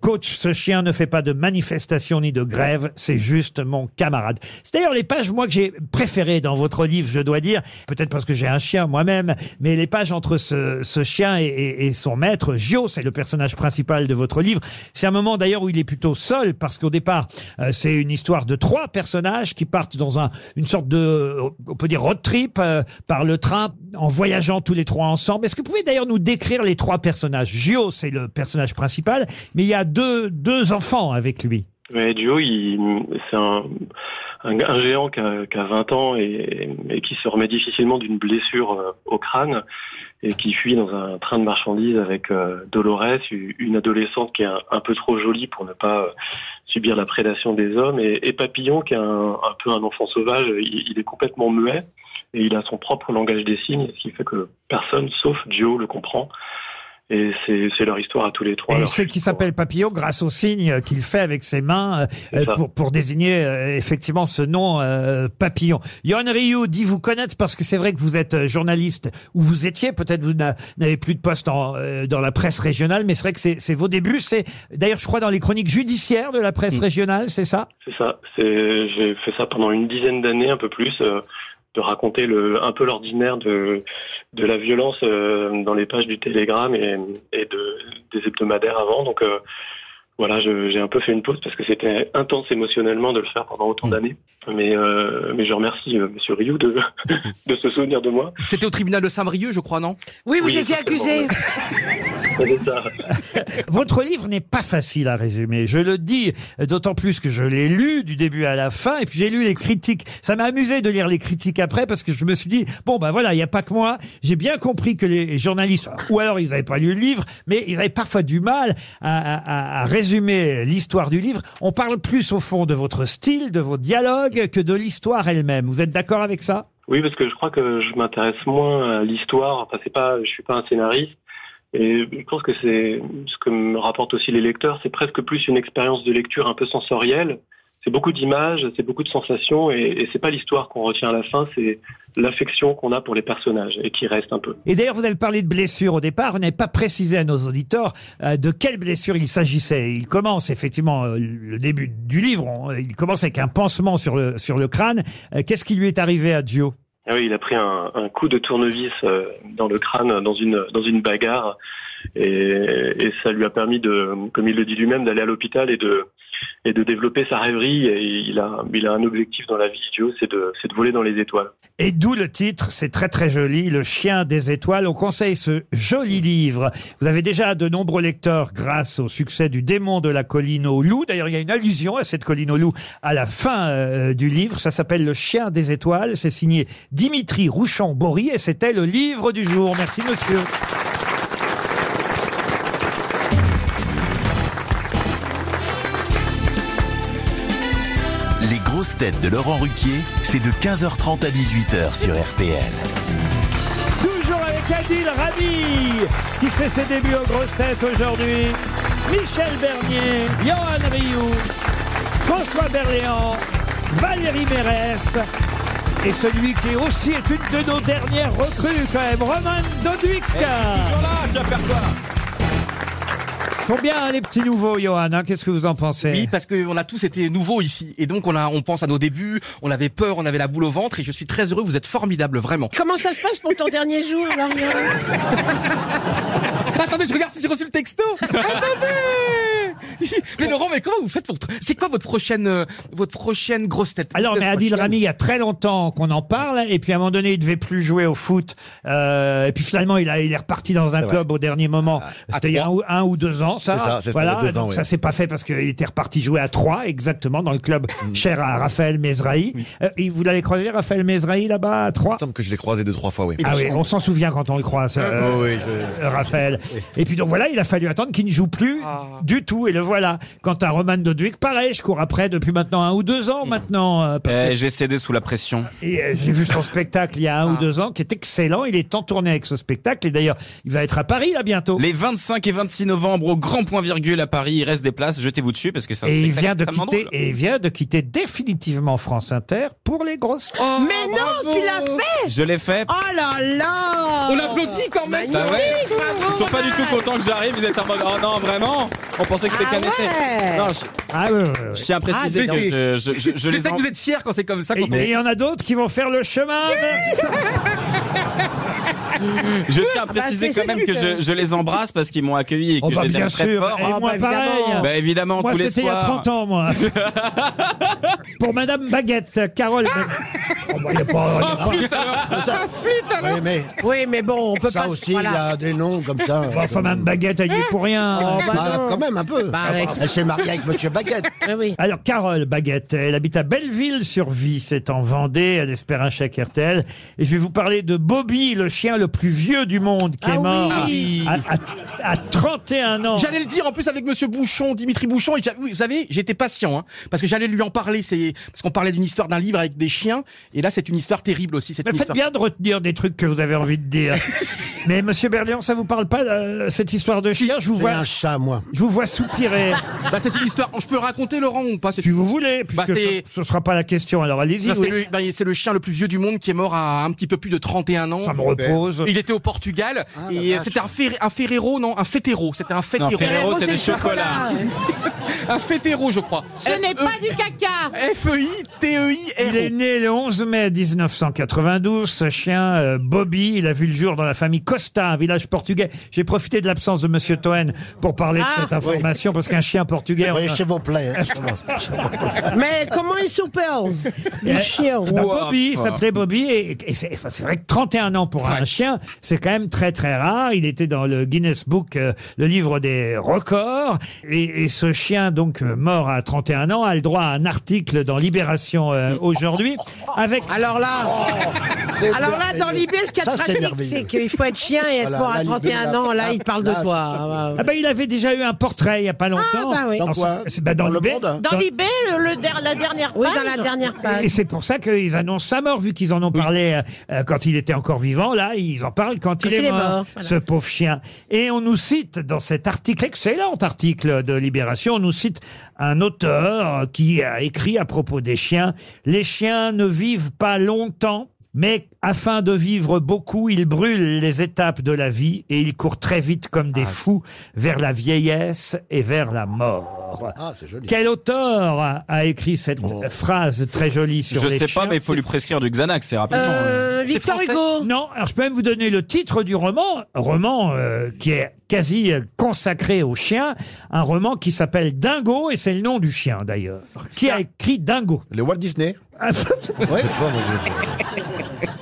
Speaker 2: Coach, ce chien ne fait pas de manifestation ni de grève, c'est juste mon camarade. C'est d'ailleurs les pages, moi, que j'ai préférées dans votre livre, je dois dire. Peut-être parce que j'ai un chien moi-même, mais les pages entre ce, ce chien et, et- et son maître, Gio, c'est le personnage principal de votre livre. C'est un moment d'ailleurs où il est plutôt seul, parce qu'au départ, euh, c'est une histoire de trois personnages qui partent dans un, une sorte de, euh, on peut dire, road trip euh, par le train, en voyageant tous les trois ensemble. Est-ce que vous pouvez d'ailleurs nous décrire les trois personnages Gio, c'est le personnage principal, mais il y a deux, deux enfants avec lui.
Speaker 14: Mais Duo, il- c'est un, un- un géant qui a, qui a 20 ans et, et qui se remet difficilement d'une blessure euh, au crâne et qui fuit dans un train de marchandises avec euh, Dolores, u- une adolescente qui est un, un peu trop jolie pour ne pas euh, subir la prédation des hommes, et, et Papillon qui est un, un peu un enfant sauvage, il, il est complètement muet et il a son propre langage des signes, ce qui fait que personne, sauf Duo, le comprend. Et c'est c'est leur histoire à tous les trois.
Speaker 2: Et
Speaker 14: leur
Speaker 2: ceux qui s'appellent papillon grâce au signe qu'il fait avec ses mains euh, euh, pour, pour désigner euh, effectivement ce nom euh, papillon. Yon Ryu dit vous connaître parce que c'est vrai que vous êtes euh, journaliste ou vous étiez, peut-être vous n'a- n'avez plus de poste en, euh, dans la presse régionale, mais c'est vrai que c'est c'est vos débuts. C'est d'ailleurs je crois dans les chroniques judiciaires de la presse régionale, c'est ça
Speaker 14: C'est ça. C'est, j'ai fait ça pendant une dizaine d'années, un peu plus, euh, de raconter le, un peu l'ordinaire de, de la violence euh, dans les pages du Télégramme et, et de, des hebdomadaires avant. Donc euh, voilà, je- j'ai un peu fait une pause parce que c'était intense émotionnellement de le faire pendant autant d'années. Mais, euh, mais je remercie euh, Monsieur Rioux de, de se souvenir de moi.
Speaker 3: C'était au tribunal de Saint-Brieuc, je crois, non
Speaker 14: Oui, vous Oui, étiez accusé. C'est ça.
Speaker 2: Votre livre n'est pas facile à résumer, je le dis, d'autant plus que je l'ai lu du début à la fin, et puis j'ai lu les critiques. Ça m'a amusé de lire les critiques après, parce que je me suis dit, bon ben voilà, il n'y a pas que moi, j'ai bien compris que les journalistes, ou alors ils n'avaient pas lu le livre, mais ils avaient parfois du mal à, à- à- à résumer l'histoire du livre. On parle plus au fond de votre style, de vos dialogues, que de l'histoire elle-même. Vous êtes d'accord avec ça
Speaker 14: Oui, parce que je crois que je m'intéresse moins à l'histoire. Enfin, c'est pas, je suis pas un scénariste. Et je pense que c'est ce que me rapportent aussi les lecteurs. C'est presque plus une expérience de lecture un peu sensorielle. C'est beaucoup d'images, c'est beaucoup de sensations, et, et c'est pas l'histoire qu'on retient à la fin, c'est l'affection qu'on a pour les personnages et qui reste un peu.
Speaker 2: Et d'ailleurs, vous avez parlé de blessures au départ. Vous n'avez pas précisé à nos auditeurs euh, de quelle blessure il s'agissait. Il commence effectivement euh, le début du livre. on- il commence avec un pansement sur le, sur le crâne. Euh, Qu'est-ce qui lui est arrivé à Gio
Speaker 14: Ah oui, il a pris un, un coup de tournevis euh, dans le crâne, dans une, dans une bagarre. Et, et ça lui a permis de, comme il le dit lui-même, d'aller à l'hôpital et de, et de développer sa rêverie. Et il a, il a un objectif dans la vie, Joe, c'est de, c'est de voler dans les étoiles.
Speaker 2: Et d'où le titre, c'est très très joli, Le chien des étoiles. On conseille ce joli livre. Vous avez déjà de nombreux lecteurs grâce au succès du démon de la colline au loup. D'ailleurs, il y a une allusion à cette colline au loup à la fin euh, du livre. Ça s'appelle Le chien des étoiles. C'est signé Dimitri Rouchon-Bory et c'était le livre du jour. Merci monsieur.
Speaker 1: Les grosses têtes de Laurent Ruquier, c'est de 15h30 à 18h sur RTL.
Speaker 2: Toujours avec Adil Rami, qui fait ses débuts aux grosses têtes aujourd'hui. Michel Bernier, Johan Rioux, François Berléand, Valérie Mérès Et celui qui aussi est une de nos dernières recrues quand même, Roman Doduic. Sont bien hein, les petits nouveaux, Johan. hein Qu'est-ce que vous en pensez
Speaker 3: Oui, parce qu'on a tous été nouveaux ici. Et donc, on, a, on pense à nos débuts, on avait peur, on avait la boule au ventre. Et je suis très heureux, vous êtes formidable, vraiment.
Speaker 4: Comment ça se passe pour ton dernier jour, Lorian
Speaker 3: Attendez, je regarde si j'ai reçu le texto. Attendez Mais Laurent, mais comment vous faites pour... tr- C'est quoi votre prochaine, euh, votre prochaine grosse tête
Speaker 2: Alors, mais Adil Rami, il y a très longtemps qu'on en parle, et puis à un moment donné, il devait plus jouer au foot, euh, et puis finalement, il, a, il est reparti dans un
Speaker 5: C'est Ah,
Speaker 2: club au dernier moment. C'était il y a un, ou- un ou deux ans, ça.
Speaker 5: C'est ça, c'est ça,
Speaker 2: voilà,
Speaker 5: il y a deux
Speaker 2: donc
Speaker 5: ans, oui.
Speaker 2: ça s'est pas fait parce qu'il était reparti jouer à Troyes, exactement, dans le club
Speaker 5: Mm.
Speaker 2: cher à Raphaël Mesrahi. Euh, et vous l'avez croisé, Raphaël Mesrahi, là-bas, à Troyes
Speaker 5: Il me semble que je l'ai croisé deux, trois fois, oui.
Speaker 2: ah oui, on s'en souvient quand on le croise, euh,
Speaker 5: Oh oui,
Speaker 2: euh, Raphaël. Et puis donc voilà, il a fallu attendre qu'il ne joue plus
Speaker 3: Ah.
Speaker 2: du tout, et le voilà. Quant à Roman Doduic, pareil, je cours après depuis maintenant un ou deux ans maintenant. euh, parce que-
Speaker 7: Eh, J'ai cédé sous la pression.
Speaker 2: et euh, j'ai vu son spectacle il y a
Speaker 3: Ah.
Speaker 2: un ou deux ans qui est excellent. Il est en tournée avec ce spectacle et d'ailleurs, il va être à Paris là bientôt.
Speaker 7: Les 25 et 26 novembre, au grand point virgule à Paris, il reste des places, jetez-vous dessus parce que c'est un
Speaker 2: Et il,
Speaker 7: spectacle
Speaker 2: vient de
Speaker 7: extrêmement
Speaker 2: quitter,
Speaker 7: drôle.
Speaker 2: et il vient de quitter définitivement France Inter pour les grosses.
Speaker 7: Oh,
Speaker 6: Mais non, tu l'as fait
Speaker 7: Je l'ai fait.
Speaker 6: Oh là là
Speaker 3: On applaudit quand même.
Speaker 7: Ça va
Speaker 6: Magnifique, bravo,
Speaker 7: Ils sont pas du tout
Speaker 6: Roman.
Speaker 7: contents que j'arrive, vous êtes en mode oh non vraiment On pensait que c'était
Speaker 6: Ah
Speaker 7: qu'un essai.
Speaker 6: ouais.
Speaker 7: Non, je,
Speaker 2: Ah, ouais, ouais, ouais.
Speaker 7: je tiens à préciser
Speaker 3: Ah,
Speaker 7: que
Speaker 3: mais
Speaker 7: je, je, je, je
Speaker 3: Je
Speaker 7: les
Speaker 3: sais
Speaker 7: en-
Speaker 3: que vous êtes fiers quand c'est comme ça.
Speaker 2: Et
Speaker 3: Quand
Speaker 2: et il y en a d'autres qui vont faire le chemin.
Speaker 7: je tiens
Speaker 3: Ah,
Speaker 7: à
Speaker 4: bah,
Speaker 7: préciser
Speaker 4: c'est
Speaker 7: quand même
Speaker 4: celui
Speaker 7: que
Speaker 4: que-
Speaker 7: je, je les embrasse parce qu'ils m'ont accueilli et que
Speaker 2: Oh,
Speaker 7: je
Speaker 2: bah,
Speaker 7: les
Speaker 2: bien
Speaker 7: aime très
Speaker 2: sûr.
Speaker 7: fort.
Speaker 2: Et
Speaker 4: Ah,
Speaker 2: moi,
Speaker 4: bah,
Speaker 2: pareil.
Speaker 4: évidemment.
Speaker 7: Bah évidemment,
Speaker 2: Moi,
Speaker 7: tous les
Speaker 2: c'était il y
Speaker 7: soirs.
Speaker 2: a 30 ans, moi. Pour Madame Baguette, Carole.
Speaker 8: Ah,
Speaker 2: Oh, Ah, bah, il y a pas- il y a pas-
Speaker 8: Oui, mais
Speaker 4: Oui, mais bon, on peut
Speaker 8: ça
Speaker 4: pas...
Speaker 8: aussi, il
Speaker 4: voilà.
Speaker 8: y a des noms comme ça.
Speaker 2: Bah, enfin, Madame Baguette, elle y est pour rien. Ah
Speaker 4: Oh, bah
Speaker 8: Bah,
Speaker 4: non.
Speaker 8: quand même, un peu.
Speaker 4: Bah, avec-
Speaker 8: Elle s'est mariée avec Monsieur Baguette.
Speaker 4: Oui, oui.
Speaker 2: Alors, Carole Baguette, elle habite à Belleville-sur-Vie, c'est en Vendée, elle espère un chèque RTL. Et je vais vous parler de Bobby, le chien le plus vieux du monde, qui
Speaker 4: Ah
Speaker 2: est mort
Speaker 4: oui.
Speaker 2: à, à- à 31 ans.
Speaker 3: J'allais le dire en plus avec Monsieur Bouchon, Dimitri Bouchon. Et j'a- vous savez, j'étais patient hein, parce que j'allais lui en parler. C'est parce qu'on parlait d'une histoire d'un livre avec des chiens. Et là, c'est une histoire terrible aussi. Cette
Speaker 2: Mais faites
Speaker 3: histoire.
Speaker 2: bien de retenir des trucs que vous avez envie de dire. Mais Monsieur Berlian, ça vous parle pas euh, cette histoire de chien Je vous
Speaker 8: C'est
Speaker 2: vois,
Speaker 8: un chat, moi.
Speaker 2: je vous vois soupirer.
Speaker 3: Bah, c'est une histoire. Je peux raconter Laurent ou pas C'est-
Speaker 2: si vous voulez, puisque
Speaker 3: Bah,
Speaker 2: ce,
Speaker 3: c'est-
Speaker 2: ce sera pas la question. Alors allez-y.
Speaker 3: Non, C'est
Speaker 2: oui.
Speaker 3: le, bah, c'est le chien le plus vieux du monde qui est mort à un petit peu plus de 31 ans.
Speaker 2: Ça me repose.
Speaker 3: Il était au Portugal
Speaker 8: Ah, la
Speaker 3: et euh,
Speaker 8: vache.
Speaker 3: c'était un, Fer- un Ferrero, non, un Fétéro. C'était un Fétéro.
Speaker 7: Non, Ferrero,
Speaker 6: Ferrero,
Speaker 7: c'est des
Speaker 6: c'est le
Speaker 7: chocolats.
Speaker 3: un Fétéro, je crois.
Speaker 6: Ce n'est pas du caca
Speaker 2: Il est
Speaker 3: F-E-I-T-E-I-R.
Speaker 2: né le 11 mai 1992. Ce chien euh, Bobby, il a vu le jour dans la famille Costa, un village portugais. J'ai profité de l'absence de Monsieur Toen pour parler
Speaker 6: Ah,
Speaker 2: de cette information parce qu'un chien portugais.
Speaker 8: Oui,
Speaker 2: enfin,
Speaker 8: s'il vous plaît.
Speaker 4: Mais comment ils sont peurs
Speaker 8: Eh,
Speaker 4: Les chiens.
Speaker 2: bah,
Speaker 7: Ouah,
Speaker 2: Bobby, il
Speaker 7: putain.
Speaker 2: s'appelait Bobby et, et c'est enfin, c'est vrai que 31 ans pour un chien, c'est quand même très très rare. Il était dans le Guinness Book, euh, le livre des records. Et, et ce chien, donc euh, mort à 31 ans, a le droit à un article dans Libération euh, aujourd'hui avec Oh,
Speaker 4: Alors là, alors là, dans l'idée, ce qu'il y a de
Speaker 8: Ça, c'est
Speaker 4: pratique,
Speaker 8: merveilleux.
Speaker 4: c'est qu'il faut être chien et être
Speaker 8: Voilà,
Speaker 4: mort à
Speaker 8: là,
Speaker 4: 31
Speaker 8: là,
Speaker 4: ans. Là, il parle de
Speaker 8: Ah, là,
Speaker 4: toi.
Speaker 8: là,
Speaker 4: Ah, bah,
Speaker 2: Ah bah il avait déjà eu un portrait il y a pas longtemps.
Speaker 4: bah oui.
Speaker 8: Dans
Speaker 2: Alors,
Speaker 8: quoi
Speaker 2: c'est- c'est- bah, dans,
Speaker 8: Dans le
Speaker 2: l'Ibé-
Speaker 8: monde
Speaker 6: Dans l'IB, le, le der- la dernière page
Speaker 4: Oui, dans la dernière
Speaker 2: Et
Speaker 4: page.
Speaker 2: c'est pour ça qu'ils annoncent sa mort, vu qu'ils en ont parlé euh, euh, quand il était encore vivant. Là, ils en parlent quand, il est mort,
Speaker 4: voilà.
Speaker 2: ce pauvre chien. Et on nous cite dans cet article, excellent article de Libération, on nous cite un auteur qui a écrit à propos des chiens. Les chiens ne vivent pas longtemps. Mais afin de vivre beaucoup, ils brûlent les étapes de la vie et ils courent très vite comme des fous vers la vieillesse et vers la mort.
Speaker 8: Ah, c'est joli. Oh.
Speaker 2: Quel auteur a- a écrit cette phrase très jolie sur
Speaker 7: Je
Speaker 2: les
Speaker 7: sais pas,
Speaker 2: chiens
Speaker 7: mais il faut lui prescrire du Xanax, c'est rapidement. hein.
Speaker 4: Euh,
Speaker 3: C'est
Speaker 4: Victor
Speaker 3: français.
Speaker 4: Hugo.
Speaker 2: Non, alors je peux même vous donner le titre du roman, roman euh, qui est quasi euh, consacré au chien, un roman qui s'appelle Dingo, et c'est le nom du chien d'ailleurs. Qui a écrit Dingo
Speaker 5: Le Walt Disney Oui.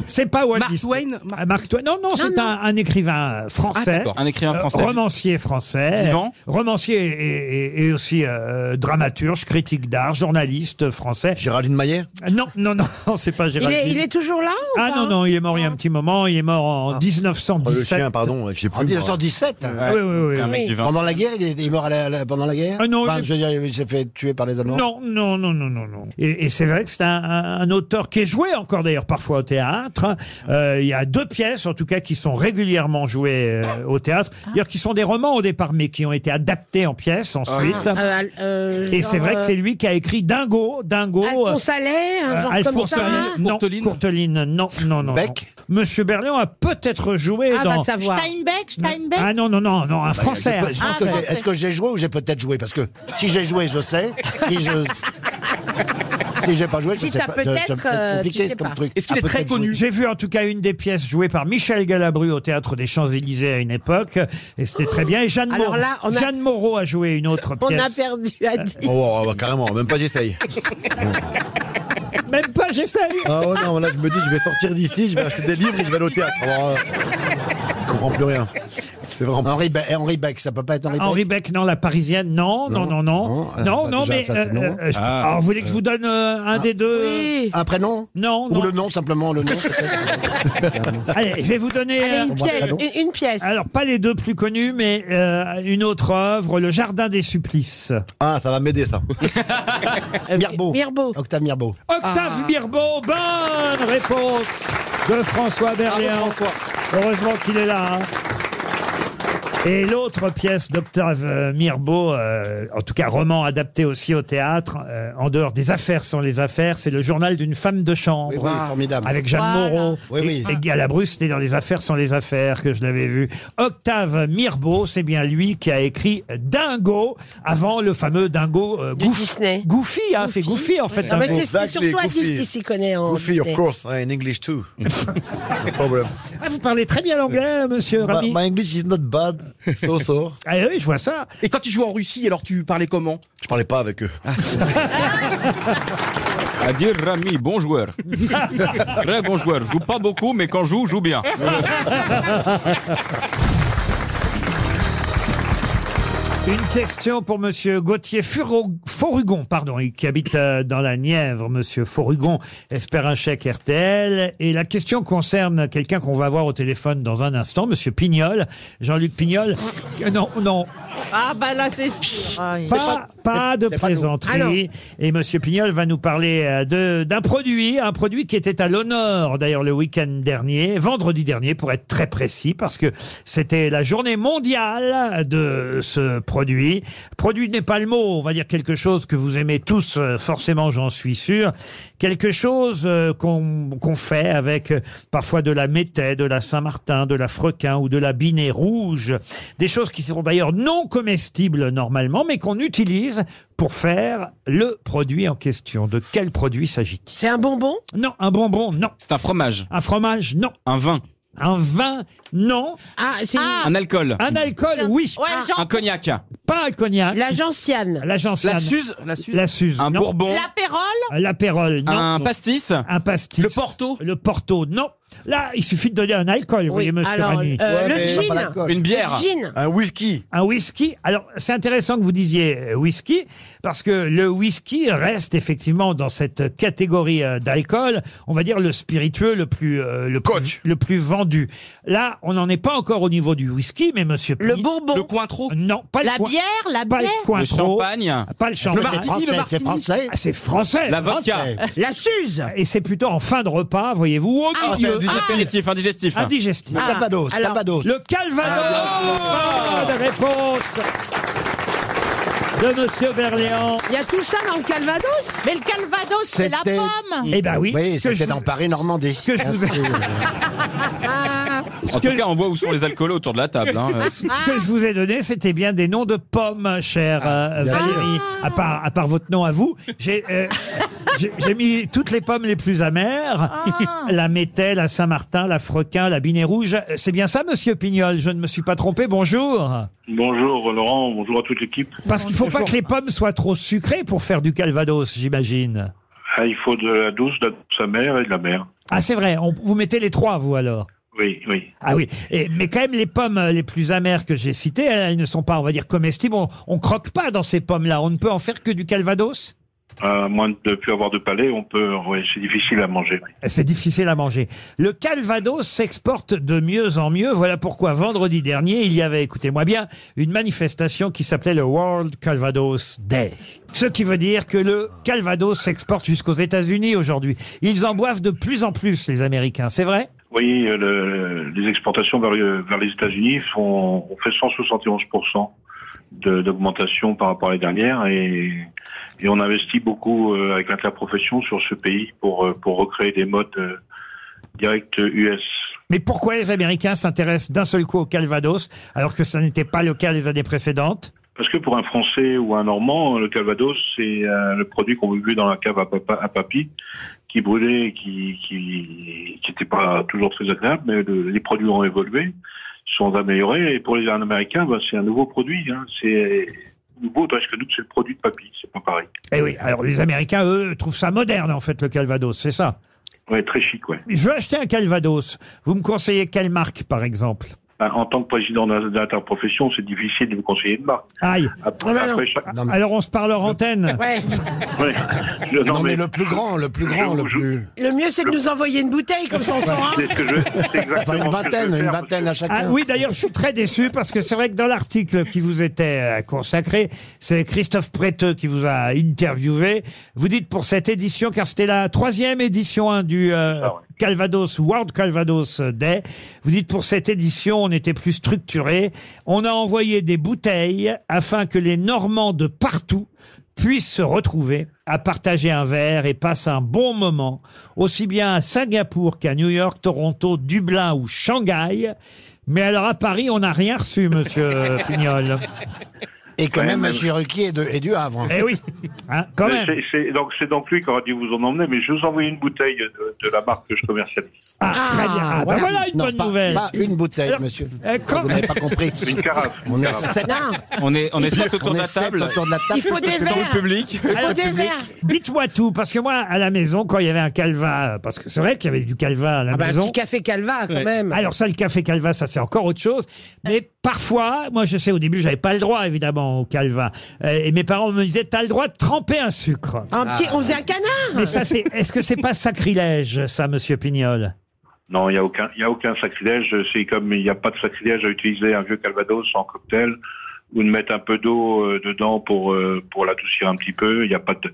Speaker 2: C'est pas Walt
Speaker 3: Mark
Speaker 2: Disney.
Speaker 3: Twain Mark-
Speaker 2: Ah, Mark Twain. Non, non, c'est un, un écrivain euh, français.
Speaker 7: Un écrivain
Speaker 2: Euh,
Speaker 7: français.
Speaker 2: romancier français.
Speaker 7: Vivant.
Speaker 2: Romancier et, et- et aussi euh, dramaturge, critique d'art, journaliste français.
Speaker 5: Géraldine Maillet
Speaker 2: Non, non, non, c'est pas
Speaker 4: Il
Speaker 2: Géraldine.
Speaker 4: est, il est toujours là ou
Speaker 2: Ah
Speaker 4: pas
Speaker 2: non, non, il est mort il y a un petit moment. Il est mort
Speaker 8: Ah.
Speaker 2: en
Speaker 5: Oh, Le
Speaker 2: 1917.
Speaker 5: chien, pardon, j'ai
Speaker 8: En
Speaker 5: plus. moi.
Speaker 8: 1917
Speaker 7: Ouais.
Speaker 2: hein. oui, oui, oui.
Speaker 7: C'est un mec du vin.
Speaker 8: Pendant la guerre, il est, il est mort à la- la- pendant la guerre
Speaker 2: Ah non,
Speaker 8: Enfin,
Speaker 2: il est-
Speaker 8: je veux dire, il s'est fait tuer par les Allemands
Speaker 2: Non, non, non, non, non, non. Et, et c'est vrai que c'est un, un- un auteur qui est joué encore d'ailleurs parfois au théâtre, théâtre. hein. Euh, Il y a deux pièces, en tout cas, qui sont régulièrement jouées euh, au théâtre.
Speaker 4: Ah.
Speaker 2: D'ailleurs, qui sont des romans au départ, mais qui ont été adaptés en pièces ensuite.
Speaker 4: Euh,
Speaker 2: Et c'est vrai que c'est lui qui a écrit Dingo, Dingo. euh,
Speaker 4: Alphonse Allais, un genre comme
Speaker 2: Alphonse
Speaker 4: ça.
Speaker 2: Allais, non, Courteline, non, non, non.
Speaker 8: Beck
Speaker 2: non. Monsieur Berlion a peut-être joué
Speaker 4: Ah,
Speaker 2: dans.
Speaker 4: va savoir.
Speaker 6: Steinbeck, Steinbeck.
Speaker 2: Ah non, non, non, non, un
Speaker 8: Ah bah,
Speaker 2: français.
Speaker 8: je- je pense que j'ai- Est-ce que j'ai joué ou j'ai peut-être joué Parce que si j'ai joué, je sais. Si je. Si j'ai pas joué, je
Speaker 2: Si
Speaker 8: sais
Speaker 2: t'as
Speaker 8: pas. Je- je-
Speaker 2: peut-être, euh,
Speaker 8: C'est
Speaker 2: tu
Speaker 8: compliqué
Speaker 2: sais
Speaker 8: c'est
Speaker 2: pas.
Speaker 8: comme truc.
Speaker 2: Est-ce qu'il
Speaker 8: Ah,
Speaker 2: est très
Speaker 8: peut-être
Speaker 2: connu J'ai vu en tout cas une des pièces jouées par Michel Galabru au théâtre des Champs-Élysées à une époque, et c'était très bien. Et Jeanne,
Speaker 4: Alors
Speaker 2: Moreau,
Speaker 4: là, on a-
Speaker 2: Jeanne Moreau a joué une autre
Speaker 4: On
Speaker 2: pièce.
Speaker 4: a perdu Adi.
Speaker 5: Oh, oh, bah, carrément, même pas j'essaye.
Speaker 2: Même pas j'essaye.
Speaker 5: Ah ouais, non, là je me dis, je vais sortir d'ici, je vais acheter des livres et je vais aller au théâtre. Alors, euh, je comprends plus rien. C'est vraiment.
Speaker 8: Henri, Be- eh, Henri Beck, ça peut pas être Henri Beck.
Speaker 2: Henri Beck, non, la parisienne, non, non, non, non.
Speaker 8: alors,
Speaker 2: Non, non,
Speaker 8: bah, déjà,
Speaker 2: mais.
Speaker 8: ça, c'est
Speaker 2: euh,
Speaker 8: non.
Speaker 2: euh, je-
Speaker 8: Ah.
Speaker 2: alors, vous voulez que je vous donne euh, un des deux
Speaker 8: Un prénom
Speaker 2: Non,
Speaker 8: Ou le nom, simplement le nom.
Speaker 2: Allez, je vais vous donner.
Speaker 8: Allez,
Speaker 2: euh,
Speaker 8: une pièce, une-
Speaker 2: Alors, pas les deux plus connus, mais euh, une autre œuvre, Le Jardin des Supplices.
Speaker 5: Ah, ça va m'aider ça.
Speaker 8: Mirbeau. Octave Mirbeau.
Speaker 2: Octave Mirbeau, bonne réponse de François Berléand. Heureusement qu'il est là. hein. Et l'autre pièce d'Octave euh, Mirbeau, euh, en tout cas roman adapté aussi au théâtre, euh, en dehors des affaires sans les affaires, c'est le journal d'une femme de chambre.
Speaker 8: Oui, oui, formidable.
Speaker 2: Avec Jeanne
Speaker 8: Voilà.
Speaker 2: Moreau
Speaker 8: Oui,
Speaker 2: et-
Speaker 8: oui.
Speaker 2: et, Galabru, c'était dans les affaires sans les affaires que je l'avais vu. Octave Mirbeau, c'est bien lui qui a écrit Dingo, avant le fameux Dingo euh, Goofy. Goofy, hein, c'est Goofy en fait.
Speaker 4: Ah, mais
Speaker 2: Dingo.
Speaker 4: c'est- c'est surtout Adil qui s'y connaît en.
Speaker 5: Goofy, of
Speaker 4: Disney.
Speaker 5: course, hein, in English too. No problem.
Speaker 2: Ah, vous parlez très bien l'anglais, hein, monsieur
Speaker 5: My,
Speaker 2: Rami.
Speaker 5: Bah, my English is not bad, so so.
Speaker 2: Ah oui, je vois ça.
Speaker 3: Et quand tu joues en Russie, alors tu parlais comment
Speaker 5: Je parlais pas avec eux.
Speaker 7: Adil Rami, bon joueur. Très bon joueur. Joue pas beaucoup, mais quand joue, joue bien.
Speaker 2: Une question pour Monsieur Gauthier Furo- Forugon, pardon, et qui habite euh, dans la Nièvre. Monsieur Forugon espère un chèque RTL. Et la question concerne quelqu'un qu'on va avoir au téléphone dans un instant, Monsieur Pignol, Jean-Luc Pignol. Euh, Non, non,
Speaker 6: Ah bah là c'est sûr.
Speaker 2: pas, pas de
Speaker 6: Ah non.
Speaker 2: plaisanterie. et Monsieur Pignol va nous parler euh, de- d'un produit, un produit qui était à l'honneur d'ailleurs le week-end dernier, vendredi dernier pour être très précis, parce que c'était la journée mondiale de ce produit. Produit n'est pas le mot, on va dire quelque chose que vous aimez tous, euh, forcément j'en suis sûr. Quelque chose euh, qu'on qu'on fait avec euh, parfois de la métaie, de la Saint-Martin, de la frequin ou de la binet rouge. Des choses qui sont d'ailleurs non comestibles normalement, mais qu'on utilise pour faire le produit en question. De quel produit s'agit-il
Speaker 4: C'est un bonbon
Speaker 2: Non, un bonbon, non.
Speaker 7: C'est un fromage.
Speaker 2: Un fromage, non.
Speaker 7: Un vin.
Speaker 2: Un vin, non.
Speaker 4: Ah, c'est
Speaker 7: Un alcool.
Speaker 2: Un alcool, oui.
Speaker 7: Un cognac.
Speaker 2: Pas un Ah, cognac.
Speaker 4: la gentiane.
Speaker 2: La gentiane.
Speaker 7: La Suze, la Suze. Un
Speaker 2: non.
Speaker 7: bourbon.
Speaker 6: L'apérole
Speaker 2: L'apérole, Euh, non.
Speaker 7: Un pastis.
Speaker 2: Un pastis. Le porto. Le porto, non. Là, il suffit de donner un alcool, vous voyez, monsieur
Speaker 4: alors,
Speaker 2: Rani.
Speaker 4: euh,
Speaker 5: Ouais, mais
Speaker 4: le
Speaker 5: pas
Speaker 4: gin.
Speaker 5: l'alcool.
Speaker 7: Une bière.
Speaker 4: Le gin.
Speaker 5: Un whisky.
Speaker 2: Un whisky. Alors, c'est intéressant que vous disiez euh, whisky, parce que le whisky reste effectivement dans cette catégorie euh, d'alcool, on va dire le spiritueux le plus, euh, le, plus le plus vendu. Là, on n'en est pas encore au niveau du whisky, mais monsieur.
Speaker 4: Le
Speaker 2: Pigny-
Speaker 4: bourbon.
Speaker 7: Le cointreau.
Speaker 2: Non, pas
Speaker 6: La
Speaker 2: le coin-
Speaker 6: bière, la
Speaker 2: Pas
Speaker 6: bière.
Speaker 2: le
Speaker 7: Le
Speaker 2: cointreau.
Speaker 7: champagne.
Speaker 2: Pas le champagne.
Speaker 8: C'est français, C'est français.
Speaker 2: Ah, c'est français.
Speaker 7: La vodka.
Speaker 8: Français.
Speaker 4: La Suze.
Speaker 2: Et c'est plutôt en fin de repas, voyez-vous, ou au
Speaker 8: Ah,
Speaker 7: Un
Speaker 2: milieu.
Speaker 7: Digestif, Ah, indigestif. Ah,
Speaker 2: Indigestif.
Speaker 4: Ah,
Speaker 8: Calvados,
Speaker 4: alors-
Speaker 8: Calvados. Ah,
Speaker 2: Le Calvados Bonne réponse de Monsieur Berléand.
Speaker 4: Il y a tout ça dans le Calvados
Speaker 6: Mais le Calvados, c'est la
Speaker 8: C'était-
Speaker 6: pomme.
Speaker 2: Eh ben oui,
Speaker 8: Oui,
Speaker 2: ce que je
Speaker 8: c'était
Speaker 2: vous-
Speaker 8: dans Paris-Normandie.
Speaker 2: que je vous ai-
Speaker 7: En tout cas, on voit où sont les alcoolos autour de la table. hein. Euh,
Speaker 2: ce que je vous ai donné, c'était bien des noms de pommes, chère euh,
Speaker 8: bien
Speaker 2: Valérie. À part, à part votre nom à vous, j'ai euh, j'ai- j'ai mis toutes les pommes les plus amères. La Mételle, la Saint-Martin, la Frequin, la Binet Rouge. C'est bien ça, Monsieur Pignol Je ne me suis pas trompé, bonjour.
Speaker 14: Bonjour Laurent, bonjour à toute l'équipe.
Speaker 2: Parce qu'il ne faut pas que les pommes soient trop sucrées pour faire du calvados, j'imagine.
Speaker 14: Ah, il faut de la douce, de sa mère et de la mère.
Speaker 2: Ah, c'est vrai, on- vous mettez les trois, vous alors
Speaker 14: Oui, oui.
Speaker 2: Ah oui, Et- mais quand même les pommes euh, les plus amères que j'ai hein, citées, elles, elles ne sont pas, on va dire, comestibles. On, on croque pas dans ces pommes-là. On ne peut en faire que du calvados.
Speaker 12: à moins de ne plus avoir de palais, on peut. Oui, c'est difficile à manger. oui.
Speaker 2: Eh, C'est difficile à manger. Le Calvados s'exporte de mieux en mieux. Voilà pourquoi vendredi dernier, il y avait, écoutez-moi bien, une manifestation qui s'appelait le World Calvados Day. Ce qui veut dire que le Calvados s'exporte jusqu'aux États-Unis aujourd'hui. Ils en boivent de plus en plus, les Américains, c'est vrai
Speaker 12: Oui, euh, le- les exportations vers, le- vers les États-Unis font on fait 171 de- d'augmentation par rapport à l'année dernière et, et on investit beaucoup euh, avec l'interprofession sur ce pays pour, euh, pour recréer des modes euh, directs US.
Speaker 2: Mais pourquoi les Américains s'intéressent d'un seul coup au Calvados alors que ça n'était pas le cas les années précédentes
Speaker 12: Parce que pour un Français ou un Normand, le Calvados, c'est euh, le produit qu'on buvait dans la cave à, papa, à papy, qui brûlait, qui qui qui était pas toujours très agréable, mais le- les produits ont évolué, sont améliorés, et pour les Américains, bah, c'est un nouveau produit. Hein, c'est nouveau, parce que nous, c'est le produit de papy, c'est pas pareil.
Speaker 2: Eh oui, alors les Américains, eux, trouvent ça moderne en fait, le Calvados, c'est ça
Speaker 12: Ouais, très chic, ouais.
Speaker 2: Je veux acheter un Calvados. Vous me conseillez quelle marque, par exemple
Speaker 12: Bah, En tant que président d'un- d'interprofession, c'est difficile de vous conseiller de marque.
Speaker 2: Aïe
Speaker 12: Après-
Speaker 8: Ah,
Speaker 12: après chaque-
Speaker 2: Alors on se parle en antenne
Speaker 12: Ouais. Je-
Speaker 8: Non, mais le plus grand, le plus grand, le plus.
Speaker 4: Le mieux, c'est de nous envoyer une bouteille, comme ça on saura.
Speaker 8: Enfin, une vingtaine, une vingtaine à chacun.
Speaker 2: Ah oui, d'ailleurs, je suis très déçu parce que c'est vrai que dans l'article qui vous était euh, consacré, c'est Christophe Préteux qui vous a interviewé. Vous dites pour cette édition, car c'était la troisième édition hein, du euh, Calvados, World Calvados euh, Day. Vous dites pour cette édition, on était plus structuré. On a envoyé des bouteilles afin que les Normands de partout puissent se retrouver à partager un verre et passent un bon moment, aussi bien à Singapour qu'à New York, Toronto, Dublin ou Shanghai. Mais alors à Paris, on n'a rien reçu, monsieur Pignol.
Speaker 8: Et quand même, Monsieur Ruquier est, de- est du Havre.
Speaker 2: Eh oui, Hein, quand
Speaker 12: Mais
Speaker 2: même.
Speaker 12: c'est- c'est- donc c'est donc lui qui aura dû vous en emmener, mais je vous envoie une bouteille de, de la marque que je commercialise.
Speaker 2: Ah, très bien. Ah, bah voilà une
Speaker 8: Non,
Speaker 2: bonne
Speaker 8: pas-
Speaker 2: nouvelle. euh,
Speaker 8: Pas une bouteille, monsieur. Ah, Vous n'avez pas compris.
Speaker 12: Une carafe.
Speaker 8: On est
Speaker 12: Carafe.
Speaker 8: sept.
Speaker 7: On est, on est sept autour
Speaker 8: On
Speaker 7: de
Speaker 8: est
Speaker 7: la
Speaker 8: sept
Speaker 7: table.
Speaker 8: autour de la table.
Speaker 4: Il faut des
Speaker 7: Dans
Speaker 4: verres.
Speaker 7: le public.
Speaker 4: Il faut des verres.
Speaker 2: Dites-moi tout, parce que moi, à la maison, quand il y avait un calva, parce que c'est vrai qu'il y avait du calva à la
Speaker 4: Ah bah, un
Speaker 2: maison.
Speaker 4: petit café calva, quand
Speaker 2: Ouais.
Speaker 4: même.
Speaker 2: Alors ça, le café calva, ça c'est encore autre chose. Mais parfois, moi je sais, au début, j'avais pas le droit évidemment au calva. Euh, et mes parents me disaient, t'as le droit de tremper un sucre.
Speaker 4: Un petit- on faisait un canard.
Speaker 2: Mais ça, c'est. Est-ce que c'est pas sacrilège, ça, Monsieur Pignol
Speaker 12: Non, il n'y a aucun, il y a aucun sacrilège. C'est comme il n'y a pas de sacrilège à utiliser un vieux calvados en cocktail ou de mettre un peu d'eau euh, dedans pour euh, pour l'adoucir un petit peu. Il y a pas de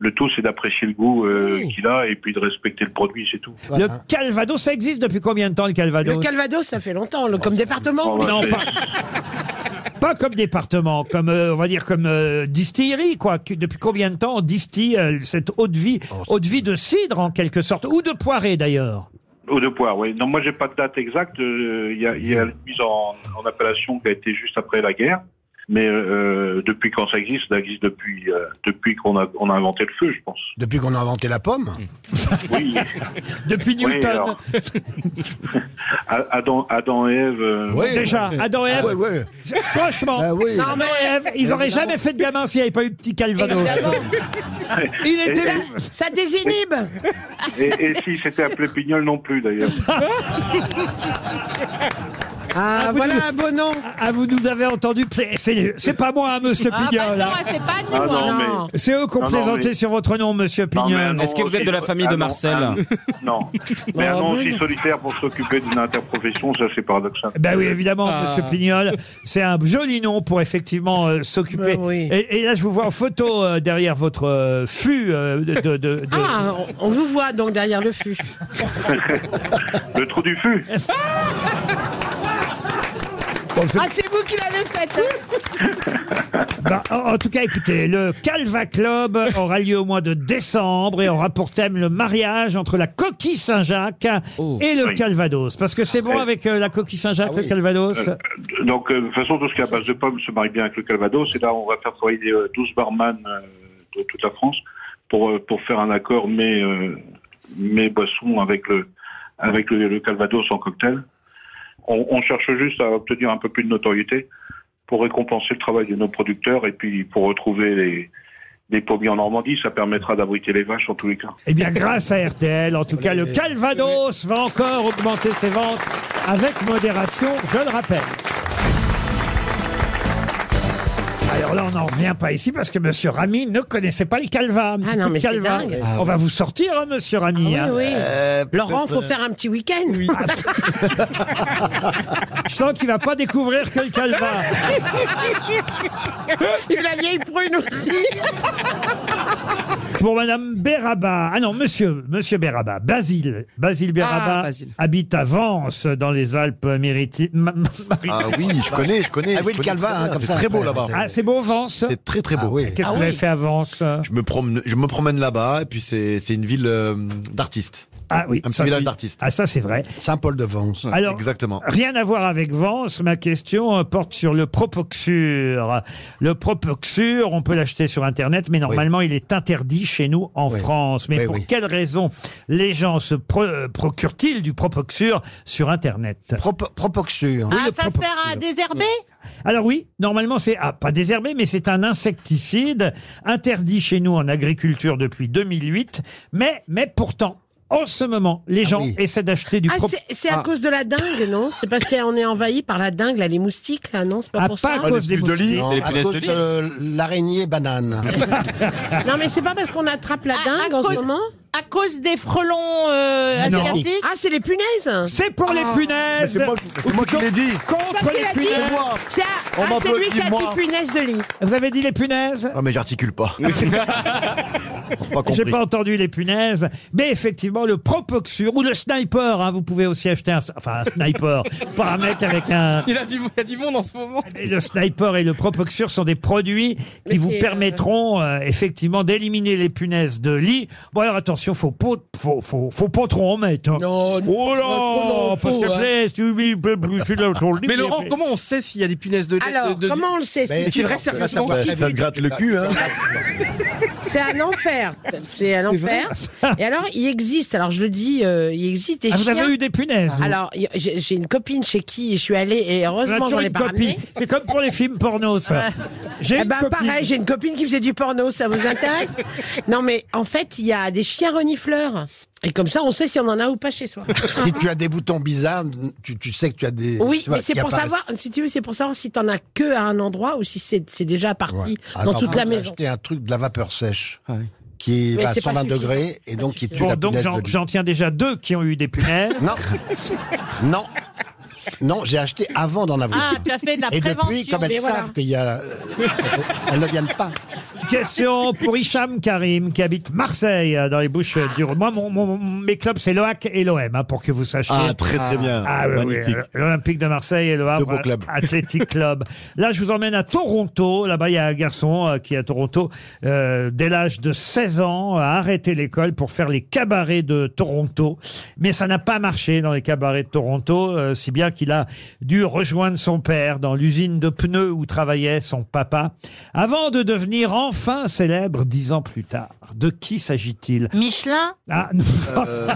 Speaker 12: le tout, c'est d'apprécier le goût euh, qu'il a et puis de respecter le produit, c'est tout.
Speaker 2: Le Calvados, ça existe depuis combien de temps le Calvados
Speaker 4: Le Calvados, ça fait longtemps, le- comme département.
Speaker 2: Non, pas, pas comme département, comme euh, on va dire comme euh, distillerie quoi. Que- Depuis combien de temps on distille euh, cette eau de vie,
Speaker 8: Oh,
Speaker 2: eau de vie de cidre en quelque sorte ou de poirée d'ailleurs.
Speaker 12: Eau de poire, oui. Non, moi, j'ai pas de date exacte. Euh, Il y, a, il y a une mise en, en appellation qui a été juste après la guerre. Mais euh, depuis quand ça existe Ça existe depuis, euh, depuis qu'on a, on a inventé le feu, je pense.
Speaker 8: Depuis qu'on a inventé la pomme.
Speaker 12: Oui.
Speaker 2: Depuis
Speaker 12: Newton. Adam, Adam et Ève. euh,
Speaker 2: Déjà, Adam et Ève.
Speaker 8: Ah, ouais, ouais.
Speaker 2: Franchement,
Speaker 8: Ah oui.
Speaker 2: Adam et Ève, ils n'auraient jamais fait de gamin s'il n'y avait pas eu de petit Calvados. Il était-
Speaker 4: Ça, ça désinhibe.
Speaker 12: Et, et si c'était appelé Pignol non plus, d'ailleurs.
Speaker 4: Ah, voilà un beau nom.
Speaker 2: Ah, vous nous avez entendu. pla- C'est c'est pas moi, hein, monsieur
Speaker 6: Ah, bah
Speaker 2: Pignol.
Speaker 6: non,
Speaker 2: hein.
Speaker 6: c'est pas nous.
Speaker 12: Ah, non,
Speaker 6: hein.
Speaker 12: mais-
Speaker 2: C'est eux qui ont
Speaker 12: Non, non,
Speaker 2: plaisanté
Speaker 12: mais-
Speaker 2: sur votre nom, monsieur
Speaker 12: non,
Speaker 2: Pignol.
Speaker 12: aussi- ah, non, un- Non. Mais
Speaker 2: Ah,
Speaker 12: un nom aussi solitaire pour s'occuper d'une interprofession, ça, c'est paradoxal.
Speaker 2: Ben oui, évidemment,
Speaker 12: Ah.
Speaker 2: Monsieur Pignol. C'est un joli nom pour effectivement euh,
Speaker 4: Ben
Speaker 2: s'occuper. et, et là, je vous vois en photo euh, derrière votre euh, fût euh, de, de- de- de-
Speaker 4: Ah, on on vous voit donc derrière le fût.
Speaker 12: Le trou du fût.
Speaker 2: Bon, je-
Speaker 4: Ah, c'est vous qui l'avez hein. faite.
Speaker 2: Bah, en, en tout cas, écoutez, le Calva Club aura lieu au mois de décembre et aura pour thème le mariage entre la coquille Saint-Jacques et le
Speaker 12: Oui. Ah
Speaker 2: Calvados. Parce que c'est bon avec euh, la coquille Saint-Jacques, le Calvados
Speaker 12: Euh, donc, euh, de toute façon, tout ce qui est à base de pommes se marie bien avec le Calvados. Et là, on va faire travailler euh, 12 barman euh, de toute la France pour, euh, pour faire un accord mes, euh, mes boissons avec le, avec le, le Calvados en cocktail. On, on cherche juste à obtenir un peu plus de notoriété pour récompenser le travail de nos producteurs et puis pour retrouver les, les pommiers en Normandie. Ça permettra d'abriter les vaches en tous les cas.
Speaker 2: Eh bien, grâce à RTL, en tout cas, le Calvados va encore augmenter ses ventes avec modération, je le rappelle. Alors là, on n'en revient pas ici parce que Monsieur Rami ne connaissait pas le calva. Un petit
Speaker 4: Ah Euh, non,
Speaker 2: peu de
Speaker 4: mais c'est
Speaker 2: calva.
Speaker 4: dingue. Ah
Speaker 2: On va vous sortir, hein, Monsieur Rami. hein.
Speaker 4: Oui, oui. Laurent, faut faire un petit week-end.
Speaker 2: Je sens qu'il va pas découvrir que le calva.
Speaker 4: Il y a eu la vieille prune aussi.
Speaker 2: Pour Madame Beraba, ah non, Monsieur, Monsieur Beraba, Basile, Basile Beraba
Speaker 5: Ah, Basile.
Speaker 2: habite à Vence, dans les Alpes-Méritimes.
Speaker 5: Ah oui, je connais, je connais. je connais très bien, C'est très beau là-bas.
Speaker 2: Ah, c'est beau, Vence
Speaker 5: C'est très très beau.
Speaker 2: Ah Qu'est-ce
Speaker 4: Ah
Speaker 5: Ah
Speaker 2: que vous avez fait euh à Vence
Speaker 5: je me, promène, je me promène là-bas et puis c'est c'est une ville euh, d'artistes.
Speaker 2: Ah oui,
Speaker 5: Un petit
Speaker 2: ça,
Speaker 5: village
Speaker 2: oui.
Speaker 5: d'artistes.
Speaker 2: Ah ça c'est vrai.
Speaker 8: Saint-Paul-de-Vence.
Speaker 2: Alors,
Speaker 5: Exactement.
Speaker 2: Rien à voir avec Vence, ma question euh, porte sur le Propoxur. Le Propoxur, on peut l'acheter sur Internet, mais normalement, il est interdit chez nous en France. Mais
Speaker 8: Oui,
Speaker 2: pour
Speaker 8: oui.
Speaker 2: quelle raison les gens se pro- euh, procurent-ils du Propoxur sur Internet
Speaker 8: Propoxur.
Speaker 6: Ah, ça sert à désherber
Speaker 2: Alors oui, normalement c'est ah, pas désherbé, mais c'est un insecticide interdit chez nous en agriculture depuis 2008. Mais mais pourtant, en ce moment,
Speaker 8: Ah
Speaker 2: les gens essaient d'acheter du
Speaker 4: Ah,
Speaker 2: prop-
Speaker 4: c'est- c'est à
Speaker 2: Ah.
Speaker 4: cause de la dingue, non C'est parce qu'on est envahi par la dingue, là, les moustiques, là, non C'est pas
Speaker 2: Ah,
Speaker 4: pour
Speaker 2: pas
Speaker 4: ça
Speaker 2: à cause des moustiques.
Speaker 8: Non,
Speaker 2: C'est les
Speaker 8: à
Speaker 2: punaises
Speaker 8: cause
Speaker 2: de lit.
Speaker 8: de l'araignée banane.
Speaker 4: Non, mais c'est pas parce qu'on attrape la dingue en ce moment
Speaker 6: À cause des frelons euh,
Speaker 2: Non.
Speaker 6: asiatiques Ah.
Speaker 4: Ah, c'est les punaises
Speaker 2: C'est pour les punaises.
Speaker 5: c'est moi- c'est moi qui l'ai dit.
Speaker 2: Contre
Speaker 4: Parce qu'il a
Speaker 2: les
Speaker 4: dit-
Speaker 2: punaises.
Speaker 4: C'est à-
Speaker 5: On
Speaker 4: ah, c'est
Speaker 5: m'applaudit,
Speaker 4: lui qui a dit
Speaker 5: moi.
Speaker 4: punaise de lit.
Speaker 2: Vous avez dit les punaises
Speaker 5: Ah mais j'articule pas. pas
Speaker 2: J'ai
Speaker 5: compris.
Speaker 2: pas entendu les punaises, mais effectivement le propoxure ou le sniper. hein, vous pouvez aussi acheter un, enfin un sniper, pas un mec avec un.
Speaker 3: Il a du, il a du monde en ce moment.
Speaker 2: Et le sniper et le propoxure sont des produits qui
Speaker 4: Mais
Speaker 2: vous
Speaker 4: c'est, euh,
Speaker 2: permettront euh, effectivement d'éliminer les punaises de lit. Bon alors attention, faut pas, faut, faut, faut pas trop en mettre. hein. oh là, parce
Speaker 4: hein.
Speaker 2: que plaît, tu oublies, bleu, bleu, je suis là autour du
Speaker 3: hein. Mais
Speaker 2: lit,
Speaker 3: Laurent,
Speaker 2: mais-
Speaker 3: comment on sait s'il y a des punaises de
Speaker 4: Alors,
Speaker 3: de- de-
Speaker 4: comment on le sait
Speaker 3: Mais
Speaker 4: C'est
Speaker 3: c'est vrai,
Speaker 4: sûr.
Speaker 5: Ça,
Speaker 3: sérieusement.
Speaker 5: te- ça te gratte le cul, hein
Speaker 4: C'est un enfer. C'est un enfer. Et alors, il existe, alors je le dis, euh, il existe des
Speaker 2: Ah, vous
Speaker 4: chiens.
Speaker 2: avez eu des punaises. vous
Speaker 4: Alors, y- j'ai j'ai une copine chez qui je suis allée et
Speaker 2: On a
Speaker 4: heureusement,
Speaker 2: toujours
Speaker 4: j'en ai
Speaker 2: une
Speaker 4: pas
Speaker 2: copine.
Speaker 4: ramené.
Speaker 2: C'est comme pour les films porno, ça. J'ai
Speaker 4: Eh
Speaker 2: une
Speaker 4: ben
Speaker 2: copine.
Speaker 4: pareil, j'ai une copine qui faisait du porno, ça vous intéresse Non mais en fait, il y a des chiens renifleurs. Et comme ça, on sait si on en a ou pas chez soi.
Speaker 8: si tu as des boutons bizarres, tu, tu sais que tu as des.
Speaker 4: Oui,
Speaker 8: tu vois,
Speaker 4: mais c'est
Speaker 8: qui
Speaker 4: pour
Speaker 8: apparaissent.
Speaker 4: savoir, si tu veux, c'est pour savoir si t'en as que à un endroit ou si c'est c'est déjà parti
Speaker 8: Ouais.
Speaker 4: dans
Speaker 2: Ah,
Speaker 8: Alors,
Speaker 4: toute
Speaker 8: moi,
Speaker 4: la
Speaker 8: j'ai
Speaker 4: maison.
Speaker 8: acheté un truc de la vapeur sèche qui
Speaker 4: Mais
Speaker 8: va à
Speaker 4: c'est pas
Speaker 8: 120
Speaker 4: suffisant.
Speaker 8: degrés et donc qui tue
Speaker 2: Bon,
Speaker 8: la
Speaker 2: donc
Speaker 8: punaise
Speaker 2: j'en-
Speaker 8: de lit.
Speaker 2: j'en tiens déjà deux qui ont eu des punaises.
Speaker 8: Non, non, non, j'ai acheté avant d'en avoir.
Speaker 6: Ah, tu as fait de la
Speaker 8: et
Speaker 6: prévention.
Speaker 8: depuis, comme elles
Speaker 6: mais voilà.
Speaker 8: savent qu'il y a, euh, elles ne viennent pas.
Speaker 2: Question pour Hicham Karim qui habite Marseille euh, dans les Bouches du Rhône. Moi, mon, mon- mes clubs, c'est l'OAC et l'OM, hein, pour que vous sachiez.
Speaker 5: Ah très très bien.
Speaker 2: Ah oui, oui,
Speaker 5: Magnifique.
Speaker 2: euh, l'Olympique de Marseille et le Havre,
Speaker 5: beaux clubs.
Speaker 2: euh, Athletic Club. Là, je vous emmène à Toronto. Là-bas, il y a un garçon euh, qui, à Toronto, euh, dès l'âge de 16 ans, a arrêté l'école pour faire les cabarets de Toronto. Mais ça n'a pas marché dans les cabarets de Toronto, euh, si bien qu'il a dû rejoindre son père dans l'usine de pneus où travaillait son papa, avant de devenir enfin célèbre dix ans plus tard. De qui s'agit-il
Speaker 6: Michelin
Speaker 2: ah, non,
Speaker 5: Euh,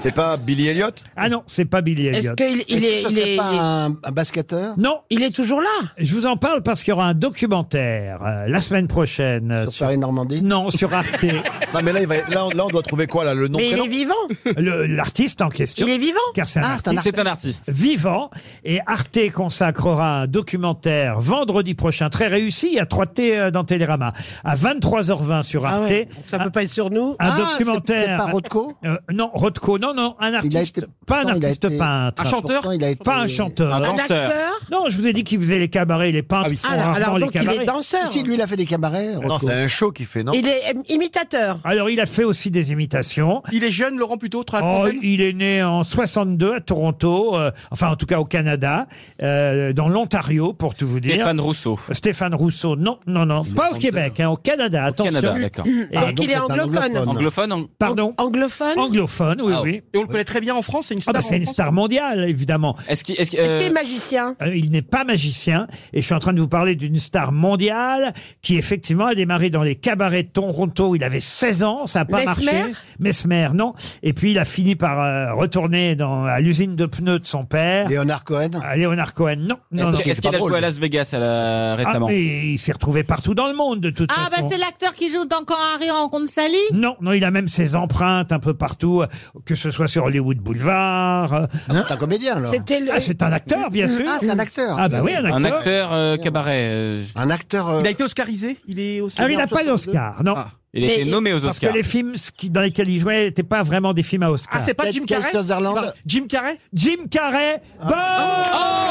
Speaker 5: C'est pas Billy Elliot
Speaker 2: ah non, c'est pas Billy
Speaker 4: Est-ce
Speaker 2: Elliot.
Speaker 4: qu'il il est,
Speaker 8: Est-ce que ce
Speaker 4: il
Speaker 8: serait
Speaker 4: est,
Speaker 8: pas un, un basketteur
Speaker 2: Non,
Speaker 4: il est toujours là
Speaker 2: Je vous en parle parce qu'il y aura un documentaire euh, la semaine prochaine. euh,
Speaker 8: sur
Speaker 2: sur...
Speaker 8: Paris Normandie
Speaker 2: Non, sur Arte.
Speaker 5: Non mais là, il va- là, on- là, on doit trouver quoi là le nom
Speaker 4: Mais il
Speaker 5: prénom
Speaker 4: est vivant
Speaker 2: Le- L'artiste en question.
Speaker 4: Il est vivant
Speaker 2: Car c'est un
Speaker 8: Ah,
Speaker 2: artiste
Speaker 8: c'est un
Speaker 7: C'est un artiste.
Speaker 2: vivant. Et Arte consacrera un documentaire vendredi prochain, très réussi, à 3T euh, dans Télérama. À 23h20 sur Arte.
Speaker 4: Ah ouais, donc ça peut pas être sur nous.
Speaker 2: Un
Speaker 8: Ah, c'est- C'est
Speaker 2: documentaire.
Speaker 8: pas Rothko
Speaker 2: Euh, non, Rothko, non, non, un
Speaker 8: Il a
Speaker 2: artiste.
Speaker 8: été-
Speaker 2: Pas un
Speaker 8: pourtant, il a
Speaker 2: artiste
Speaker 8: été-
Speaker 2: peintre.
Speaker 8: Enfin,
Speaker 3: chanteur
Speaker 8: pourtant, il a été-
Speaker 2: Pas un chanteur.
Speaker 7: Un
Speaker 4: Un
Speaker 7: danseur.
Speaker 4: acteur
Speaker 2: Non, je vous ai dit qu'il faisait les cabarets, les peintres font
Speaker 4: Ah, alors,
Speaker 2: rarement
Speaker 4: alors
Speaker 2: les
Speaker 4: donc il
Speaker 2: cabarets.
Speaker 4: est danseur.
Speaker 8: Si, lui, il a fait des cabarets.
Speaker 5: Non,
Speaker 8: Rothko.
Speaker 5: c'est un show qu'il fait, non
Speaker 4: Il est euh, imitateur.
Speaker 2: Alors, il a fait aussi des imitations.
Speaker 3: Il est jeune, Laurent, plutôt, entre la
Speaker 2: Oh,
Speaker 3: trentaine
Speaker 2: il est né en 62 à Toronto, euh, enfin en tout cas au Canada, euh, dans l'Ontario pour tout vous dire.
Speaker 7: Stéphane Rousseau.
Speaker 2: Stéphane Rousseau, non, non, non, pas au Québec, hein, au Canada,
Speaker 7: Au
Speaker 2: attention.
Speaker 7: Canada, d'accord.
Speaker 4: Donc,
Speaker 8: donc
Speaker 4: il est
Speaker 8: c'est un
Speaker 4: anglophone.
Speaker 8: anglophone.
Speaker 7: Anglophone. ang-
Speaker 2: Pardon,
Speaker 4: Anglophone
Speaker 2: anglophone, oui,
Speaker 7: Ah,
Speaker 2: oui.
Speaker 3: Et on le connaît très bien en France, c'est une
Speaker 2: Ah
Speaker 3: star.
Speaker 2: bah c'est
Speaker 3: en
Speaker 2: une
Speaker 3: France. hein.
Speaker 2: star mondiale, évidemment.
Speaker 7: Est-ce qu'il. Est
Speaker 4: Est-ce qu'il est magicien
Speaker 2: Euh, Il n'est pas magicien et je suis en train de vous parler d'une star mondiale qui effectivement a démarré dans les cabarets de Toronto. Il avait 16 ans, ça n'a pas
Speaker 4: Mesmer
Speaker 2: marché. Mesmer, non. Et puis il a fini par euh, retourner dans, à l'usine de pneus de son père.
Speaker 8: Léonard Cohen.
Speaker 2: Ah, Léonard Cohen, non. non, non.
Speaker 7: est-ce qu'il a joué à Las Vegas à la-
Speaker 2: Ah,
Speaker 7: récemment
Speaker 2: mais il s'est retrouvé partout dans le monde, de toute
Speaker 6: Ah, bah
Speaker 2: façon.
Speaker 6: c'est l'acteur qui joue dans Quand Harry rencontre Sally
Speaker 2: non, non, il a même ses empreintes un peu partout, euh, que ce soit sur Hollywood Boulevard. euh.
Speaker 8: Ah, c'est un comédien, alors.
Speaker 4: C'était le.
Speaker 2: Ah, c'est un acteur, bien sûr.
Speaker 8: Ah, c'est un un acteur.
Speaker 2: Ah bah oui, un acteur.
Speaker 7: Un acteur euh, cabaret. euh,
Speaker 8: Un acteur.
Speaker 3: Il a été oscarisé Il est aussi.
Speaker 2: Ah, il n'a pas d'Oscar, non.
Speaker 7: Il a été
Speaker 2: Mais-
Speaker 7: nommé aux
Speaker 2: Parce
Speaker 7: Oscars.
Speaker 2: que les films qui- dans lesquels il jouait n'étaient pas vraiment des films à Oscar.
Speaker 3: Ah, c'est pas Jim Carrey Pardon, Jim Carrey
Speaker 2: Jim Carrey Bonne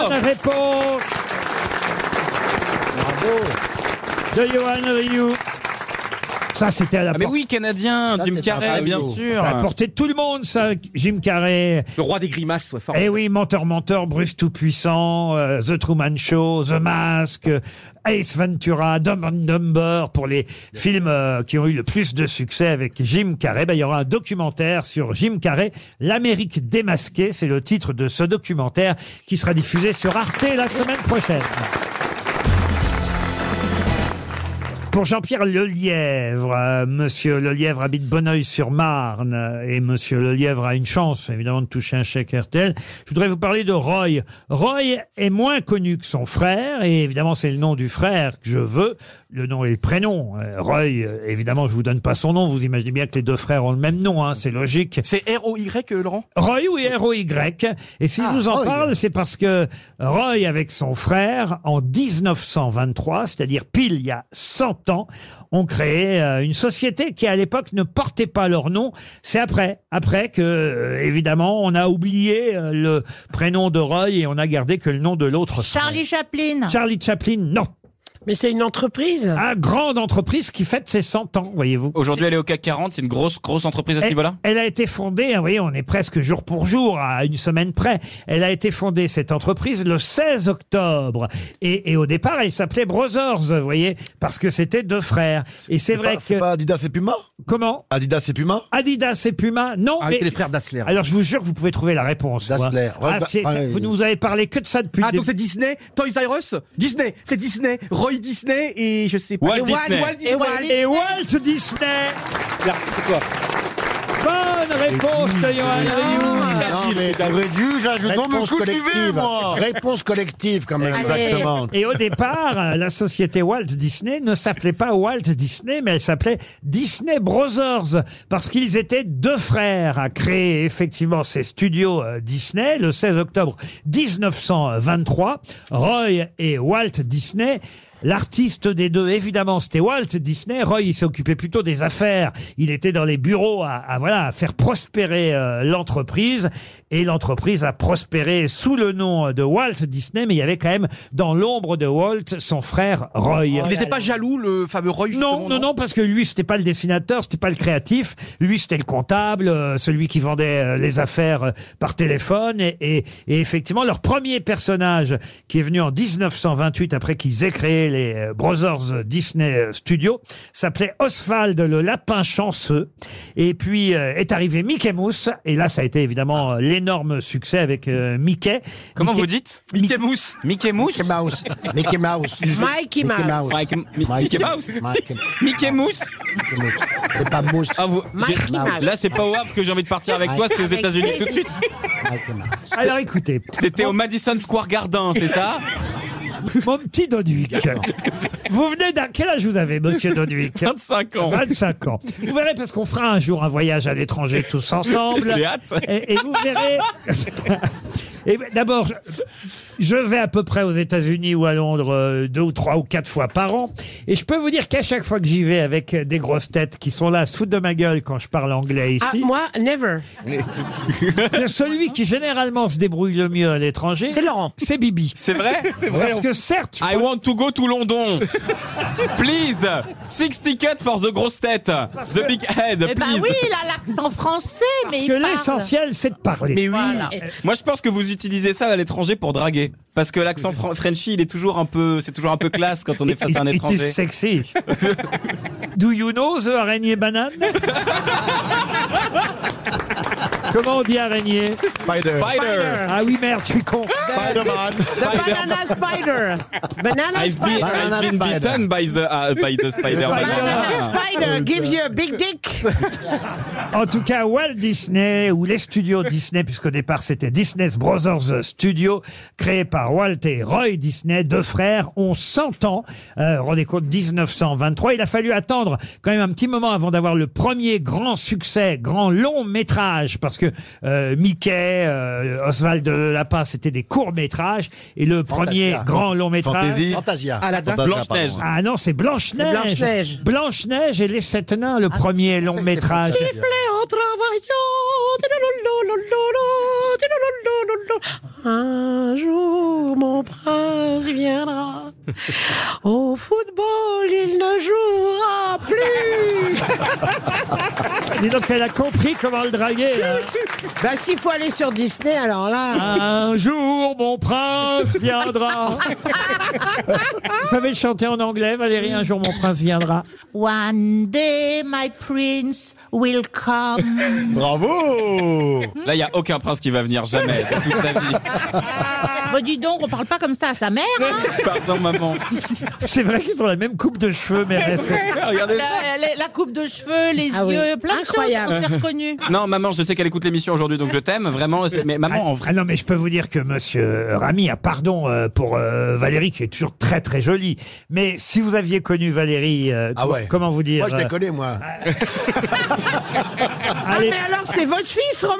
Speaker 7: Oh
Speaker 2: réponse de Johan Ryu. Ça, c'était à la
Speaker 7: Ah, mais
Speaker 2: portée-
Speaker 7: oui, canadien, Jim Carrey, bien sûr.
Speaker 2: À la portée de tout le monde, ça, Jim Carrey.
Speaker 3: Le roi des grimaces, ouais, fort.
Speaker 2: Eh oui, Menteur Menteur, Bruce Tout-Puissant, euh, The Truman Show, The Mask, euh, Ace Ventura, Dumb and Dumber, pour les films euh, qui ont eu le plus de succès avec Jim Carrey. Ben, il y aura un documentaire sur Jim Carrey, L'Amérique démasquée, c'est le titre de ce documentaire qui sera diffusé sur Arte la semaine prochaine. Pour Jean-Pierre Lelièvre, euh, Monsieur Lelièvre habite Bonneuil-sur-Marne euh, et Monsieur Lelièvre a une chance évidemment de toucher un chèque RTL. Je voudrais vous parler de Roy. Roy est moins connu que son frère et évidemment c'est le nom du frère que je veux, le nom et le prénom. Euh, Roy, euh, évidemment je vous donne pas son nom, vous imaginez bien que les deux frères ont le même nom, hein, c'est logique.
Speaker 3: C'est R-O-Y, euh, Laurent
Speaker 2: Roy ou R-O-Y. Et
Speaker 4: Ah,
Speaker 2: si je vous en parle, c'est parce que Roy, avec son frère, en 1923, c'est-à-dire pile il y a 100 ans, ont créé euh, une société qui, à l'époque, ne portait pas leur nom. C'est après, après que, euh, évidemment, on a oublié euh, le prénom de Roy et on a gardé que le nom de l'autre.
Speaker 6: Charlie Chaplin.
Speaker 2: Charlie Chaplin, non.
Speaker 4: Mais c'est une entreprise
Speaker 2: Ah, grande entreprise qui fête ses 100 ans, voyez-vous.
Speaker 7: Aujourd'hui, elle est au CAC 40, c'est une grosse, grosse entreprise à ce
Speaker 2: Elle-
Speaker 7: niveau-là
Speaker 2: Elle a été fondée, hein, vous voyez, on est presque jour pour jour, à une semaine près. Elle a été fondée, cette entreprise, le 16 octobre. Et, et au départ, elle s'appelait Brothers, vous voyez, parce que c'était deux frères. Et c'est vrai
Speaker 5: pas-
Speaker 2: que...
Speaker 5: C'est pas Adidas et Puma
Speaker 2: Comment
Speaker 5: Adidas et Puma
Speaker 2: Adidas et Puma, non.
Speaker 3: Ah,
Speaker 2: mais-
Speaker 3: c'est les frères Dassler.
Speaker 2: Alors je vous jure que vous pouvez trouver la réponse.
Speaker 8: Dassler.
Speaker 2: quoi.
Speaker 5: bah,
Speaker 7: bah,
Speaker 2: Ah, c'est-
Speaker 8: Ah,
Speaker 2: ça-
Speaker 8: oui.
Speaker 2: vous nous avez parlé que de ça depuis
Speaker 3: Ah,
Speaker 2: le
Speaker 3: donc
Speaker 2: début.
Speaker 3: c'est Disney Toys R Us Disney, c'est Disney. Roy Disney et je sais pas.
Speaker 7: Walt
Speaker 3: et
Speaker 7: Disney.
Speaker 3: Walt Disney.
Speaker 2: Et Walt, et Walt Disney
Speaker 7: Merci pour toi.
Speaker 2: Bonne réponse de Johan Rioux
Speaker 8: Non, mais
Speaker 5: J'aurais dû, j'ajoute
Speaker 8: réponse collective. Réponse collective, quand même.
Speaker 5: Exactement.
Speaker 2: Et au départ, euh, la société Walt Disney ne s'appelait pas Walt Disney, mais elle s'appelait Disney Brothers, parce qu'ils étaient deux frères à créer effectivement ces studios euh, Disney le 16 octobre 1923, Roy et Walt Disney. L'artiste des deux, évidemment, c'était Walt Disney. Roy, il s'occupait plutôt des affaires. Il était dans les bureaux à, à, voilà, à faire prospérer euh, l'entreprise. Et l'entreprise a prospéré sous le nom de Walt Disney, mais il y avait quand même dans l'ombre de Walt son frère Roy.
Speaker 3: Il n'était pas jaloux, le fameux Roy
Speaker 2: Non,
Speaker 3: justement,
Speaker 2: non, non, parce que lui, c'était pas le dessinateur, c'était pas le créatif. Lui, c'était le comptable, euh, celui qui vendait euh, les affaires euh, par téléphone. Et, et- et effectivement, leur premier personnage, qui est venu en 1928 après qu'ils aient créé les euh, Brothers Disney euh, Studios, s'appelait Oswald le lapin chanceux. Et puis euh, est arrivé Mickey Mouse. Et là, ça a été évidemment euh, l'énorme succès avec euh, Mickey.
Speaker 7: Comment
Speaker 2: Mickey-
Speaker 7: vous dites
Speaker 3: Mickey Mouse.
Speaker 7: Mickey Mouse
Speaker 8: Mickey Mouse. Mickey Mouse.
Speaker 4: Mikey Mouse.
Speaker 7: Mike- Mi- Mickey
Speaker 2: Ah,
Speaker 7: Mouse
Speaker 8: Mickey
Speaker 7: Mickey Mouse
Speaker 8: Mickey Mouse. C'est pas Mouse.
Speaker 7: Ah, vous-
Speaker 4: Mikey
Speaker 7: j'ai-
Speaker 4: Mouse.
Speaker 7: Là, c'est pas au Havre que j'ai envie de partir avec toi, c'est aux
Speaker 4: Avec
Speaker 7: États-Unis tout de
Speaker 4: plaisir.
Speaker 7: suite.
Speaker 8: Mickey Mouse.
Speaker 2: Alors écoutez,
Speaker 7: T'étais au Madison Square Garden, c'est ça
Speaker 2: mon petit Doduc, vous venez d'un... Quel âge vous avez, monsieur Doduc
Speaker 7: 25 ans.
Speaker 2: 25 ans. Vous verrez parce qu'on fera un jour un voyage à l'étranger tous ensemble.
Speaker 7: J'ai hâte.
Speaker 2: Et, et vous verrez.
Speaker 6: Ah,
Speaker 2: Et d'abord, je- je vais à peu près aux États-Unis ou à Londres euh, deux ou trois ou quatre fois par an. Et je peux vous dire qu'à chaque fois que j'y vais avec des grosses têtes qui sont là, à se foutent de ma gueule quand je parle anglais
Speaker 4: Ah,
Speaker 2: ici,
Speaker 4: moi, never.
Speaker 2: que celui qui généralement se débrouille le mieux à l'étranger,
Speaker 4: C'est Laurent.
Speaker 2: c'est Bibi.
Speaker 7: C'est vrai
Speaker 2: Parce que certes,
Speaker 7: I want to go to London. Please, six tickets for the grosse tête. The big head,
Speaker 6: Eh ben
Speaker 7: please.
Speaker 6: oui, il a l'accent français, mais
Speaker 2: parce
Speaker 6: il
Speaker 2: que
Speaker 6: parle.
Speaker 2: l'essentiel, c'est de parler.
Speaker 7: Mais oui.
Speaker 6: Voilà.
Speaker 7: Moi, je pense que vous utilisez ça à l'étranger pour draguer. Parce que l'accent fran- Frenchy, il est toujours un peu, c'est toujours un peu classe quand on est face à un
Speaker 2: It- it is
Speaker 7: étranger.
Speaker 2: sexy. Do you know the araignée banane? Comment on dit araignée
Speaker 5: Spider.
Speaker 7: Spider,
Speaker 2: Ah oui, merde, je suis con.
Speaker 5: Spider-Man.
Speaker 4: The
Speaker 7: Spider.
Speaker 2: Euh.
Speaker 4: banana spider. Banana
Speaker 7: I've been,
Speaker 4: spider.
Speaker 7: I've been
Speaker 8: Spider.
Speaker 7: beaten by the, uh, by the Ah. spider.
Speaker 4: Banana spider gives you a big dick.
Speaker 2: En tout cas, Walt Disney, ou les studios Disney, puisqu'au départ c'était Disney's Brothers Studio, créé par Walt et Roy Disney, deux frères, ont 100 ans. Euh, rendez compte, 1923. Il a fallu attendre quand même un petit moment avant d'avoir le premier grand succès, grand long métrage, parce que euh, Mickey, euh, Oswald Lapin, c'était des courts-métrages. Et le premier
Speaker 8: Fantasia.
Speaker 2: grand long-métrage...
Speaker 8: Fantasy. Ah, Fantasia.
Speaker 2: Aladdin.
Speaker 8: Fantasia, Blanche-Neige. pardon.
Speaker 2: Ah non, c'est Blanche-Neige.
Speaker 8: Blanche-Neige.
Speaker 2: Blanche-Neige et les sept nains,
Speaker 9: Ah,
Speaker 2: le premier long-métrage.
Speaker 6: en travaillant. Oh, Un jour, mon prince viendra. Au football, il ne jouera plus.
Speaker 2: Dis donc, elle a compris comment le draguer. hein.
Speaker 4: Bah, s'il faut aller sur Disney, alors
Speaker 6: Ah,
Speaker 4: là.
Speaker 2: Un jour, mon prince viendra. Vous savez le chanter en anglais, Valérie, un jour mon prince viendra.
Speaker 6: One day, my prince will come.
Speaker 7: Bravo Là, il n'y a aucun prince qui va venir jamais de toute sa vie.
Speaker 6: Bon, Bah, dis donc, on parle pas comme ça à sa mère. hein.
Speaker 7: Pardon, maman.
Speaker 2: C'est vrai qu'ils ont la même coupe de cheveux, mais elles sont-
Speaker 6: la, la- la coupe de cheveux, les
Speaker 4: Ah oui.
Speaker 6: yeux, plein
Speaker 4: Incroyable.
Speaker 6: de choses, on s'est reconnus.
Speaker 7: Non, maman, je sais qu'elle écoute l'émission aujourd'hui, donc je t'aime vraiment. c'est- Mais maman, en vrai.
Speaker 2: Ah non, mais je peux vous dire que monsieur Rami, ah, pardon euh, pour euh, Valérie, qui est toujours très très jolie, mais si vous aviez connu Valérie, euh,
Speaker 8: Ah ouais.
Speaker 2: comment vous dire
Speaker 8: Moi, je
Speaker 2: euh,
Speaker 8: la connais, moi.
Speaker 4: Ah, mais alors, c'est votre fils, Roman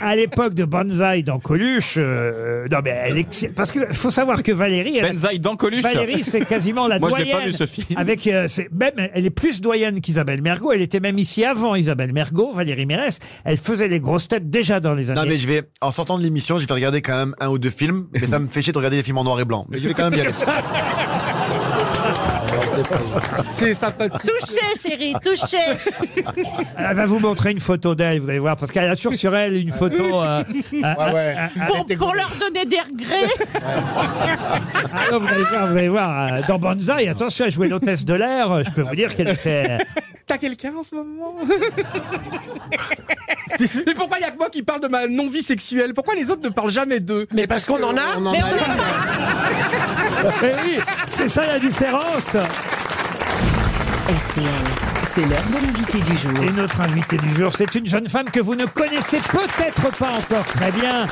Speaker 2: à l'époque de Banzai dans Coluche, euh, non mais elle est... parce que faut savoir que Valérie, elle-
Speaker 7: Banzai dans Coluche
Speaker 2: Valérie c'est quasiment la
Speaker 7: Moi, je l'ai
Speaker 2: doyenne.
Speaker 7: pas vu, ce film.
Speaker 2: Avec euh, c'est- même elle est plus doyenne qu'Isabelle Mergot. Elle était même ici avant Isabelle Mergot, Valérie Mérès. Elle faisait les grosses têtes déjà dans les années.
Speaker 5: Non mais je vais, en sortant de l'émission, je vais regarder quand même un ou deux films, mais ça me fait chier de regarder des films en noir et blanc. Mais je vais quand même y aller.
Speaker 7: C'est sympathique.
Speaker 6: Touché, chérie, touché.
Speaker 2: Elle va vous montrer une photo d'elle, vous allez voir, parce qu'elle a toujours sur elle une photo. euh,
Speaker 6: Ah,
Speaker 2: euh, euh,
Speaker 6: pour, pour leur donner des regrets.
Speaker 2: Ah non, vous allez voir, vous allez voir. euh, Dans Banzai, attention, elle jouait l'hôtesse de l'air. euh, Je peux vous dire qu'elle était.
Speaker 3: T'as quelqu'un en ce moment Mais pourquoi il y a que moi qui parle de ma non-vie sexuelle Pourquoi les autres ne parlent jamais d'eux
Speaker 4: Mais parce qu'on en a Mais on en a
Speaker 2: Mais oui,
Speaker 3: Eh
Speaker 2: c'est ça la différence.
Speaker 10: RTL, c'est l'heure de l'invité du jour.
Speaker 2: Et notre invitée du jour, c'est une jeune femme que vous ne connaissez peut-être pas encore très bien,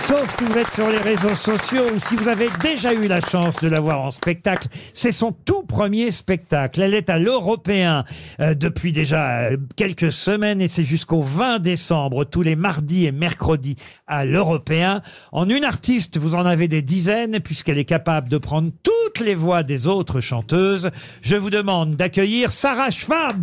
Speaker 2: sauf si vous êtes sur les réseaux sociaux ou si vous avez déjà eu la chance de la voir en spectacle. C'est son tout premier spectacle. Elle est à l'Européen euh, depuis déjà euh, quelques semaines et c'est jusqu'au 20 décembre, tous les mardis et mercredis à l'Européen. En une artiste, vous en avez des dizaines puisqu'elle est capable de prendre toutes les voix des autres chanteuses. Je vous demande d'accueillir Sarah Schwab.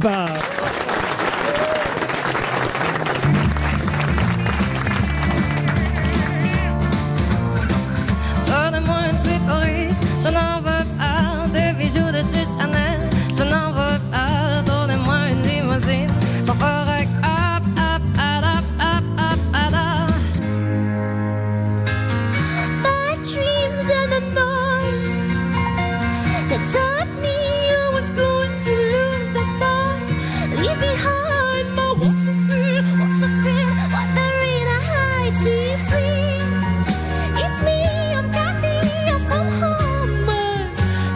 Speaker 15: Donne-moi une suite au Ritz, je n'en veux pas de bijoux de chez Chanel, je n'en veux pas. Donne-moi une limousine, j'en ferai hop, hop, hop, hop, hop, hop, hop.
Speaker 9: my dreams and the noise that taught me I was going to lose the fight. Leave behind my what the fear, what the fear, what the rain I hide to free. It's me, I'm Kathy, I've come home. I'm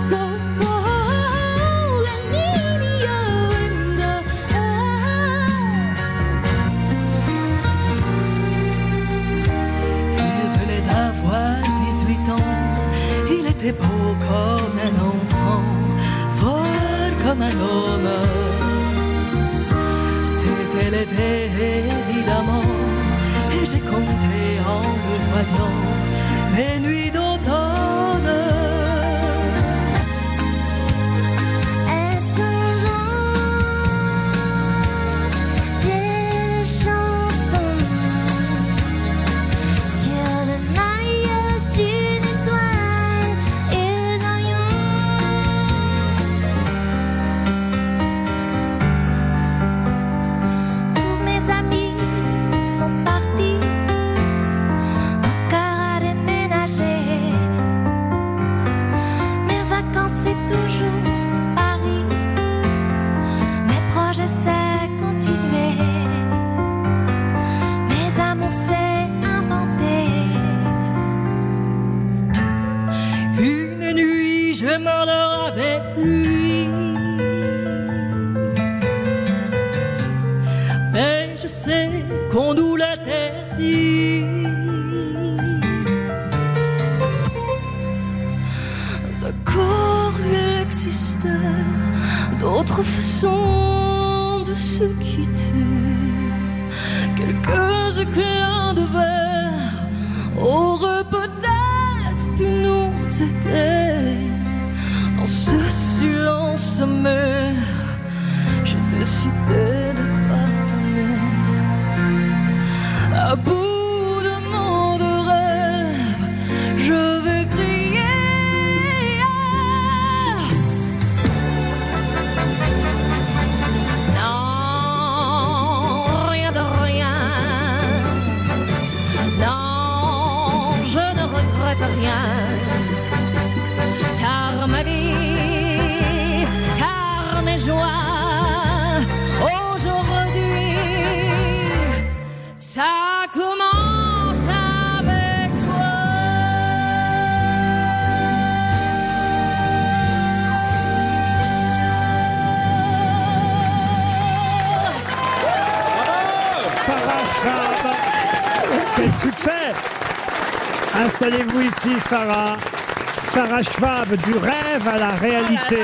Speaker 9: So cold and need you in the
Speaker 16: Il venait d'avoir 18 ans, il était beau comme un enfant, fort comme un homme. C'était l'été évidemment, et j'ai compté en le voyant mes nuits d'automne.
Speaker 9: Esselante des um chansons sur le maillage d'une étoile et d'un lion. Tous mes amis sont partis, mon cœur a déménagé. Mes vacances c'est toujours Paris. Mes projets, c'est continuer. Mes amours, c'est inventer.
Speaker 16: Une nuit, je m'endors avec lui. Mais Ben, je sais qu'on nous l'interdit.
Speaker 9: corps il existe d'autres façons de se quitter.
Speaker 16: quelques éclats de verre auraient peut-être pu nous aider dans ce silence amer. J'ai décidé de pardonner à bout de mon de rêve. Je vais crier
Speaker 15: Non, rien de rien. Non, je ne regrette rien. Car ma vie, car mes joies, aujourd'hui, ça commence avec toi.
Speaker 2: Sarah Schramm. Quel succès Installez-vous ici, Sarah. Sarah Schwab, du rêve à la réalité.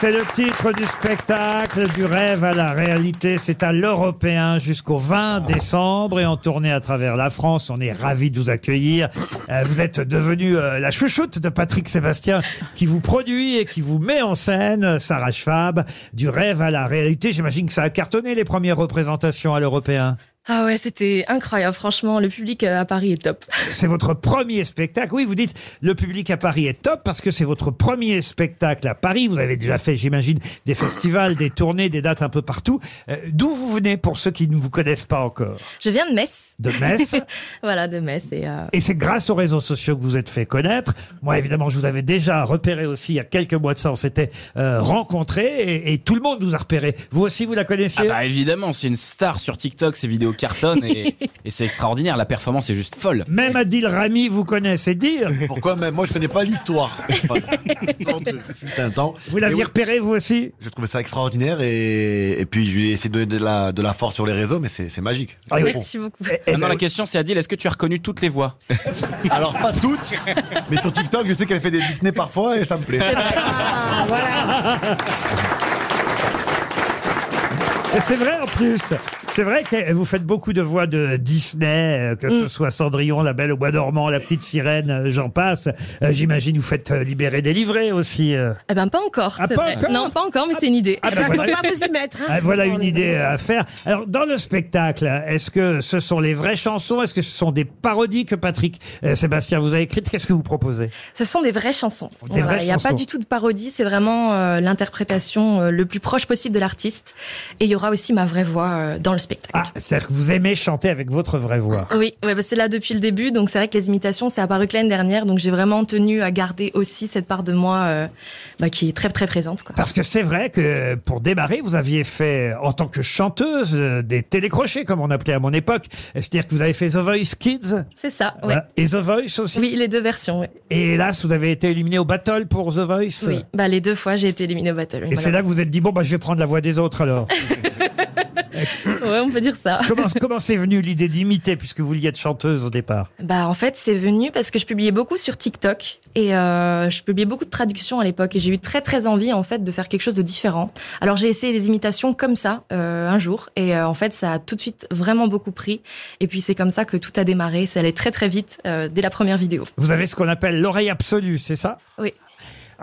Speaker 2: C'est le titre du spectacle, du rêve à la réalité. C'est à l'Européen jusqu'au 20 décembre et en tournée à travers la France. On est ravis de vous accueillir. Euh, vous êtes devenu euh, la chouchoute de Patrick Sébastien qui vous produit et qui vous met en scène, euh, Sarah Schwab, du rêve à la réalité. J'imagine que ça a cartonné les premières représentations à l'Européen.
Speaker 17: Ah ouais, c'était incroyable. Franchement, le public euh, à Paris est top.
Speaker 2: C'est votre premier spectacle. Oui, vous dites le public à Paris est top parce que c'est votre premier spectacle à Paris. Vous avez déjà fait, j'imagine, des festivals, des tournées, des dates un peu partout. Euh, D'où vous venez pour ceux qui ne vous connaissent pas encore
Speaker 17: Je viens de Metz.
Speaker 2: De Metz.
Speaker 17: Voilà, de Metz. Et, euh,
Speaker 2: Et c'est grâce aux réseaux sociaux que vous êtes fait connaître. Moi, évidemment, je vous avais déjà repéré aussi il y a quelques mois de ça. On s'était euh, rencontrés et, et tout le monde vous a repéré. Vous aussi, vous la
Speaker 7: Ah
Speaker 2: connaissiez
Speaker 7: bah évidemment, c'est une star sur TikTok, ses vidéos cartonnent et, et c'est extraordinaire, la performance est juste folle.
Speaker 2: Même Adil Rami vous connaît, c'est dire.
Speaker 5: Pourquoi même Moi, je connais pas l'histoire. Enfin, l'histoire de fut un temps.
Speaker 2: Vous l'aviez repéré, vous aussi
Speaker 5: Je trouvais ça extraordinaire et, et puis je lui ai essayé de donner de la, de la force sur les réseaux, mais c'est c'est magique.
Speaker 2: Ah
Speaker 17: beaucoup.
Speaker 9: Eh,
Speaker 7: Maintenant, Ah la question c'est Adil, est-ce que tu as reconnu toutes les voix
Speaker 5: Alors, pas toutes, mais sur TikTok, je sais qu'elle fait des Disney parfois et ça
Speaker 9: Eh,
Speaker 5: me plaît. Ah,
Speaker 9: Ah,
Speaker 2: Et c'est vrai en plus. C'est vrai que vous faites beaucoup de voix de Disney, euh, que ce soit Cendrillon, La Belle au Bois dormant, La Petite Sirène, euh, j'en passe. Euh, J'imagine vous faites euh, Libérer, délivrer aussi. euh.
Speaker 17: Eh ben, pas encore.
Speaker 2: Ah,
Speaker 17: c'est
Speaker 2: pas
Speaker 17: vrai.
Speaker 2: encore
Speaker 17: Non, pas encore, mais c'est une idée.
Speaker 2: Ah, ben, voilà.
Speaker 4: hein.
Speaker 2: Ah, voilà une idée à faire. Alors, dans le spectacle, est-ce que ce sont les vraies chansons Est-ce que ce sont des parodies que Patrick euh, Sébastien vous a écrites Qu'est-ce que vous proposez
Speaker 17: Ce sont des vraies chansons.
Speaker 2: Des vraies
Speaker 17: il n'y a pas
Speaker 2: chansons.
Speaker 17: du tout de parodie, c'est vraiment euh, l'interprétation euh, le plus proche possible de l'artiste. Et il y aura aussi ma vraie voix euh, dans le spectacle.
Speaker 2: Ah, c'est-à-dire que vous aimez chanter avec votre vraie voix.
Speaker 17: Oui, ouais, bah, c'est là depuis le début, donc c'est vrai que les imitations, c'est apparu que l'année dernière, donc j'ai vraiment tenu à garder aussi cette part de moi euh, bah, qui est très très présente. Quoi.
Speaker 2: Parce que c'est vrai que pour démarrer, vous aviez fait, en tant que chanteuse, euh, des télécrochés, comme on appelait à mon époque. C'est-à-dire que vous avez fait The Voice Kids.
Speaker 17: C'est ça, ouais.
Speaker 2: Voilà. Et The Voice aussi.
Speaker 17: Oui, les deux versions, oui.
Speaker 2: Et hélas, vous avez été éliminé au battle pour The Voice.
Speaker 17: Oui, bah, les deux fois j'ai été éliminée au battle.
Speaker 2: Et c'est là que vous vous êtes dit, bon, bah, je vais prendre la voix des autres alors.
Speaker 17: Ouais, on peut dire ça.
Speaker 2: comment comment c'est venu l'idée d'imiter, puisque vous vouliez être chanteuse au départ
Speaker 17: Bah en fait c'est venu parce que je publiais beaucoup sur TikTok et euh, je publiais beaucoup de traductions à l'époque et j'ai eu très très envie en fait de faire quelque chose de différent. Alors j'ai essayé les imitations comme ça euh, un jour et euh, en fait ça a tout de suite vraiment beaucoup pris et puis c'est comme ça que tout a démarré, ça allait très très vite euh, dès la première vidéo.
Speaker 2: Vous avez ce qu'on appelle l'oreille absolue, c'est ça
Speaker 17: Oui.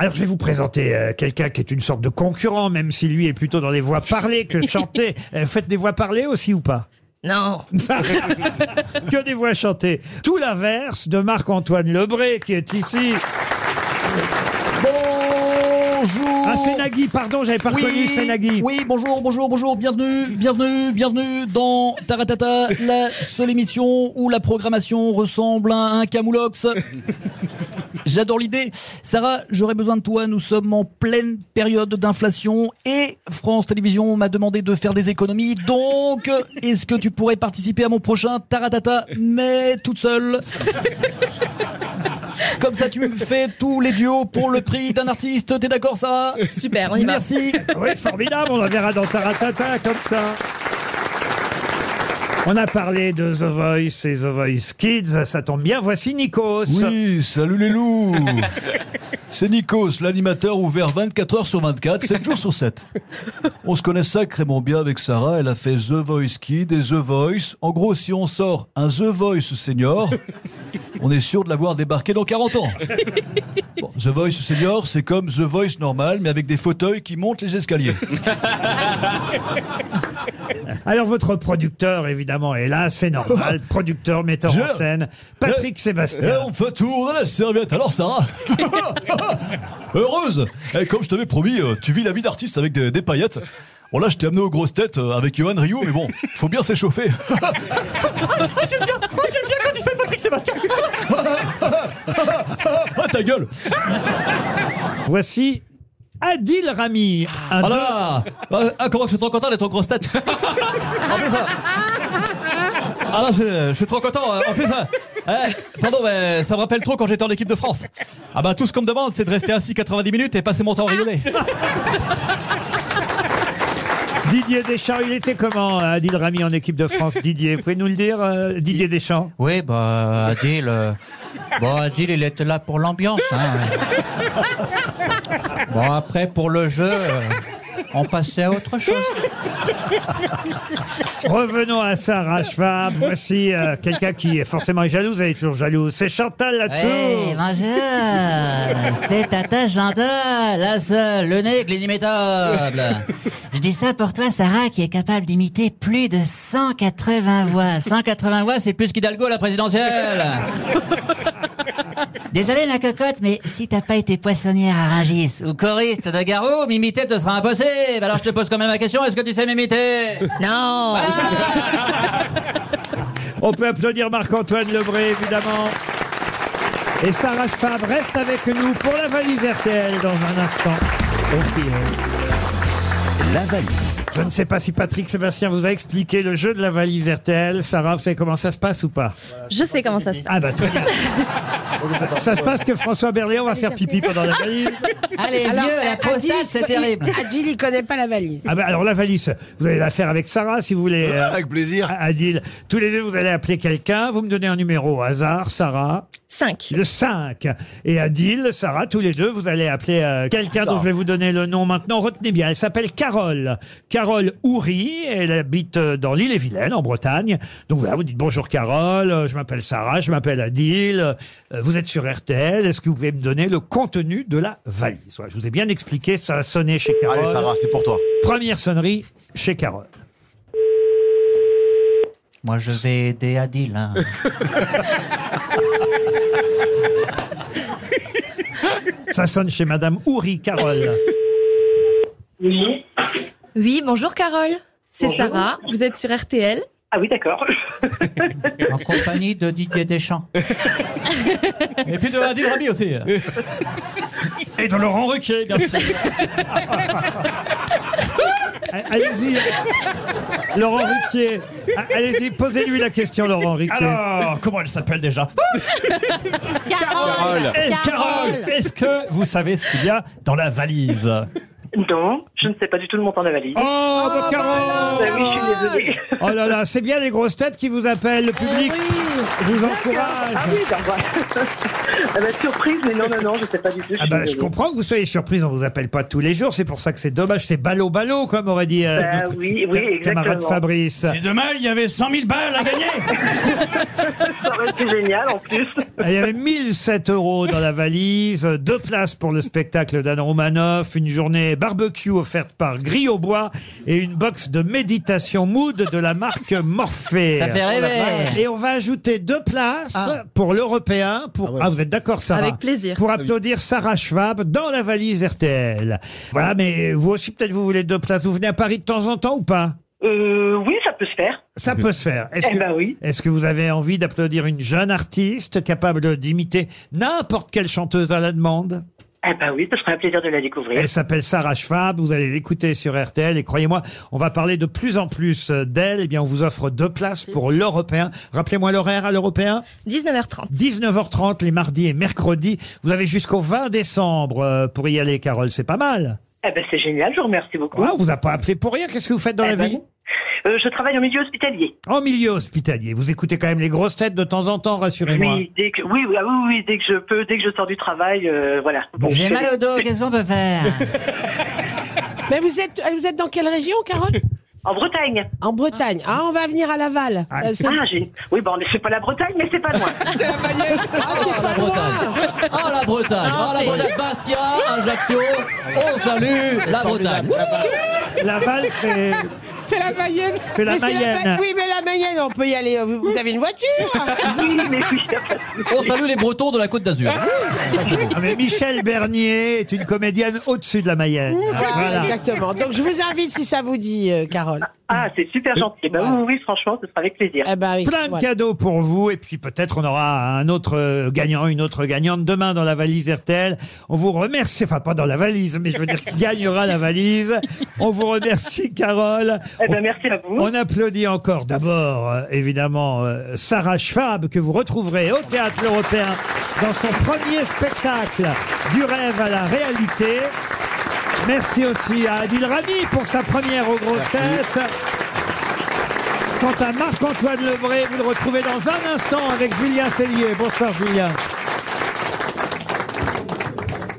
Speaker 2: Alors je vais vous présenter euh, quelqu'un qui est une sorte de concurrent, même si lui est plutôt dans les voix parlées que chantées. Euh, Faites des voix parlées aussi ou pas
Speaker 17: Non.
Speaker 2: que des voix chantées. Tout l'inverse de Marc-Antoine Lebré qui est ici.
Speaker 18: Bonjour
Speaker 2: Ah, c'est Nagui, pardon, j'avais pas reconnu, c'est Nagui.
Speaker 18: Oui, bonjour, bonjour, bonjour, bienvenue, bienvenue, bienvenue dans Taratata, la seule émission où la programmation ressemble à un camoulox. J'adore l'idée. Sarah, j'aurais besoin de toi. Nous sommes en pleine période d'inflation et France Télévisions m'a demandé de faire des économies. Donc, est-ce que tu pourrais participer à mon prochain Taratata, mais toute seule Comme ça, tu me fais tous les duos pour le prix d'un artiste. T'es d'accord, Sarah
Speaker 17: Super, on y va.
Speaker 18: Merci.
Speaker 2: Oui, formidable, on la verra dans Taratata comme ça. On a parlé de The Voice et The Voice Kids, ça tombe bien. Voici Nikos.
Speaker 19: Oui, salut les loups C'est Nikos, l'animateur ouvert 24 heures sur 24, 7 jours sur 7. On se connaît sacrément bien avec Sarah, elle a fait The Voice Kid et The Voice. En gros, si on sort un The Voice senior, on est sûr de l'avoir débarqué dans 40 ans. Bon, The Voice senior, c'est comme The Voice normal, mais avec des fauteuils qui montent les escaliers.
Speaker 2: Alors votre producteur, évidemment, est là, c'est normal. Producteur, metteur en
Speaker 19: Je-
Speaker 2: scène, Patrick
Speaker 19: Eh,
Speaker 2: Sébastien.
Speaker 19: eh, on fait tourner la serviette. Alors, Sarah Heureuse Eh, Comme je t'avais promis, euh, tu vis la vie d'artiste avec des, des paillettes. Bon, là, je t'ai amené aux grosses têtes euh, avec Johan Rioux, mais bon, faut bien s'échauffer.
Speaker 9: Oh, j'aime bien, oh, j'aime bien quand tu fais Patrick Sébastien.
Speaker 19: ah, ta gueule
Speaker 2: Voici Adil Rami. Un
Speaker 18: Ah là là Ah, comment je suis trop content d'être en grosse tête Ah là, je, je suis trop content. En plus, euh, eh, pardon, mais ça me rappelle trop quand j'étais en équipe de France. Ah bah, tout ce qu'on me demande, c'est de rester assis 90 minutes et passer mon temps à rigoler.
Speaker 2: Didier Deschamps, il était comment Adil Rami en équipe de France Didier, vous pouvez nous le dire euh, Didier Deschamps
Speaker 20: Oui, bah, Adil, euh, bon, Adil, il était là pour l'ambiance. hein. Bon, après, pour le jeu, euh, on passait à autre chose.
Speaker 2: Revenons à Sarah Schwab. Voici euh, quelqu'un qui est forcément jalouse, elle est toujours jalouse. C'est Chantal là-dessous.
Speaker 21: Hey, bonjour, c'est Tata Chantal, la seule, l'unique, l'inimitable. Je dis ça pour toi, Sarah, qui est capable d'imiter plus de 180 voix. 180 voix, c'est plus qu'Hidalgo à la présidentielle. Désolé, ma cocotte, mais si t'as pas été poissonnière à Rungis ou choriste de Garou, m'imiter te sera impossible. Alors je te pose quand même la question, est-ce que tu sais m'imiter Non.
Speaker 2: On peut applaudir Marc-Antoine Lebré, évidemment. Et Sarah Schwab reste avec nous pour la valise RTL dans un instant. La valise. Je ne sais pas si Patrick Sébastien vous a expliqué le jeu de la valise RTL. Sarah, vous savez comment ça se passe ou pas
Speaker 17: Je sais comment ça se passe.
Speaker 2: Ah bah très bien. Ça se passe que François Berléand va faire pipi pendant la valise.
Speaker 21: Allez,
Speaker 4: vieux,
Speaker 21: la prostate, c'est terrible.
Speaker 4: Adil, il connaît pas la valise.
Speaker 2: Ah bah alors la valise, vous allez la faire avec Sarah si vous voulez.
Speaker 5: Ah,
Speaker 2: avec plaisir. Adil, tous les deux vous allez appeler quelqu'un, vous me donnez un numéro au hasard, Sarah. 5. Le 5. Et Adil, Sarah, tous les deux, vous allez appeler euh, quelqu'un dont je vais vous donner le nom maintenant. Retenez bien, elle s'appelle Carole. Carole Houry, elle habite euh, dans l'île et Vilaine, en Bretagne. Donc voilà, vous dites bonjour Carole, euh, je m'appelle Sarah, je m'appelle Adil, euh, vous êtes sur RTL, est-ce que vous pouvez me donner le contenu de la valise Voilà, Je vous ai bien expliqué, ça a sonné chez Carole.
Speaker 5: Allez, Sarah, c'est pour toi.
Speaker 2: Première sonnerie chez Carole.
Speaker 20: Moi, je vais aider Adil. hein.
Speaker 2: Ça sonne chez Madame Houry Carole.
Speaker 17: Oui, bonjour Carole. C'est
Speaker 20: Bonjour.
Speaker 17: Sarah. Vous êtes sur RTL. Ah oui, d'accord.
Speaker 20: En compagnie de Didier Deschamps.
Speaker 18: Et puis de Adil Rabi aussi.
Speaker 2: Et de Laurent Ruquier, bien sûr. Allez-y, Laurent Riquier. A- Allez-y, posez-lui la question, Laurent Riquier.
Speaker 18: Alors, comment elle s'appelle déjà
Speaker 9: Carole.
Speaker 18: Eh, Carole, est-ce que vous savez ce qu'il y a dans la valise
Speaker 22: Non, je ne sais pas du tout le montant de la valise.
Speaker 2: Oh, bah, Carole
Speaker 22: Bah oui, je suis désolée.
Speaker 2: Oh là là, c'est bien les grosses têtes qui vous appellent, le public vous encourage.
Speaker 22: Ah oui, d'accord. ah bah, surprise, mais non, non, non, je ne sais pas du tout.
Speaker 2: Ah
Speaker 22: suis
Speaker 2: bah, je
Speaker 22: désolée.
Speaker 2: comprends que vous soyez surprise, on vous appelle pas tous les jours, c'est pour ça que c'est dommage, c'est ballot-ballot, comme aurait dit euh,
Speaker 22: Bah
Speaker 2: notre
Speaker 22: oui, oui,
Speaker 2: ca- camarade
Speaker 22: exactement.
Speaker 2: Fabrice.
Speaker 18: demain il y avait 100 000 balles à gagner
Speaker 22: Ça aurait été génial en plus.
Speaker 2: Il y avait 1007 euros dans la valise, euh, deux places pour le spectacle d'Anne Romanoff, une journée barbecue offerte par Gris au Bois et une box de méditation mood de la marque Morphée. Oh
Speaker 21: Ça fait rêver.
Speaker 2: euh, Et on va ajouter deux places
Speaker 8: Ah.
Speaker 2: pour l'Européen. Pour... Ah, vous êtes d'accord, Sarah
Speaker 17: Avec plaisir.
Speaker 2: Pour applaudir Sarah Schwab dans la valise RTL. Voilà, mais vous aussi, peut-être vous voulez deux places. Vous venez à Paris de temps en temps ou pas
Speaker 22: Euh, oui, ça peut se faire.
Speaker 2: ça peut se faire.
Speaker 22: Eh ben oui.
Speaker 2: est-ce que vous avez envie d'applaudir une jeune artiste capable d'imiter n'importe quelle chanteuse à la demande
Speaker 22: Eh ben oui, ce serait un plaisir de la découvrir.
Speaker 2: Elle s'appelle Sarah Schwab, vous allez l'écouter sur RTL et croyez-moi, on va parler de plus en plus euh, d'elle. Eh bien, on vous offre deux places pour l'Européen. Rappelez-moi l'horaire à l'Européen
Speaker 17: 19h30.
Speaker 2: 19h30 les mardis et mercredis. Vous avez jusqu'au 20 décembre euh, pour y aller, Carole, c'est pas mal.
Speaker 22: Eh ben c'est génial, je vous remercie beaucoup.
Speaker 2: Ah, on vous a pas appelé pour rien, qu'est-ce que vous faites dans la vie
Speaker 22: Euh, je travaille en milieu hospitalier.
Speaker 2: En milieu hospitalier, vous écoutez quand même les grosses têtes de temps en temps, rassurez-moi.
Speaker 22: Oui, dès que, oui, oui, ah oui, oui, dès que je peux, dès que je sors du travail, euh, voilà.
Speaker 21: J'ai mal au dos, qu'est-ce qu'on peut faire
Speaker 4: Mais vous êtes, vous êtes dans quelle région, Carole
Speaker 22: En Bretagne.
Speaker 4: En Bretagne. Ah, on va venir à Laval. Euh, c'est-
Speaker 22: Ah, j'ai- oui, bon, c'est pas la Bretagne, mais c'est pas loin. c'est la
Speaker 18: Ah, la Bretagne. Ah, la Bretagne. Ah, la Bretagne. Bastia, Ajaccio.
Speaker 20: Oh,
Speaker 18: On salue la Bretagne.
Speaker 2: Laval, c'est.
Speaker 4: C'est la Mayenne.
Speaker 2: C'est la
Speaker 4: Mais la
Speaker 2: Mayenne.
Speaker 4: Ma- oui, mais la Mayenne, on peut y aller. Vous, vous avez une voiture
Speaker 20: Oh,
Speaker 18: On salue Oh, les Bretons de la Côte d'Azur.
Speaker 2: Ah, mais Michel Bernier est une comédienne au-dessus de la Mayenne.
Speaker 4: Voilà,
Speaker 2: Voilà.
Speaker 4: Exactement. Donc je vous invite si ça vous dit, euh, Carole. Eh
Speaker 22: Ah, c'est super gentil. Eh ben, oui, oui, franchement, ce sera avec plaisir.
Speaker 2: Euh,
Speaker 4: ben,
Speaker 2: Plein de cadeaux pour vous et puis peut-être on aura un autre euh, gagnant, une autre gagnante demain dans la valise RTL. On vous remercie, enfin pas dans la valise, mais je veux dire qui gagnera la valise. On vous remercie Carole.
Speaker 22: ben, merci à vous.
Speaker 2: On applaudit encore d'abord euh, évidemment euh, Sarah Schwab que vous retrouverez au théâtre européen dans son premier spectacle du rêve à la réalité. Merci aussi à Adil Rami pour sa première aux grosses têtes. Quant à Marc-Antoine Lebré, vous le retrouvez dans un instant avec Julien Cellier. Bonsoir Julien.